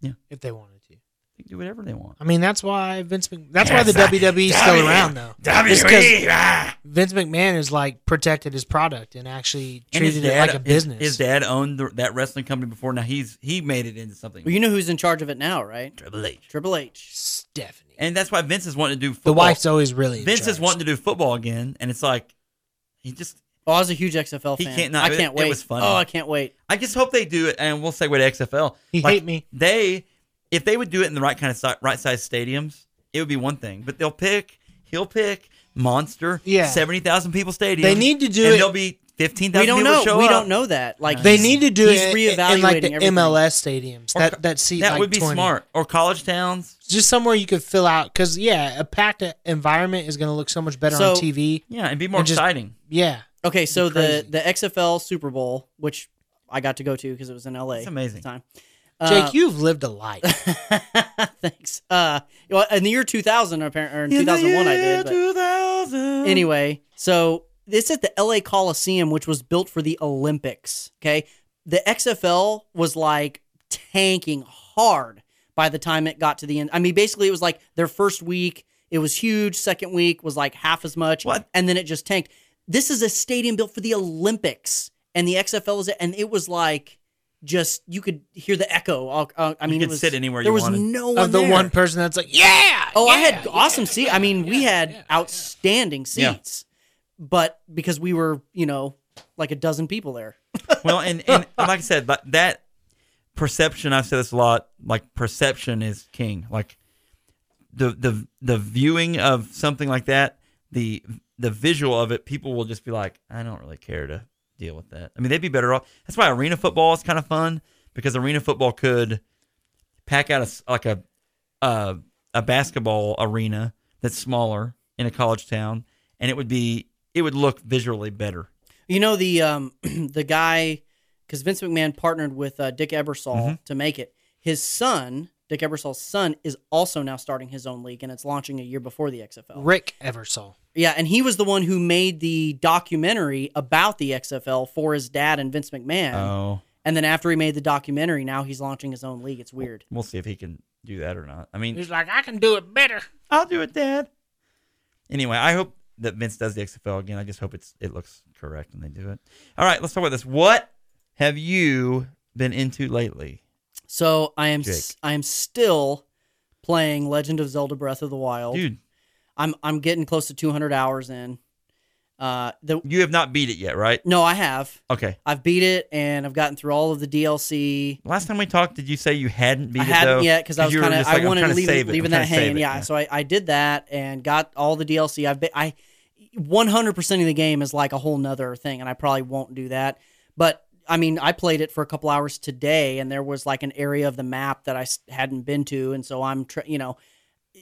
Speaker 1: Yeah.
Speaker 3: If they wanted to.
Speaker 1: they do whatever they want
Speaker 3: I mean, that's why Vince. Mc- that's why the WWE's still around though. It's 'cause
Speaker 1: E.
Speaker 5: WWE. ah.
Speaker 3: Vince McMahon has like protected his product and actually
Speaker 1: And his
Speaker 3: treated it
Speaker 1: dad-
Speaker 3: like a
Speaker 1: his-
Speaker 3: business.
Speaker 1: His, dad owned the, that wrestling company before. Now he's he made it into something.
Speaker 2: Well, you know who's in charge of it now, right?
Speaker 1: Triple H.
Speaker 2: Triple H.
Speaker 3: Stephanie.
Speaker 1: And that's why Vince is wanting to do football.
Speaker 3: The wife's always really. in
Speaker 1: Vince is
Speaker 3: charge.
Speaker 1: wanting to do football again, and it's like he just.
Speaker 2: Oh, I was a huge XFL
Speaker 1: He
Speaker 2: fan.
Speaker 1: can't not-
Speaker 2: I can't
Speaker 1: it- it
Speaker 2: wait.
Speaker 1: was funny.
Speaker 2: Oh, I can't wait.
Speaker 1: I just hope they do it, and we'll segue to XFL.
Speaker 3: He hate me.
Speaker 1: They, if they would do it in the right kind of si- right size stadiums, it would be one thing. But they'll pick. He'll pick monster.
Speaker 3: Yeah.
Speaker 1: seventy thousand people stadium.
Speaker 3: They need to do
Speaker 1: and
Speaker 3: it-
Speaker 1: There'll be fifteen thousand.
Speaker 2: We don't
Speaker 1: people
Speaker 2: know.
Speaker 1: Show
Speaker 2: We
Speaker 1: up.
Speaker 2: don't know that. Like
Speaker 3: They
Speaker 2: he's-
Speaker 3: need to do
Speaker 2: he's
Speaker 3: it in-
Speaker 2: reevaluating
Speaker 3: in like the
Speaker 2: everything.
Speaker 3: MLS stadiums. That that seat
Speaker 1: That
Speaker 3: like
Speaker 1: would be
Speaker 3: 20.
Speaker 1: smart. Or college towns.
Speaker 3: Just somewhere you could fill out because yeah, a packed environment is going to look so much better
Speaker 2: So-
Speaker 3: on TV.
Speaker 1: Yeah, and be more
Speaker 3: And just-
Speaker 1: exciting.
Speaker 3: Yeah,
Speaker 2: Okay, so the
Speaker 3: crazy.
Speaker 2: the XFL Super Bowl, which I got to go to because it was in LA.
Speaker 1: It's amazing.
Speaker 2: At the time.
Speaker 1: uh,
Speaker 3: Jake, you've lived a life.
Speaker 1: [LAUGHS]
Speaker 2: [LAUGHS] Thanks. Uh, well, in the year 2000, apparently, or in 2001, I did. but-
Speaker 1: 2000.
Speaker 2: anyway, so it's at the LA Coliseum, which was built for the Olympics. Okay. The XFL was like tanking hard by the time it got to the end. I mean, basically, it was like their first week, it was huge. Second week was like half as much.
Speaker 1: What?
Speaker 2: And then it just tanked. This is a stadium built for the Olympics, and the XFL is it. And it was like just, you could hear the echo. all- uh, I mean,
Speaker 1: could
Speaker 2: it was,
Speaker 1: sit anywhere
Speaker 2: there
Speaker 1: you
Speaker 2: was
Speaker 1: wanted.
Speaker 2: no one
Speaker 3: of the
Speaker 2: there.
Speaker 3: one person that's like, yeah.
Speaker 2: Oh, I
Speaker 3: yeah,
Speaker 2: had awesome seats. I mean, we had outstanding
Speaker 1: Yeah.
Speaker 2: seats, but because we were, you know, like a dozen people there.
Speaker 1: well, and, and like I said, but that perception, I've said this a lot, like perception is king. Like the the the viewing of something like that, the the visual of it, people will just be like, I don't really care to deal with that. I mean, they'd be better off. That's why arena football is kind of fun because arena football could pack out a s like a a, a basketball arena that's smaller in a college town, and it would be it would look visually better.
Speaker 2: You know the um [CLEARS THROAT] the guy because Vince McMahon partnered with uh, Dick Ebersol
Speaker 1: Mm-hmm.
Speaker 2: to make it. His son, Dick Ebersol's son, is also now starting his own league, and it's launching a year before the XFL.
Speaker 3: Rick Eversole.
Speaker 2: Yeah, and he was the one who made the documentary about the XFL for his dad and Vince McMahon.
Speaker 1: Oh.
Speaker 2: And then after he made the documentary, now he's launching his own league. It's weird.
Speaker 1: We'll see if he can do that or not. I mean,
Speaker 4: He's like, I can do it better.
Speaker 1: I'll do it, Dad. Anyway, I hope that Vince does the XFL again. I just hope it's it looks correct when they do it. All right, let's talk about this. What have you been into lately?
Speaker 2: So I am
Speaker 1: Jake.
Speaker 2: s- I am still playing Legend of Zelda Breath of the Wild.
Speaker 1: Dude,
Speaker 2: I'm I'm getting close to 200 hours in. Uh, the
Speaker 1: you have not beat it yet, right?
Speaker 2: no, I have.
Speaker 1: Okay.
Speaker 2: I've beat it and I've gotten through all of the DLC.
Speaker 1: Last time we talked, did you say you hadn't beat
Speaker 2: I
Speaker 1: it?
Speaker 2: hadn't
Speaker 1: though?
Speaker 2: yet because I was
Speaker 1: you were
Speaker 2: kind of
Speaker 1: just like,
Speaker 2: I
Speaker 1: I'm
Speaker 2: wanted to
Speaker 1: trying
Speaker 2: leave
Speaker 1: save it. I'm
Speaker 2: leaving
Speaker 1: trying
Speaker 2: that
Speaker 1: to save
Speaker 2: hanging.
Speaker 1: it.
Speaker 2: Yeah, so I, I did that and got all the DLC. I've been, I 100% of the game is like a whole nother thing, and I probably won't do that. But I mean, I played it for a couple hours today, and there was like an area of the map that I s- hadn't been to, and so I'm tr- you know,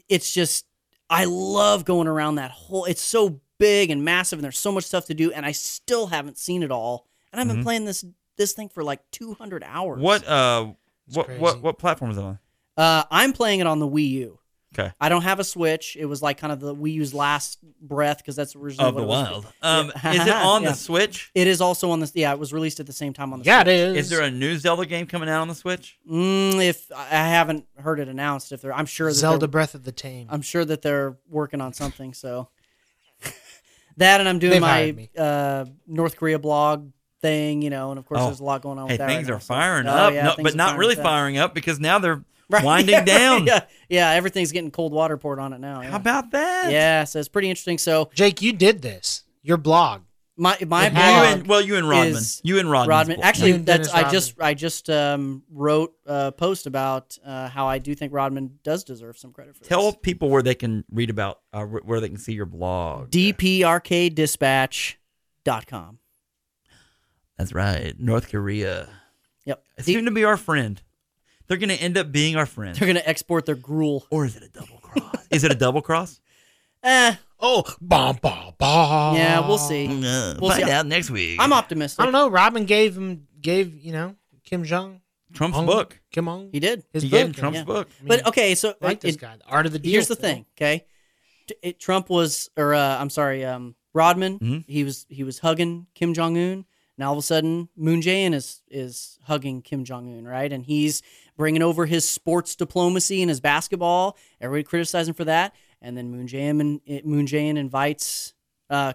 Speaker 2: it's just I love going around that whole. It's so big and massive, and there's so much stuff to do, and I still haven't seen it all. And I've been
Speaker 1: Mhm.
Speaker 2: playing this this thing for like 200 hours.
Speaker 1: What uh
Speaker 3: It's
Speaker 1: what
Speaker 3: crazy.
Speaker 1: what what platform is it on?
Speaker 2: Uh, I'm playing it on the Wii U.
Speaker 1: Okay.
Speaker 2: I don't have a Switch. It was like kind of the Wii U's last breath because that's originally what it was.
Speaker 1: Um
Speaker 2: Yeah. [LAUGHS]
Speaker 1: is it on
Speaker 2: Yeah.
Speaker 1: the Switch?
Speaker 2: It is also on the yeah. It was released at the same time on the
Speaker 3: Yeah, it
Speaker 2: Switch.
Speaker 3: is.
Speaker 1: Is there a new Zelda game coming out on the Switch?
Speaker 2: Mm, if I I haven't heard it announced, if they're I'm sure that
Speaker 3: Zelda
Speaker 2: they're-
Speaker 3: Breath of the Tame?
Speaker 2: I'm sure that they're working on something. So [LAUGHS] that and I'm doing
Speaker 3: They've hired
Speaker 2: my
Speaker 3: me.
Speaker 2: uh, North Korea blog thing, you know, and of course
Speaker 1: Oh.
Speaker 2: there's a lot going on.
Speaker 1: Hey,
Speaker 2: with that
Speaker 1: things
Speaker 2: right now,
Speaker 1: are
Speaker 2: so-
Speaker 1: firing
Speaker 2: Oh,
Speaker 1: up,
Speaker 2: yeah,
Speaker 1: no,
Speaker 2: things
Speaker 1: but
Speaker 2: are
Speaker 1: not really
Speaker 2: up.
Speaker 1: firing up because now they're
Speaker 2: [LAUGHS]
Speaker 1: [LAUGHS]
Speaker 2: Right,
Speaker 1: winding
Speaker 2: yeah, right,
Speaker 1: down.
Speaker 2: Yeah, yeah, everything's getting cold water poured on it now.
Speaker 1: How
Speaker 2: Yeah.
Speaker 1: about that?
Speaker 2: yeah, so it's pretty interesting. So
Speaker 3: Jake, you did this. Your blog.
Speaker 2: my my
Speaker 3: Yeah, you
Speaker 2: blog,
Speaker 1: You and, well, you and Rodman.
Speaker 2: is
Speaker 1: You and Rodman's
Speaker 2: Rodman.
Speaker 1: bull-
Speaker 2: Actually,
Speaker 3: You and
Speaker 2: that's
Speaker 3: Dennis
Speaker 2: I just I just um, wrote a post about uh, how I do think Rodman does deserve some credit for
Speaker 1: tell
Speaker 2: this.
Speaker 1: people where they can read about, uh, wh- where they can see your blog.
Speaker 2: dprkdispatch.com.
Speaker 1: That's right. North Korea.
Speaker 2: Yep.
Speaker 1: It's
Speaker 2: D-
Speaker 1: soon to be our friend. They're going to end up being our friend.
Speaker 2: they're going to export their gruel.
Speaker 1: Or is it a double cross? is it a double cross?
Speaker 2: Eh,
Speaker 3: Oh, bomb, bomb, bomb.
Speaker 2: yeah, [LAUGHS] we'll see.
Speaker 1: No.
Speaker 2: We'll
Speaker 1: find
Speaker 2: see.
Speaker 1: out next week.
Speaker 2: I'm
Speaker 3: I
Speaker 2: optimistic.
Speaker 3: don't know. Robin gave him gave you know Kim Jong
Speaker 1: Trump's
Speaker 3: Ong-
Speaker 1: book.
Speaker 3: Kim Jong.
Speaker 2: He did.
Speaker 3: His
Speaker 1: he
Speaker 3: book.
Speaker 1: gave him Trump's
Speaker 2: yeah.
Speaker 1: book.
Speaker 3: I mean,
Speaker 2: But okay, so
Speaker 3: I like
Speaker 2: it-
Speaker 3: this
Speaker 2: it-
Speaker 3: guy. The art of the deal.
Speaker 2: here's the
Speaker 3: man.
Speaker 2: thing, okay? T- It, Trump was or uh, I'm sorry, um, Rodman,
Speaker 3: Mm-hmm.
Speaker 1: Mhm.
Speaker 2: he was he was hugging Kim Jong Un. Now all of a sudden Moon Jae-in is is hugging Kim Jong Un, right? And he's bringing over his sports diplomacy and his basketball. Everybody criticizes him for that. And then Moon Jae-in and it- Moon Jae-in invites uh,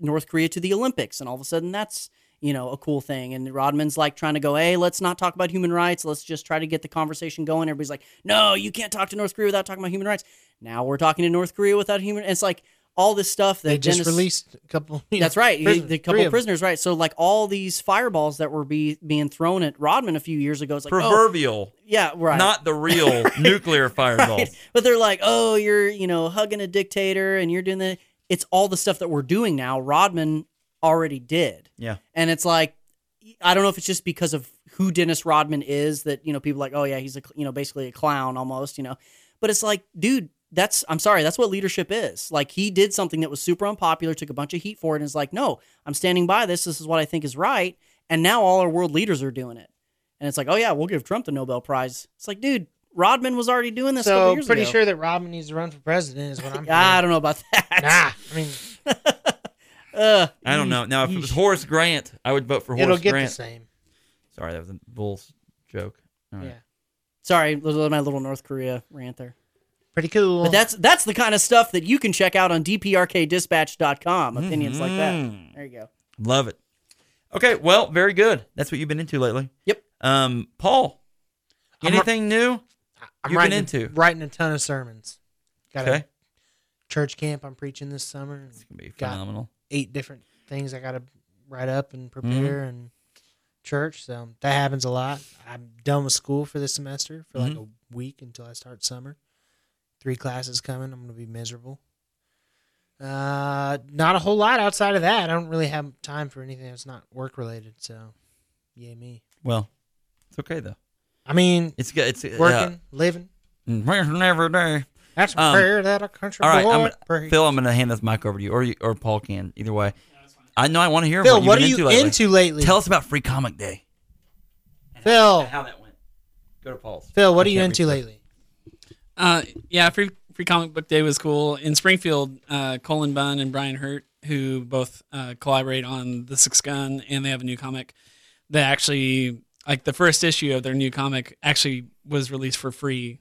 Speaker 2: North Korea to the Olympics, and all of a sudden that's you know a cool thing. And Rodman's like trying to go, hey, let's not talk about human rights. Let's just try to get the conversation going. Everybody's like, no, you can't talk to North Korea without talking about human rights. Now we're talking to North Korea without human. It's like all this stuff that
Speaker 3: They just
Speaker 2: Dennis-
Speaker 3: released a couple. you know,
Speaker 2: That's right, the-
Speaker 3: prisoners,
Speaker 2: the
Speaker 3: three
Speaker 2: couple
Speaker 3: of
Speaker 2: of
Speaker 3: them.
Speaker 2: prisoners, right? So like all these fireballs that were be, being thrown at Rodman a few years ago, it's like, oh,
Speaker 1: Proverbial,
Speaker 2: yeah, right,
Speaker 1: not the real nuclear fireballs.
Speaker 2: Right. [LAUGHS] But they're like, oh, you're, you know, hugging a dictator and you're doing the. It's all the stuff that we're doing now. Rodman already did.
Speaker 1: Yeah.
Speaker 2: And it's like, I don't know if it's just because of who Dennis Rodman is that, you know, people are like, oh, yeah, he's a, cl- you know, basically a clown almost, you know. But it's like, dude, that's, I'm sorry, that's what leadership is. Like, he did something that was super unpopular, took a bunch of heat for it, and is like, no, I'm standing by this. This is what I think is right. And now all our world leaders are doing it. And it's like, oh, yeah, we'll give Trump the Nobel Prize. It's like, dude, Rodman was already doing this. a couple
Speaker 3: So
Speaker 2: years
Speaker 3: pretty
Speaker 2: ago.
Speaker 3: sure that Robin needs to run for president is what I'm.
Speaker 2: I don't know about
Speaker 3: hearing.
Speaker 2: that.
Speaker 3: Nah, I mean
Speaker 2: [LAUGHS] Uh,
Speaker 1: I don't know. Now, if it was Horace Grant, I would vote for
Speaker 3: it'll
Speaker 1: Horace
Speaker 3: get
Speaker 1: Grant.
Speaker 3: the same.
Speaker 1: Sorry, that was a Bulls joke. All right.
Speaker 3: Yeah.
Speaker 2: sorry, that was my little North Korea rant there.
Speaker 3: Pretty cool.
Speaker 2: But that's that's the kind of stuff that you can check out on dprkdispatch.com.
Speaker 1: Mm-hmm.
Speaker 2: Opinions like
Speaker 1: Mhm.
Speaker 2: that. There you go.
Speaker 1: Love it. Okay, well, very good. That's what you've been into lately.
Speaker 2: Yep.
Speaker 1: Um, Paul,
Speaker 3: I'm ri-
Speaker 1: anything new? you've
Speaker 3: I'm
Speaker 1: been
Speaker 3: writing,
Speaker 1: into.
Speaker 3: writing a ton of sermons. Got
Speaker 1: Okay,
Speaker 3: a church camp I'm preaching this summer.
Speaker 1: it's gonna be
Speaker 3: got-
Speaker 1: phenomenal.
Speaker 3: Eight different things I got to write up and
Speaker 1: Mm-hmm.
Speaker 3: prepare and church. So that happens a lot. I'm done with school for this semester for
Speaker 1: Mm-hmm.
Speaker 3: like a week until I start summer. Three classes coming. I'm gonna be miserable. Uh, not a whole lot outside of that. I don't really have time for anything that's not work related. So, yay me.
Speaker 1: Well, it's okay though.
Speaker 3: I mean,
Speaker 1: It's good. It's yeah.
Speaker 3: working, living.
Speaker 1: Mm, working every day.
Speaker 3: That's a
Speaker 1: Um,
Speaker 3: prayer that a country
Speaker 1: All right,
Speaker 3: boy
Speaker 1: I'm gonna,
Speaker 3: prays.
Speaker 1: Phil. I'm gonna hand this mic over to you, or you, or Paul can. Either way, I know I want to hear
Speaker 3: Phil,
Speaker 1: what, you've
Speaker 3: what are
Speaker 1: been
Speaker 3: you
Speaker 1: lately.
Speaker 3: into lately?
Speaker 1: Tell us about Free Comic Day.
Speaker 3: Phil,
Speaker 1: Oh, How that went. Go to Paul's.
Speaker 3: Phil, what
Speaker 1: I
Speaker 3: are you
Speaker 1: can't
Speaker 3: into
Speaker 1: read.
Speaker 3: lately?
Speaker 6: Uh, yeah, free free comic book day was cool in Springfield. Uh, Colin Bunn and Brian Hurt, who both uh, collaborate on the Six Gun, and they have a new comic that actually like the first issue of their new comic actually was released for free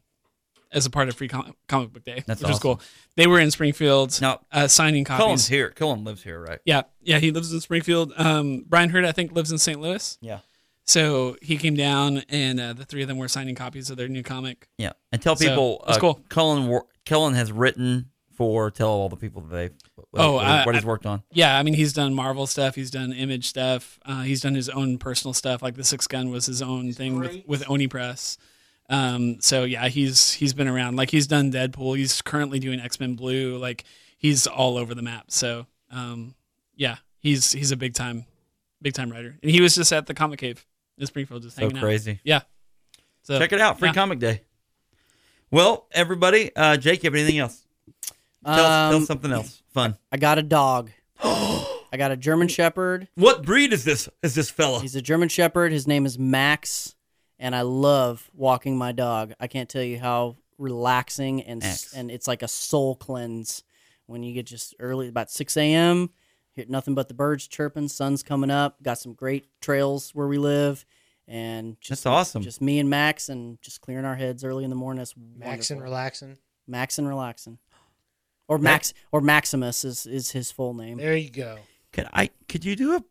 Speaker 6: as a part of Free Com- Comic Book Day,
Speaker 1: That's
Speaker 6: which is
Speaker 1: awesome.
Speaker 6: cool. They were in Springfield
Speaker 1: Now-
Speaker 6: uh, signing
Speaker 1: Cohen's
Speaker 6: copies.
Speaker 1: here. Cohen lives here, right?
Speaker 6: Yeah, yeah, he lives in Springfield. Um, Brian Hurd, I think, lives in St. Louis.
Speaker 1: Yeah.
Speaker 6: So he came down, and uh, the three of them were signing copies of their new comic.
Speaker 1: Yeah. And tell
Speaker 6: So,
Speaker 1: people
Speaker 6: that's
Speaker 1: uh,
Speaker 6: cool.
Speaker 1: Cohen wor- Cohen has written for tell all the people that they've what,
Speaker 6: Oh,
Speaker 1: what,
Speaker 6: I-
Speaker 1: what he's worked on.
Speaker 6: Yeah, I mean, he's done Marvel stuff, he's done Image stuff, uh, he's done his own personal stuff. Like the Six Gun was his own thing with, with Oni Press. Um, so yeah, he's he's been around. Like he's done Deadpool. He's currently doing X Men Blue. Like he's all over the map. So um, yeah, he's he's a big time, big time writer. And he was just at the Comic Cave in Springfield, just
Speaker 1: So
Speaker 6: hanging out.
Speaker 1: crazy.
Speaker 6: Yeah. So
Speaker 1: Check it out. Free
Speaker 6: yeah.
Speaker 1: comic day. Well, everybody, uh, Jake, you have anything else? Tell, us tell
Speaker 2: Um,
Speaker 1: us something else.
Speaker 6: [LAUGHS]
Speaker 1: Fun.
Speaker 2: I got
Speaker 1: [GASPS]
Speaker 2: a dog. I got a German Shepherd.
Speaker 1: What breed is this? Is this fella?
Speaker 2: He's a German Shepherd. His name is Max, and I love walking my dog. I can't tell you how relaxing and
Speaker 1: Max.
Speaker 2: and it's like a soul cleanse when you get just early about six a.m. Hear nothing but the birds chirping, sun's coming up. Got some great trails where we live, and just
Speaker 1: That's awesome.
Speaker 2: just me and Max, and just clearing our heads early in the morning. That's
Speaker 3: Max and
Speaker 2: wonderful.
Speaker 3: relaxing.
Speaker 2: Max and relaxing, or Max or Maximus is is his full name.
Speaker 3: There you go.
Speaker 1: Could I? Could you do a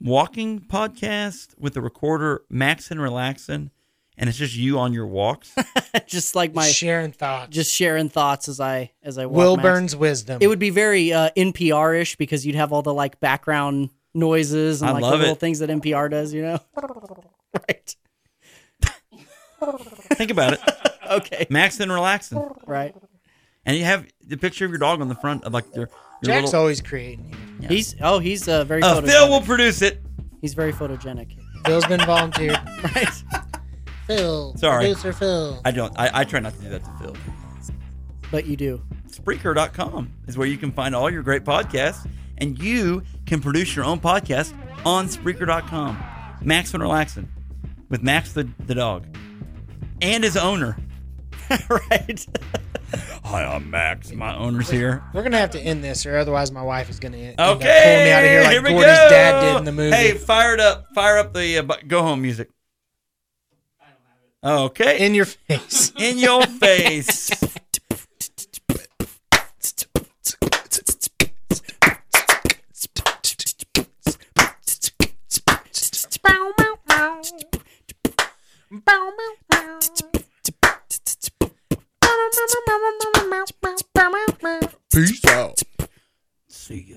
Speaker 1: walking podcast with the recorder Maxin Relaxin, and it's just you on your walks?
Speaker 2: [LAUGHS] just like my
Speaker 3: sharing thoughts.
Speaker 2: just sharing thoughts as I as I walk.
Speaker 3: Will
Speaker 2: Max.
Speaker 3: Burns' wisdom.
Speaker 2: It would be very uh, NPR ish because you'd have all the like background noises and
Speaker 1: I
Speaker 2: like the
Speaker 1: love
Speaker 2: little
Speaker 1: it.
Speaker 2: things that NPR does.
Speaker 3: [LAUGHS]
Speaker 2: You know, right?
Speaker 1: Think about it,
Speaker 2: [LAUGHS] Okay,
Speaker 1: Maxin Relaxin,
Speaker 2: right.
Speaker 1: and you have the picture of your dog on the front of like your. your
Speaker 3: Jack's
Speaker 1: little,
Speaker 3: always creating. here.
Speaker 2: He's oh he's uh, very
Speaker 1: uh,
Speaker 2: photogenic.
Speaker 1: Phil will produce it.
Speaker 2: he's very photogenic.
Speaker 3: Phil's been volunteered.
Speaker 2: [LAUGHS] Right.
Speaker 4: Phil.
Speaker 1: Sorry.
Speaker 4: Producer Phil.
Speaker 1: I don't. I, I try not to do that to Phil.
Speaker 2: But you do.
Speaker 1: Spreaker.com is where you can find all your great podcasts, and you can produce your own podcast on Spreaker.com. Max and Relaxin with Max the, the dog and his owner. [LAUGHS]
Speaker 2: right.
Speaker 1: Hi, I'm Max. My owner's here.
Speaker 3: We're gonna have to end this, or otherwise my wife is gonna end up
Speaker 1: Okay.
Speaker 3: pulling me out of here like
Speaker 1: we
Speaker 3: Gordy's
Speaker 1: go.
Speaker 3: dad did in the movie.
Speaker 1: Hey, fire it up. Fire up the uh, bu- go home music. I don't have it. Okay.
Speaker 3: in your face.
Speaker 1: in
Speaker 3: [LAUGHS]
Speaker 1: your face.
Speaker 5: Peace out.
Speaker 1: See ya.